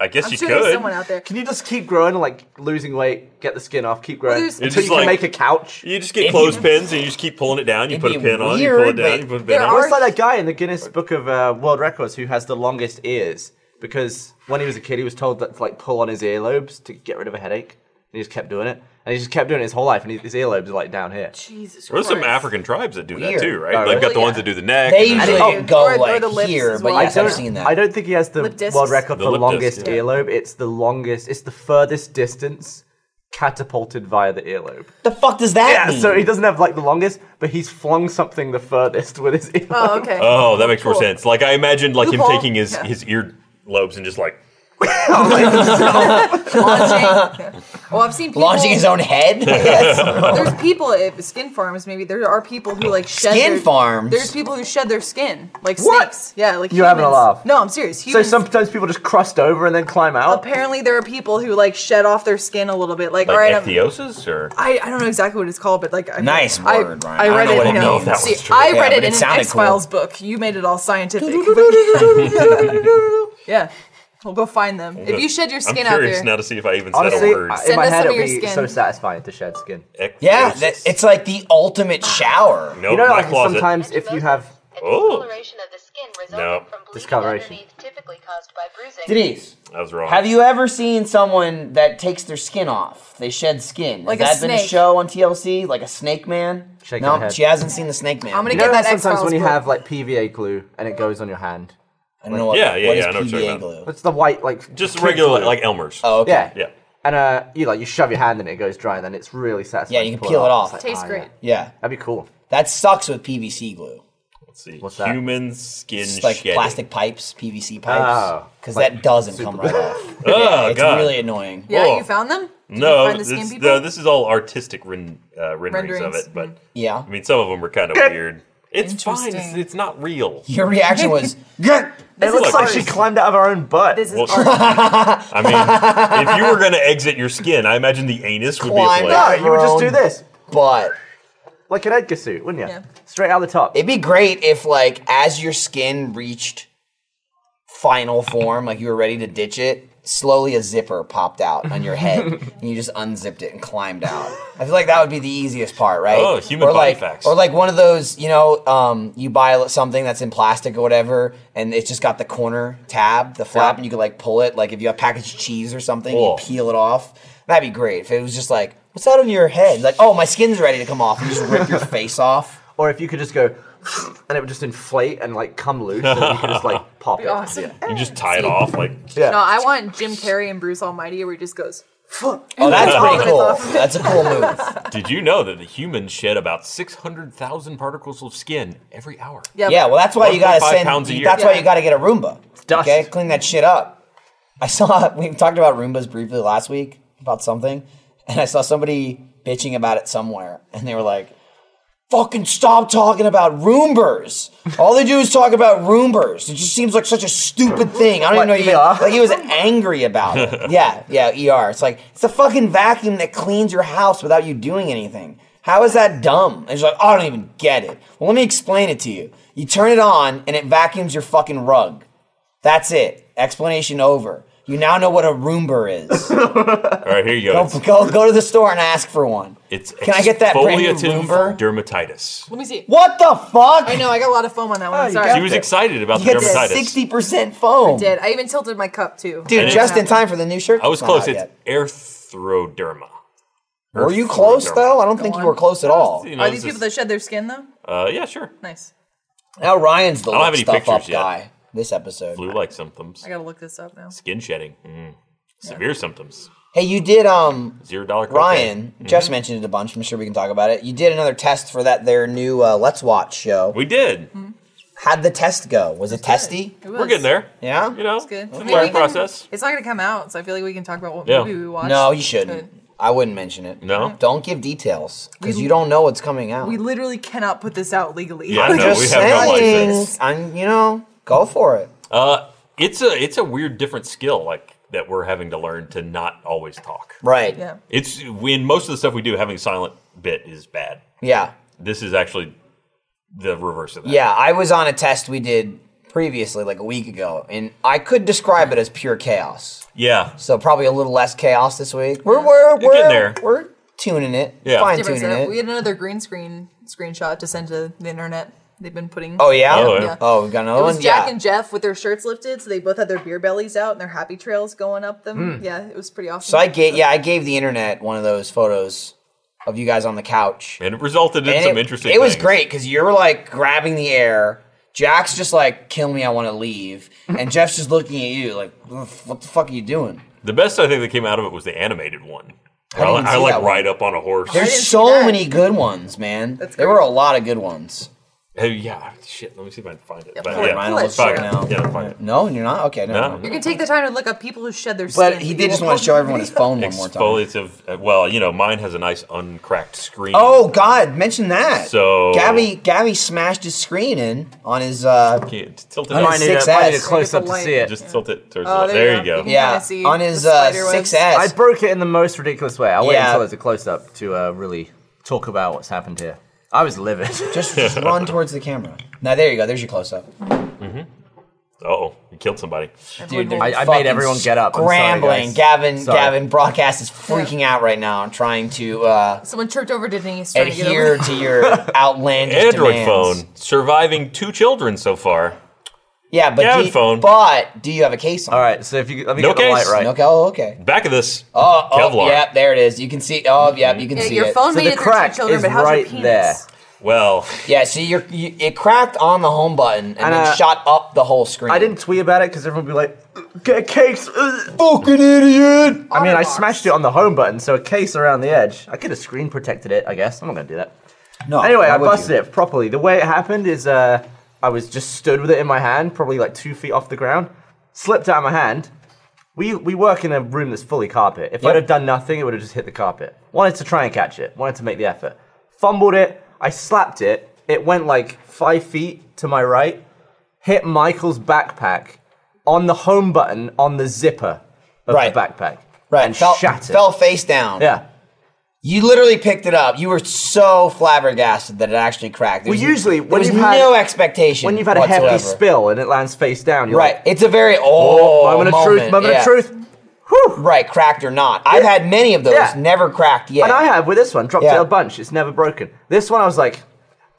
I guess I'm you sure could. there's someone out there. Can you just keep growing, like losing weight, get the skin off, keep growing there's- It's until you just can like- make a couch? You just get It'd clothespins and you just keep pulling it down. You it'd put a be pin on, you pull it weird, down, but you put a pin there on. are- It's like that guy in the Guinness Book of uh, World Records who has the longest ears because when he was a kid, he was told that to like pull on his earlobes to get rid of a headache, and he just kept doing it, and he just kept doing it his whole life, and his earlobes are like down here. Jesus There's some Christ. African tribes that do Weird. that too, right? Oh, They've got really? the ones that do Oh, the neck. They and the- usually don't think- go Or- or like the lips here, as but well. yes, I I've don't- seen that. I don't think he has the Lip discs. world record The for lip longest discs, yeah. earlobe. It's the longest. It's the furthest distance catapulted via the earlobe. the fuck does that Yeah, mean? so he doesn't have like the longest, but he's flung something the furthest with his earlobe. Oh, okay. oh, that makes more sense. Like I imagined, like him Loophole. taking his Yeah. his ear lobes and just like Launching. well, I've seen people, Launching his own head? Yes. There's people at skin farms. Maybe there are people who like shed Skin their, farms? There's people who shed their skin, like What? snakes. Yeah, like You're having a humans. laugh. No, I'm serious. so Humans, sometimes people just crust over and then climb out. apparently there are people who like shed off their skin a little bit. Like, like all right, I'm- ichthyosis or I, I don't know exactly what it's called, but like I, Nice I, word, Ryan. I, I don't read know it. what it in a- means. That see, was true. I Yeah, read but it it in an sounded X Files book. You made it all scientific. yeah, we'll go find them. If you shed your skin I'm out curious there, now to see if I even said Honestly, I- a word. in Send my us head, some it'd of be your so skin. satisfying to shed skin. yeah, Ichthyosis. that, it's like the ultimate shower. no, you know, my like closet. sometimes if you have and Oh. discoloration of the skin resulting from bleeding Discoloration. underneath, typically caused by bruising. Denise, I was wrong. have you ever seen someone that takes their skin off? They shed skin. Like a Has that been a snake. show on TLC? Like a snake man? Shake your no, head. she hasn't seen the snake man. I'm gonna you get know, that that sometimes X-Files when you book. have like PVA glue and it goes on your hand. I don't know what, Yeah, yeah, what yeah, is I know what you're PVA talking glue. It's the white like just kid regular like, glue. like Elmer's? Oh, okay. yeah, yeah. And uh, you like you shove your hand in it, it goes dry, and then it's really satisfying. Yeah, you to can peel it It's off. Tastes ah, great. yeah. Yeah. That'd be cool. That sucks with PVC glue. Let's see. What's that? Human skin It's like shedding. plastic pipes, PVC Oh, pipes, because like that doesn't come right off. Oh it's god. really annoying. yeah, Oh. you found them. Did you no, find the skin this, people? no, this is all artistic ren- uh, renderings, of Renderings. it, but Yeah. I mean, some of them are kind of weird. It's fine. It's, Interesting. it's not real. Your reaction was, "Grr." It looks is like ours. she climbed out of her own butt. this is Well, art. I mean, if you were going to exit your skin, I imagine the anus would be a Climb place. no, you would just do this. but Like an Edgar suit, wouldn't you? Yeah. Straight out the top. it'd be great if, like, as your skin reached final form, like you were ready to ditch it, slowly a zipper popped out on your head, and you just unzipped it and climbed out. I feel like that would be the easiest part, right? Oh, human or body like, facts. Or like one of those, you know, um, you buy something that's in plastic or whatever, and it's just got the corner tab, the flap, and you could like pull it. Like if you have packaged cheese or something, Cool. you peel it off. That'd be great if it was just like, what's that on your head? Like, oh, my skin's ready to come off, and you just rip your face off. Or if you could just go, and it would just inflate and like come loose, and then you could just like pop it. awesome. You just tie it off. Like, Yeah. No, I want Jim Carrey and Bruce Almighty where he just goes. Oh, that's all pretty of it's cool. off. That's a cool move. did you know that the humans shed about six hundred thousand particles of skin every hour? Yeah, Yeah, well, that's why you gotta 1.5 send. pounds a year. That's why you gotta get a Roomba. dust. Okay, clean that shit up. I saw we talked about Roombas briefly last week about something, and I saw somebody bitching about it somewhere, and they were like, "Fucking stop talking about Roombers! All they do is talk about Roombers. It just seems like such a stupid thing. I don't What, even E know. ER? Even, like he was angry about it. Yeah, yeah. ER. It's like it's a fucking vacuum that cleans your house without you doing anything. How is that dumb? And she's like, I don't even get it. Well, let me explain it to you. You turn it on and it vacuums your fucking rug. That's it. Explanation over. You now know what a Roomba is. All right, here you go. go, go, go to the store and ask for one. It's, it's Can I get that brand new exfoliative Roomba? dermatitis. Let me see. What the fuck? I know I got a lot of foam on that one. Oh, I'm you sorry. got She was excited about You the get dermatitis. sixty percent foam. I did. I even tilted my cup too. Dude, And just it's- in time for the new shirt. I was Not close. out It's yet. erythroderma. Were you close Erythroderma. though? I don't think you on. were close at all. You know, Are this these people that is- shed their skin though? Uh, yeah, sure. Nice. Now Ryan's the don't have look any stuff up pictures yet. guy this episode. Flu-like symptoms, I gotta look this up now. skin shedding, mm. severe symptoms. Hey, you did um Zero dollar cocaine. Ryan Mm-hmm. just mentioned it a bunch. I'm sure we can talk about it. You did another test for that their new uh, Let's Watch show. We did. Mm-hmm. How'd the test go? Was it testy? It We're was- getting there. Yeah. You know, It's good. it's I a mean, we learning can- process. It's not going to come out, so I feel like we can talk about what Yeah. movie we watched. No, you shouldn't. But I wouldn't mention it. No? Don't give details because We- you don't know what's coming out. We literally cannot put this out legally. Yeah, I know. Just we have no saying. license. I'm, you know, go for it. Uh, it's a it's a weird different skill like that we're having to learn to not always talk. Right. Yeah. It's when most of the stuff we do having a silent bit is bad. Yeah. This is actually the reverse of that. Yeah, I was on a test we did previously, like a week ago, and I could describe it as pure chaos. Yeah. So probably a little less chaos this week. We're we're we're getting there. We're tuning it. Yeah. Fine Different tuning setup. We it. had another green screen screenshot to send to the internet. They've been putting. Oh yeah. Oh, yeah. Yeah. Oh, we got another It was one. Jack yeah. and Jeff with their shirts lifted, so they both had their beer bellies out and their happy trails going up them. Yeah, it was pretty awesome. Hmm. so I gave yeah I gave the internet one of those photos of you guys on the couch. And it resulted in And some it, interesting. It was things. great because you're like grabbing the air. Jack's just like, kill me, I want to leave. And Jeff's just looking at you like, "Oof, what the fuck are you doing? The best I think that came out of it was the animated one. I, didn't I see like that one. ride up on a horse. There's didn't see so that. many good ones, man. That's there were great. a lot of good ones. Hey, yeah, shit. Let me see if I can find it. But, pull it, yeah, pull Ryan, it, let's check sure. it out. Yeah, find it. No, you're not? Okay, never No. mind. you can take the time to look up people who shed their skin. But he You did just won't want to show call- everyone his phone one more time. Exfoliative. uh, Well, you know, mine has a nice uncracked screen. Oh God, mention that. So- Gabby Gabby smashed his screen in on his uh Can't- tilt it I up. I need, a, 6S. I need a close up to see it. Just tilt it towards Oh, the left. there There you you go. go. You yeah kinda see on the his uh spider webs. 6S. I broke it in the most ridiculous way. I waited Yeah. until there's a close up to uh, really talk about what's happened here. I was livid. just, just run towards the camera. Now there you go. There's your close up. Oh, you killed somebody. Dude, I- I made fucking everyone get up. I'm sorry, Scrambling. guys. Gavin Sorry. Gavin broadcast is freaking out right now and trying to uh, Someone chirped over to Denise. trying to get over adhere there. to your outlandish Android demands. phone surviving two children so far. Yeah, but Gavin do you, phone. But do you have a case on? All right, so if you let me No get the light case. right. it? Okay. Oh, okay. Back of this Oh, oh, Mm-hmm. Kevlar. yep. There it is. You can see. Oh, yep. You can Yeah, see your it. phone So made the it through two crack children, is but how's right your penis? there. Well, Yeah, see, you're, you it cracked on the home button and, And, then uh, shot up the whole screen. I didn't tweet about it because everyone would be like, get cakes. ugh." fucking idiot. I mean, I Otterbox. smashed it on the home button, so a case around the edge. I could have screen protected it, I guess. I'm not going to do that. No. why Anyway, I would busted Oh, you? it properly. The way it happened is uh, I was just stood with it in my hand, probably like two feet off the ground, slipped out of my hand. We, we work in a room that's fully carpet. If Yep. I'd have done nothing, it would have just hit the carpet. Wanted to try and catch it, wanted to make the effort. Fumbled it, I slapped it, it went like five feet to my right, hit Michael's backpack on the home button on the zipper of Right. the backpack. Right, And fell, shattered. fell face down. Yeah. You literally picked it up. You were so flabbergasted that it actually cracked. There Well, was- usually, there when was you've had- no expectation. When you've had whatsoever. a hefty spill and it lands face down, you're Right. like, It's a very oh, Oh, moment of truth, moment yeah. of truth. Whew. Right, cracked or not. I've Yeah. had many of those, Yeah. never cracked yet. And I have with this one, dropped Yeah. it a bunch. It's never broken. This one, I was like,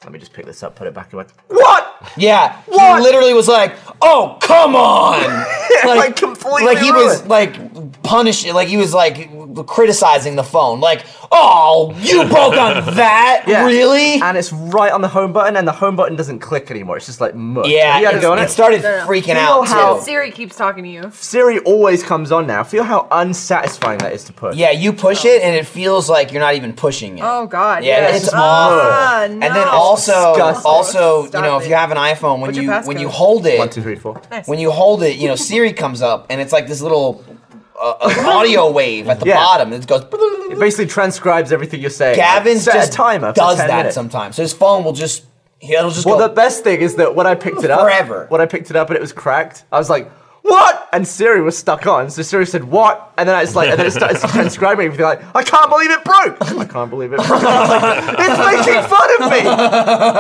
let me just pick this up, put it back in my. What? Yeah, What? he literally was like, "Oh, come on!" Like, completely like he was ruined. like punishing, like he was like criticizing the phone, like, "Oh, you broke on that, Yeah. really?" And it's right on the home button, and the home button doesn't click anymore. It's just like mush. yeah, Have you had a it, go on it it? started No, no. freaking You out know how- too. Siri keeps talking to you. Siri always comes on now. Feel how unsatisfying that is to push. Yeah, you push it, and it feels like you're not even pushing it. Oh God. Yeah, yes. it's it's awful. Ah, And no. then also, disgusting. also, you Stop know, if it. you have an iPhone, when What's your you when passcode? you hold it, One, two, three, four. Nice. when you hold it, you know, Siri comes up, and it's like this little uh, uh, audio wave at the Yeah. bottom. It goes. It basically transcribes everything you're saying. Gavin Like, set just a timer for does 10 that minutes. sometimes. So his phone will just it'll just Well, go. the best thing is that when I picked it up, Forever. when I picked it up and it was cracked, I was like, "What?" And Siri was stuck on, so Siri said, "What?" And then I was like, and then it started transcribing everything. Like, I can't believe it broke. I can't believe it broke. I was like, it's making fun of me.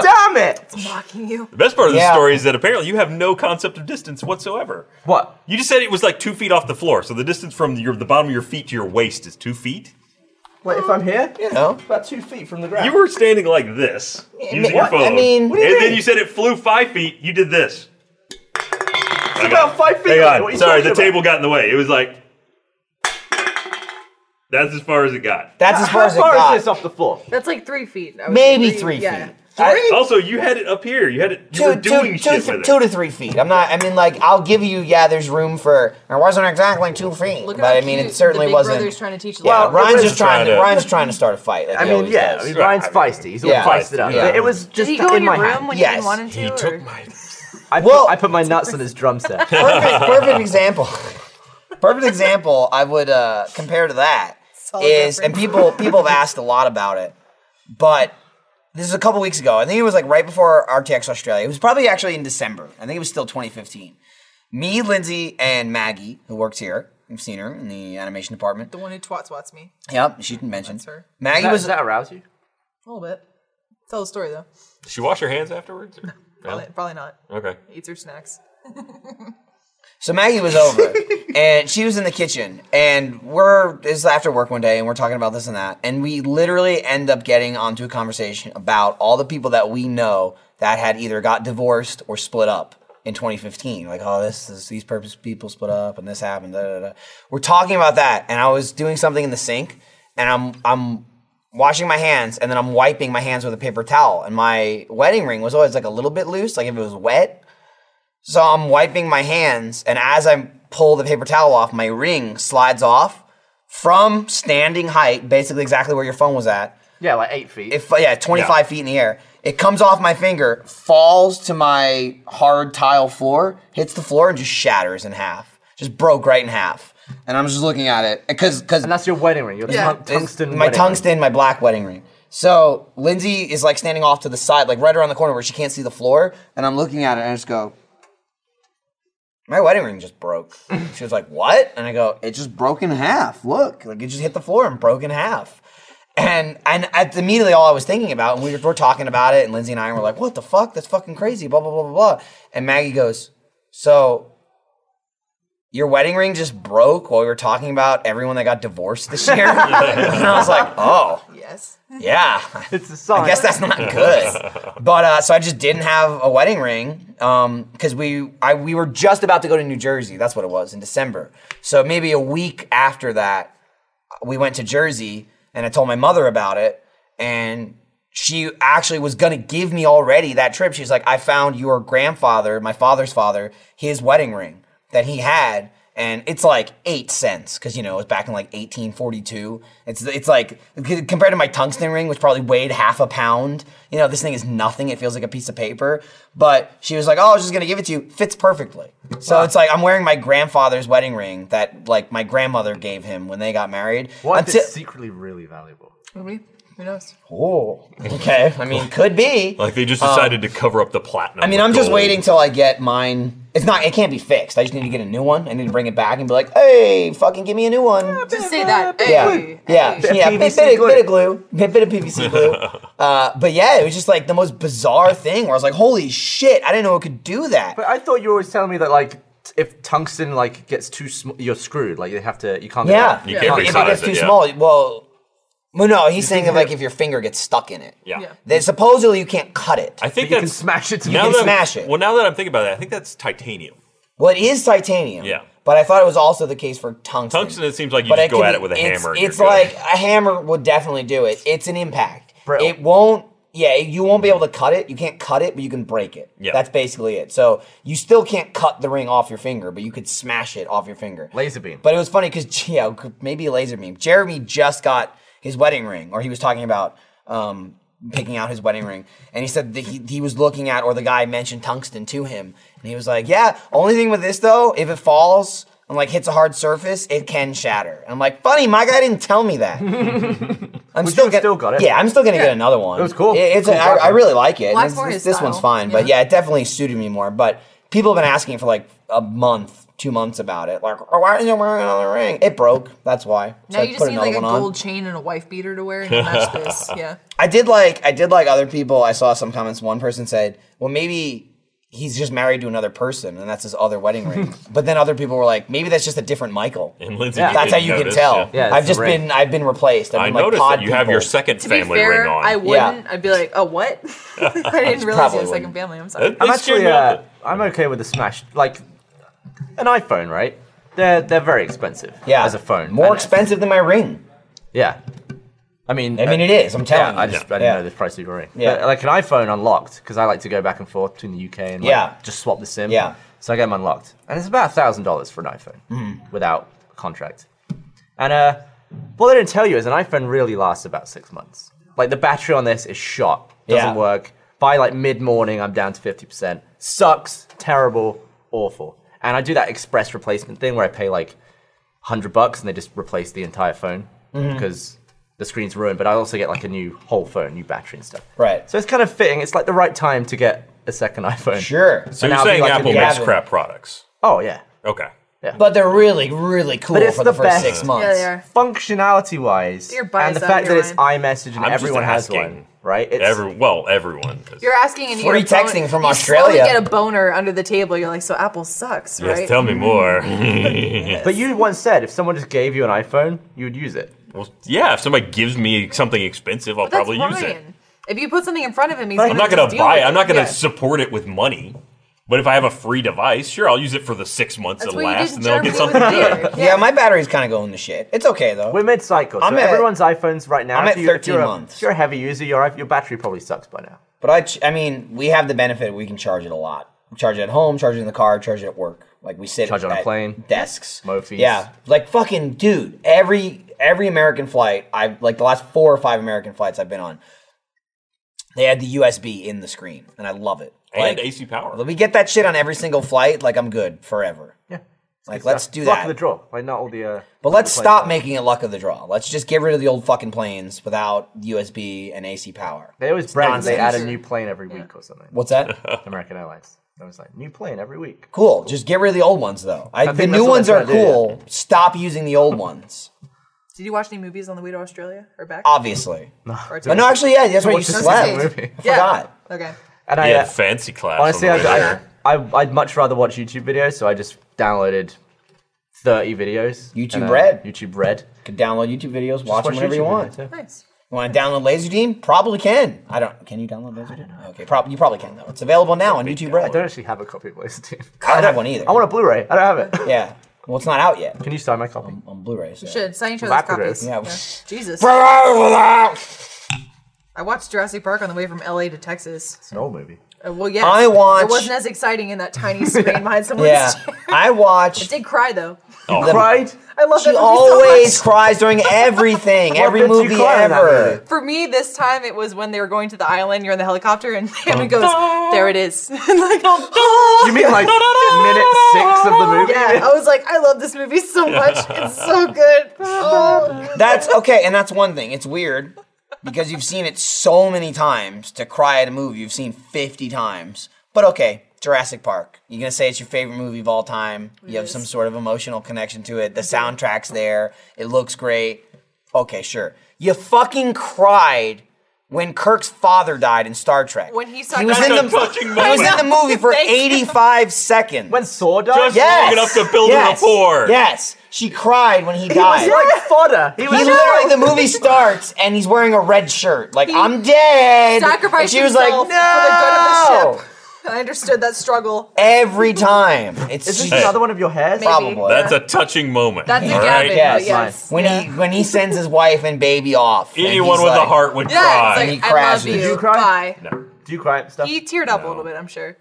Damn it! mocking you. the best part of the Yeah. story is that apparently you have no concept of distance whatsoever. What? You just said it was like two feet off the floor, so the distance from your, the bottom of your feet to your waist is two feet. Wait, if I'm here, you know, about two feet from the ground. You were standing like this using your what? I phone. mean- What do you and mean? then you said it flew five feet. You did this. it's about five feet. What Hang are on. you Sorry, talking the about? table got in the way. It was like that's as far as it got. that's as far How as it far is got. this off the floor? That's like three feet. I would Maybe say. three yeah. feet. I- Also, you had it up here. You had it. You two, were doing two, shit two, with two it. to three feet. I'm not. I mean, like, I'll give you. Yeah, there's room for. It wasn't exactly two feet, Look at but how I mean, cute it certainly the big wasn't. Brother's trying to teach. yeah, Well, Ryan's Ryan's just trying. trying To, to- Ryan's trying to start a fight. Like I he mean, always yeah, does. I mean, Right. Ryan's feisty. He's all Yeah. feisted up. Yeah. It was did just he go in in your my room hand. when you Yes, didn't want him to? He or- took my. I, Well- put, I put my nuts in his drum set. perfect, perfect example. Perfect example. I would uh, compare to that is, Solid and reference. people people have asked a lot about it, but this is a couple weeks ago. I think it was like right before RTX Australia. It was probably actually in December. I think it was still 2015. Me, Lindsay, and Maggie, who works here, I've seen her in the animation department. The one who twat swats me. Yep, she didn't mention. That's her. Maggie That- was Does that arouse you? A little bit. Tell the story though. Did she wash her hands afterwards? or- Probably, probably not. Okay. Eats her snacks. So Maggie was over, and she was in the kitchen, and we're it's after work one day, and we're talking about this and that, and we literally end up getting onto a conversation about all the people that we know that had either got divorced or split up in 2015. Like, oh, this, this these purpose people split up, and this happened. Da, da, da. We're talking about that, and I was doing something in the sink, and I'm I'm washing my hands and then I'm wiping my hands with a paper towel. And my wedding ring was always like a little bit loose, like if it was wet. So I'm wiping my hands, and as I pull the paper towel off, my ring slides off from standing height, basically exactly where your phone was at. Yeah, like eight feet. If yeah, 25 Yeah. feet in the air. It comes off my finger, falls to my hard tile floor, hits the floor, and just shatters in half. Just broke right in half. And I'm just looking at it because because and that's your wedding ring. Your Yeah. tung- it's- tungsten. My wedding tungsten, my black wedding ring. So Lindsay is like standing off to the side, like right around the corner where she can't see the floor, and I'm looking at it and I just go, My wedding ring just broke. she was like, What? And I go, It just broke in half. Look. Like it just hit the floor and broke in half. And and at, immediately all I was thinking about, and we were, we're talking about it, and Lindsay and I were like, What the fuck? That's fucking crazy, blah, blah, blah, blah, blah. And Maggie goes, So your wedding ring just broke while we were talking about everyone that got divorced this year. and I was like, oh, Yes. yeah. ring. It's a sign. I guess that's not good. But uh, so I just didn't have a wedding ring because we I, we were just about to go to New Jersey. That's what it was in December. So maybe a week after that, we went to Jersey and I told my mother about it and she actually was gonna give me already that trip. She's like, I found your grandfather, my father's father, his wedding ring that he had, and it's like eight cents because you know it was back in like 1842. It's it's like c- compared to my tungsten ring, which probably weighed half a pound. You know, this thing is nothing. It feels like a piece of paper. But she was like, Oh, I was just gonna give it to you. Fits perfectly. So it's like I'm wearing my grandfather's wedding ring that like my grandmother gave him when they got married. What if Until- it's secretly really valuable? Maybe. Who knows? Oh, okay. I mean, could be. Like they just decided to cover up the Um, platinum. I mean, I'm just waiting till I get mine. It's not. It can't be fixed. I just need to get a new one. I need to bring it back and be like, "Hey, fucking give me a new one." Just say that. Yeah, Hey. yeah, Hey. yeah. Bit, PVC bit, of, glue. bit of glue, bit, bit of PVC glue. Uh, but yeah, it was just like the most bizarre thing. Where I was like, "Holy shit! I didn't know it could do that." But I thought you were always telling me that like t- if tungsten like gets too sm- you're screwed. Like you have to you can't. get yeah, out. You can't if it resize gets it, too yeah. small, well, well, no. He's saying that like if your finger gets stuck in it, Yeah. Yeah. then supposedly you can't cut it. I think You that's can smash it. To now can that, smash it. Well, now that I'm thinking about it, I think that's titanium. Well, it is titanium. Yeah. But I thought it was also the case for tungsten. Tungsten, it seems like you But just go could at be- it with a it's- hammer and It's you're good. like a hammer would definitely do it. It's an impact. Brittle. It won't. Yeah, you won't be able to cut it. You can't cut it, but you can break it. Yeah. That's basically it. So you still can't cut the ring off your finger, but you could smash it off your finger. Laser beam. But it was funny because yeah, maybe a laser beam. Jeremy just got his wedding ring, or he was talking about um, picking out his wedding ring, and he said that he, he was looking at, or the guy mentioned tungsten to him, and he was like, "Yeah, only thing with this though, if it falls and like hits a hard surface, it can shatter." And I'm like, "Funny, my guy didn't tell me that." I'm still have gonna, still got it. Yeah, I'm still gonna get another one. It was cool. it's Cool a- I- I project. really like it. Why this for this- his this one's style? fine, but Yeah. yeah, it definitely suited me more. But people have been asking for like a month, two months about it. Like, oh, why are you wearing another ring? It broke. That's why. So Now I you just put need another like a one on. gold chain and a wife beater to wear and to match this. Yeah. I did like I did like other people. I saw some comments. One person said, "Well, maybe he's just married to another person, and that's his other wedding ring." but then other people were like, "Maybe that's just a different Michael." And Lindsay, Yeah. That's how didn't you can notice, tell. Yeah, it's I've the just ring. been I've been replaced. I've I been like noticed pod that you have people. your second To be family fair, ring on. I wouldn't. I'd be like, oh, what? I didn't realize you probably had a second wouldn't. family. I'm That- sorry. that I'm scared actually me out uh, of it. I'm okay with the smash like an iPhone, right? They're they're very expensive. yeah as a phone. more And- expensive than my ring. Yeah. I mean, uh, I mean, it is. I'm telling Yeah, I you. just I didn't Yeah. know this price degree. Yeah. But, like an iPhone unlocked because I like to go back and forth between the UK and like, Yeah. just swap the SIM. Yeah. So I get them unlocked, and it's about thousand dollars for an iPhone Mm. without a contract. And uh, what they don't tell you is an iPhone really lasts about six months. Like the battery on this is shot, doesn't Yeah. work. By like mid morning, I'm down to fifty percent. Sucks, terrible, awful. And I do that express replacement thing where I pay like hundred bucks and they just replace the entire phone Mm-hmm. because the screen's ruined. But I also get like a new whole phone, new battery and stuff. Right. So it's kind of fitting. It's like the right time to get a second iPhone. Sure. So And you're I'll be saying like Apple an makes avid- crap products? Oh yeah. Okay. But they're really, really cool But it's for the, the first best. six Yeah, months. Yeah, they are. Functionality wise, You're biased and the out fact of that your it's mind. iMessage and I'm just everyone has asking. one, right? It's, Every well, everyone. is- You're asking and you Free get a texting from you Australia. slowly get a boner under the table. You're like, so Apple sucks, yes, right? tell me more. But you once said if someone just gave you an iPhone, you would use it. well, yeah, if somebody gives me something expensive, I'll But that's probably use it. Ryan. If you put something in front of him, he's I'm not going gonna to buy it. I'm not gonna Yeah. support it with money. But if I have a free device, sure, I'll use it for the six months That's it what you lasts, did in and then I'll Germany get something with good. beer. Yeah. my battery's kind of going to shit. It's okay though. We're mid cycle. So I'm at- everyone's iPhones right now. I'm if at you- if 13 you're a- months. If you're a heavy user, your, your battery probably sucks by now. But I, ch- I mean, we have the benefit we can charge it a lot. Charge it at home, charge it in the car, charge it at work. Like we sit Charge it on a at plane. desks, Mo fees. Yeah, like fucking dude. Every every American flight I've like the last four or five American flights I've been on, they had the USB in the screen, and I love it. And like, AC power. let me get that shit on every single flight. Like I'm good forever. Yeah. Like let's do Luck that. of the draw. Like not all the. Uh, But let's play stop stuff. making it luck of the draw. Let's just get rid of the old fucking planes without USB and AC power. They always brag that they add nonsense. a new plane every week or something. What's that? American Airlines. I was like, new plane every week. cool. Just get rid of the old ones though. I, the think new that's what ones they're are trying to do, cool. Stop using the old ones. Did you watch any movies on the way to Australia or back? Uh, Obviously. Or to- But no, actually, yeah, that's why you Watch the slept. same movie. I forgot. Okay. And I, Yeah, uh, fancy class. honestly, on the way I, there. I, I, I'd much rather watch YouTube videos, so I just downloaded 30 videos. YouTube and, uh, Red. YouTube Red. You can download YouTube videos, watch, them Watch whenever you YouTube want. videos, yeah. Nice. You want to download Laser Team? Probably can. I don't. Can you download Laser Team? Okay, prob- you probably can though. It's available now on YouTube Red. I don't actually have a copy of Blaze Team. I don't have one either. I want a Blu-ray. I don't have it. yeah. Well, it's not out yet Can you sign my copy? on Blu-ray. So. Should sign each other's Lack of copies. this. Yeah. Jesus. I I watched Jurassic Park on the way from LA to Texas. It's an old movie. Uh, well, yes. I watched- It wasn't as exciting in that tiny screen behind someone's Yeah. chair. I I watched. did cry though. Oh. Cried. I love She that movie always so much. cries during everything, every did you movie cry in that ever. For me, this time it was when they were going to the island. You're in the helicopter, and Hammond goes, "There it is." and I go, You mean like minute six of the movie? Yeah, I was like, I love this movie so much. It's so good. Oh. That's okay, and that's one thing. It's weird because you've seen it so many times to cry at a movie you've seen 50 times. But okay, Jurassic Park. You're going to say it's your favorite movie of all time. You have some sort of emotional connection to it. The soundtrack's there. It looks great. Okay, sure. You fucking cried when Kirk's father died in Star Trek. When he saw he was That's in a the, touching he was in moment. the movie for Thank you. 85 seconds. When Saw died? Just Yes. long enough to build a yes. rapport. Yes. She cried when he He was died. like fodder. He was He literally, the movie starts and he's wearing a red shirt. Like, I'm dead. Sacrificed And she was like, himself for the good of no. the ship. I understood that struggle. Every time. It's Is this just another one of your hairs? Maybe. probably. That's a touching moment. That's a all Gavin. right? Yes. but yes. when he when he sends his wife and baby off. and Anyone he's with like- a heart would Yeah, it's cry. he like, I love crashes. you. Did you cry? Bye. No. Do you cry at stuff? He teared up a No. little bit, I'm sure.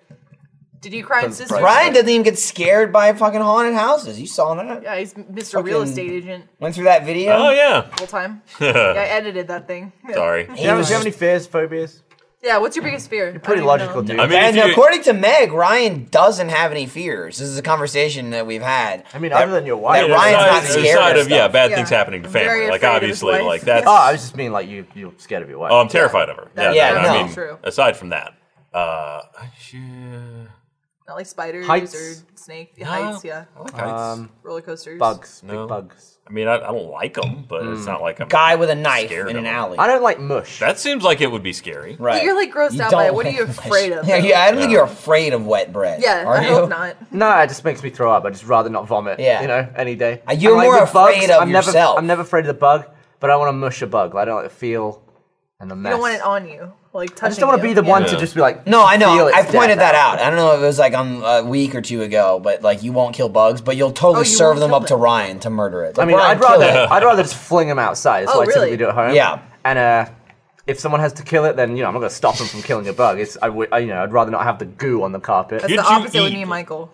Did you cry in Doesn't Sister? surprise Ryan doesn't even get scared by fucking haunted houses. You saw that. Yeah, Uh, he's Mr. Real Fucking- Estate Agent Went through that video. Oh yeah. the whole time. Yeah, I edited that thing. Yeah. Sorry. He Do you, have, was do you have just- any fears, phobias? Yeah, what's your biggest fear? You're Pretty logical, dude. I mean, and if you- according to Meg, Ryan doesn't have any fears. This is a conversation that we've had. I mean, That- other than your wife. That Yeah, Ryan's aside- not scared. aside of of yeah, stuff. bad Yeah. things happening to I'm very family. Like afraid of obviously, his wife. like that's. Oh, I was just mean like you, you're scared of your wife. Oh, I'm terrified of her. Yeah, Yeah, no, no. I mean, True. aside from that, uh, she- Not like spiders Heights. or snake heights, yeah. I like heights. Roller coasters. Um, Bugs. No. Big bugs. I mean, I, I don't like them, but it's Mm. not like a Guy with a knife Scared in of an him. alley. I don't like mush. That seems like it would be scary. Right. But you're like grossed out by it. What are you afraid of? Yeah, yeah, I don't think Yeah. you're afraid of wet bread. Yeah, are I you? hope not. No, it just makes me throw up. I just rather not vomit. Yeah. Yeah. You know, any day. Uh, you're And, more with bugs, afraid of I'm yourself. Never, I'm never afraid of the bug, but I want to mush a bug. Like, I don't like the feel and the mess. You don't want it on you. Like touching I just don't want to you. be the Yeah. one Yeah. to just be like. No, I feel know. its I pointed death that out. out. I don't know if it was like um, a week or two ago, but like you won't kill bugs, but you'll Oh, totally you serve won't them kill up to them. Ryan to murder it. I mean, Ryan, I'd rather kill it. I'd rather just fling them outside. That's Oh, what I typically really? do at home. Yeah. And uh, if someone has to kill it, then you know I'm not going to stop them from killing a bug. It's I, w- I you know I'd rather not have the goo on the carpet. That's Did the you opposite with eat- me and Michael.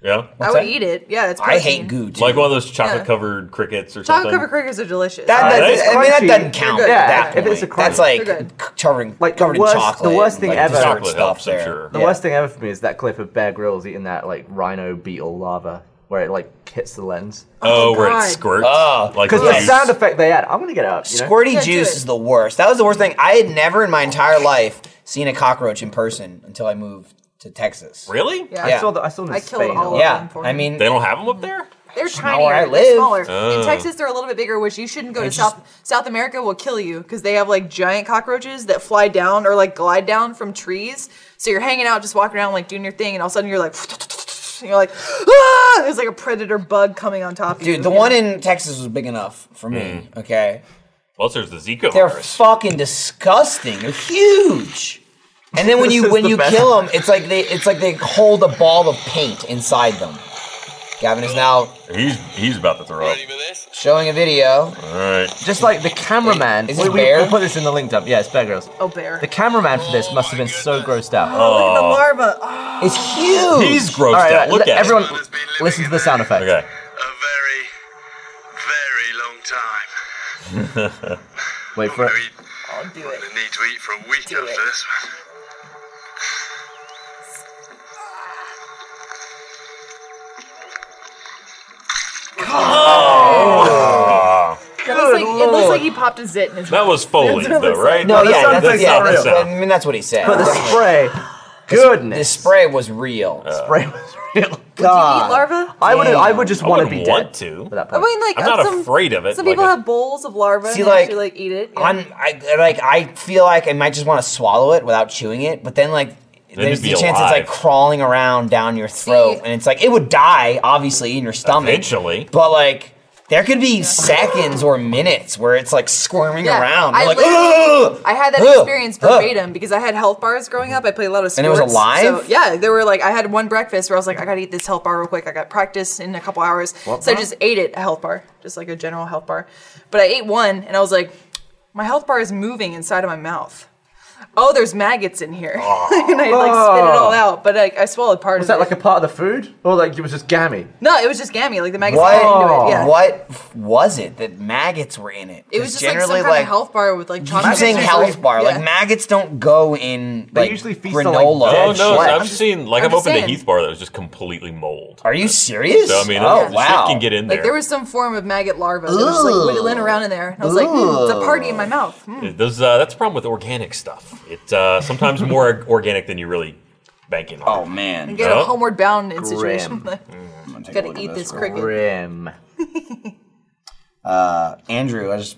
Yeah. I would that? eat it. Yeah, it's I protein. hate goo too. Like one of those chocolate Yeah. covered crickets or Chocolate something. covered crickets are delicious. That, that, Uh, it's I mean, that crunchy. doesn't count. You're good. at that Yeah, if it's point. a That's crunch. like You're good. covering, Like, the covered worst- in the chocolate. worst and, thing like, ever. dessert Chocolate stuff helps, I'm there. sure. The Yeah. worst thing ever for me is that clip of Bear Grylls eating that like rhino beetle lava where it like hits the lens. Oh, where God. it squirts. Oh. like Because the juice. sound effect they had, I'm gonna get up. You know? Squirty Yeah, do juice it. is the worst. That was the worst thing. I had never in my entire life seen a cockroach in person until I moved to Texas. Really? Yeah. I saw the, I saw them in I killed Spain. all of Yeah, them for I him. mean, They don't have them up there? They're not tinier. where I They're live. smaller. Oh. In Texas, they're a little bit bigger, which you shouldn't go to just- South South America. Will kill you because they have like giant cockroaches that fly down or like glide down from trees. So you're hanging out, just walking around, like doing your thing, and all of a sudden you're like, and you're like, ah! There's like a predator bug coming on top of you. dude, the you know? one in Texas was big enough for me. Mm. Okay, Plus, there's the Zika they're virus. fucking disgusting. They're huge. And then when This you is when the you best. kill them, it's like they it's like they hold a ball of paint inside them. Gavin is now he's he's about to throw up. Ready for this? showing a video. All right. Just like the cameraman. Is we, it we, Bear? We'll put this in the link dump. Yeah, it's Bear Grylls. Oh, bear. The cameraman for this must have been so grossed out. Oh, look at the larva. Oh, It's huge. He's grossed All right, out. Look let- at it. everyone, listen to the sound effect. Okay. A very, very long time. Wait for it. Gonna eat- I'll do it. gonna need to eat for a week Do after it. this one. It looks, like, it looks like he popped a zit in his That was Foley, That's what it though, looks right? No, that yeah, sounds that's, like yeah, not that's- real. I mean that's what he said. But the spray, the goodness, spray was real. spray was real. Would you God. eat larva? I would, I would just I want to be wouldn't dead. want to. At that I point. mean, like I'm not uh, some, afraid of it, Some like people a- have bowls of larva See, and they like, actually like eat it. yeah. I'm I like I feel like I might just want to swallow it without chewing it, but then like there's it'd the be chance it's like alive. crawling around down your throat, and it's like it would die obviously in your stomach Eventually. but like. There could be seconds or minutes where it's like squirming Yeah, around. I You're like, literally- "Ugh!" I had that Ugh! experience Ugh! verbatim because I had health bars growing up. I played a lot of sports. And it was alive? So, yeah, there were like I had one breakfast where I was like, I gotta eat this health bar real quick. I got practice in a couple hours, so I just ate it a health bar, just like a general health bar. But I ate one and I was like, my health bar is moving inside of my mouth. Oh, there's maggots in here, and I like spit it all out. But like I swallowed part was of that it. like a part of the food, or like it was just gammy? no, it was just gammy. Like the maggots What, got into it. Yeah. what f- was it that maggots were in it? It 'Cause was just like some kind of health bar with like You keep chocolate. saying usually- health bar. Like yeah. maggots don't go in They like usually feast on, like, granola. dead Oh and no! shit. I've seen like I'm I've just opened a saying. Heath bar that was just completely mold. Are you serious? So I mean, oh it, wow. shit can get in there. Like there was some form of maggot larva that was just, like Ooh. wiggling around in there. And I was like, mm, it's a party in my mouth. Mm. Those, uh, that's the problem with organic stuff. It's uh, sometimes more organic than you really bank in. Oh on. man. Get Yeah. a homeward bound in situation. Like, Gotta gotta eat this cricket. Grim. Andrew, I just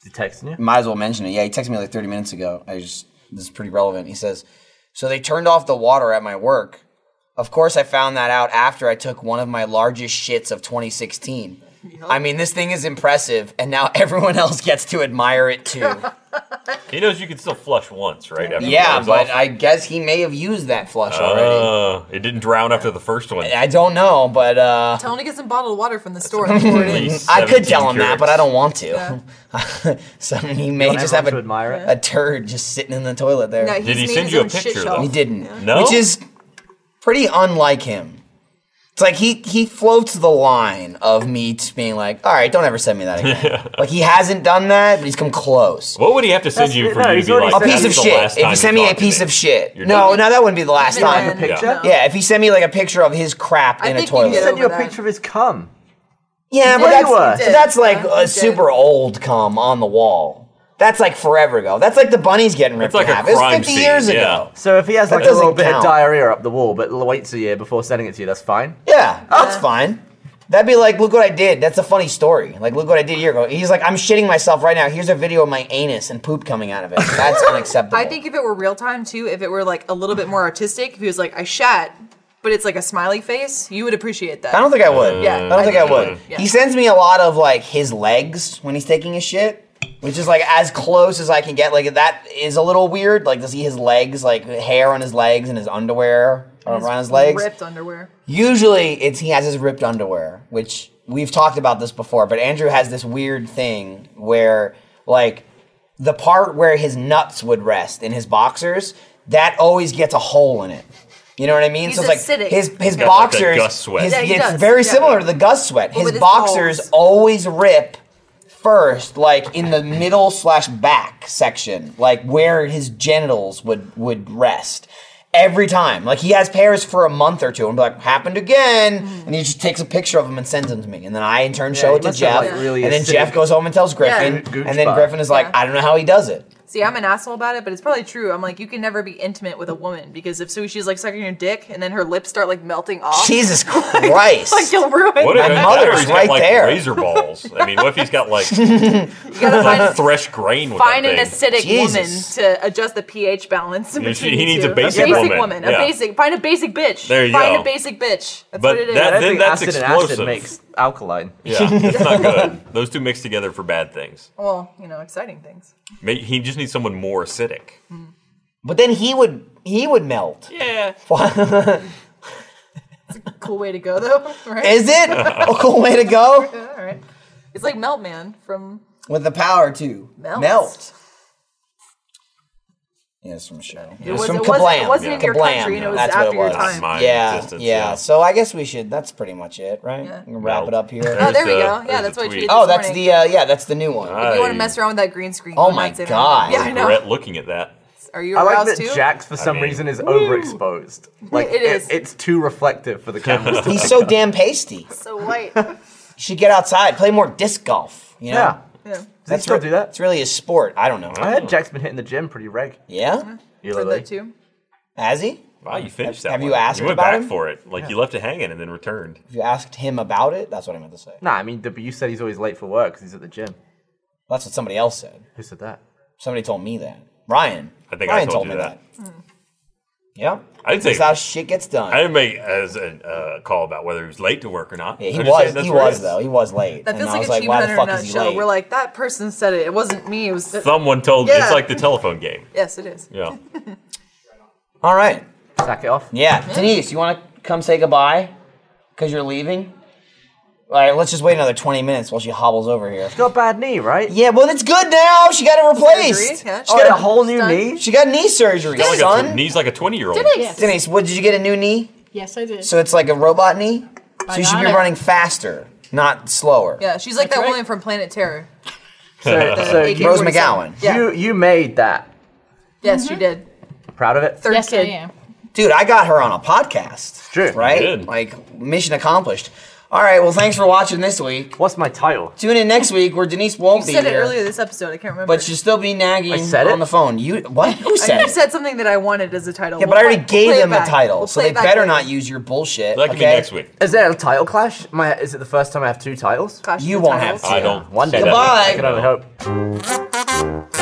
Is he texting you? might as well mention it. Yeah, he texted me like 30 minutes ago. I just this is pretty relevant. He says, "So they turned off the water at my work. Of course, I found that out after I took one of my largest shits of 2016." I mean, this thing is impressive, and now everyone else gets to admire it too. He knows you can still flush once, right? After the yeah, water's but off. I guess he may have used that flush already. Uh, it didn't drown after the first one. I don't know, but uh, Tell him to get some bottled water from the store and pour it in. Please. I could tell 17 him that, but I carats. don't want to. so he may just have everyone a, to admire it? a turd just sitting in the toilet there. No, he's Did he made send his you a own shit picture, shelf. though? He didn't. Oh. No? Which is pretty unlike him. It's like he he floats the line of me just being like, all right, don't ever send me that again. like he hasn't done that, but he's come close. What would he have to send That's- you for no, you he's to be already like A said piece "That's of the shit. last If time you send me a talked to piece me"? of shit. You're No, no, that wouldn't be the last Even time. then. The picture? No. Yeah, if he sent me like a picture of his crap I in a think you can He get toilet. sent you a Over that. picture of his cum. Yeah, but did. that's, You were. but that's like Yeah, he a did. super old cum on the wall. That's like forever ago. That's like the bunnies getting ripped like in a half. It was crime 50 years scene, yeah. ago. So if he has like a doesn't little bit of count. diarrhea up the wall, but waits a year before sending it to you, that's fine. Yeah, that's fine. That'd be like, look what I did. That's a funny story. Like, look what I did a year ago. He's like, I'm shitting myself right now. Here's a video of my anus and poop coming out of it. That's unacceptable. I think if it were real time too, if it were like a little bit more artistic, if he was like, I shat, but it's like a smiley face, you would appreciate that. I don't think I would. Yeah, I don't I think I think you would. would. Yeah. He sends me a lot of like his legs when he's taking a shit, which is like as close as I can get. Like that is a little weird. Like to see his legs, like hair on his legs and his underwear around his legs. Ripped underwear. Usually, it's he has his ripped underwear, which we've talked about this before. But Andrew has this weird thing where, like, the part where his nuts would rest in his boxers, that always gets a hole in it. You know what I mean? He's so it's like just sitting. his his got like that boxers. Gus sweat. his- Yeah, he it's does, very yeah. similar to the Gus sweat. with His his boxers holes. always rip first, like in the middle slash back section, like where his genitals would would rest. Every time, like he has pairs for a month or two, and be like, "Happened again," Mm-hmm. and he just takes a picture of them and sends them to me, and then I in turn show he it to must have, Jeff, like, really and then acidic- Jeff goes home and tells Griffin, Gooch and then bar. Griffin is like, Yeah. "I don't know how he does it." See, I'm an asshole about it, but it's probably true. I'm like, you can never be intimate with a woman because if so, she's like sucking your dick and then her lips start like melting off. Jesus Christ! like you'll ruin. What if it. My it's mother's better if he's got, right like there. razor balls? I mean, what if he's got like, You gotta like find, thresh grain with find that an thing? acidic Jesus. woman to adjust the pH balance. in Yeah, she- between he you needs two. a basic woman, A yeah. basic. Find a basic bitch. There you find go. a basic bitch. That's But what it is. that- I Then think that's acid and explosive. acid makes alkaline. Yeah, it's not good. Those two mixed together for bad things. well, you know, exciting things. May- He just needs someone more acidic. but then he would he would melt. Yeah. Cool way to go though, right? Is it a cool way to go? Yeah, all right. It's like Melt Man from oh, With the power to Melt. Yeah, it's from a show. It, was- from it wasn't- it Kablam. wasn't in your Kablam. country, and it was That's after your what it was. time. My Yeah, yeah, existence, yeah. So I guess we should. That's pretty much it, right? Yeah. We can wrap it up here. Oh, there we There's a- go. Yeah, there's that's a what you tweet. did. Oh, that's the uh, yeah, that's the new one. Ah. If you want I- to mess around with that green screen? Oh you my might say that. God. Yeah, I know. Regret looking at that. Are you I like aroused that too? Jax for some mean- reason is overexposed. Like It is. it's too reflective for the cameras. to- He's so damn pasty. so white. You should get outside, play more disc golf. You know, yeah. Yeah. Does he still re- do that? It's really a sport. I don't know. I Oh. heard Jack's been hitting the gym pretty reg. Yeah, You Heard literally. that too. has he? Wow, you finished that. Um, have one. you asked You went about back him? for it. Like you left it hanging and then returned. If you asked him about it, that's what I meant to say. Nah, I mean, but you said he's always late for work because he's at the gym. That's what somebody else said. Who said that? Somebody told me that. Ryan. I think I Ryan told you me that. Yeah. I didn't That's say. how shit gets done. I didn't make as a uh, call about whether he was late to work or not. yeah, he I'm just saying was. that's He where it was is. though. He was late. That feels and I like was a like, cheap why hunter the in a fuck is he nutshell. late? We're like, that person said it. It wasn't me. It was. Someone told. Yeah. It's like the telephone game. yes, it is. Yeah. All right. Sack it off. Yeah, Mm-hmm. Denise, you want to come say goodbye? Cause you're leaving. All right, let's just wait another 20 minutes while she hobbles over here. Got a bad knee, right? Yeah, well, it's good now. She got it replaced. Surgery, yeah. She Oh, got a whole new Done. knee. She got knee surgery, He's like a, son. tw- he's like a twenty-year-old. Yes. Denise, what did you get a new knee? Yes, I did. So it's like a robot knee. So you should be Bionic. running faster, not slower. Yeah, she's like That's that right. woman from Planet Terror. So, the so AK-47. you, Rose McGowan. Yeah. you you made that. yes, she did. Proud of it. Third yes, I kid. am. Dude, I got her on a podcast. True. Right? You did. Like, mission accomplished. All right, well, thanks for watching this week. What's my title? Tune in next week where Denise won't You be said it here. earlier this episode. I can't remember. But she'll still be nagging I said it? on the phone. You what? Who I said think it? you said something that I wanted as a title. yeah, but We'll I already play- gave we'll play it them the back. title, We'll so play they it back better later. not use your bullshit. That could okay? be next week. Is there a title clash? My is it the first time I have two titles? Clash of You the won't Titles. have to. I don't. One see day. that. Goodbye. I can only hope.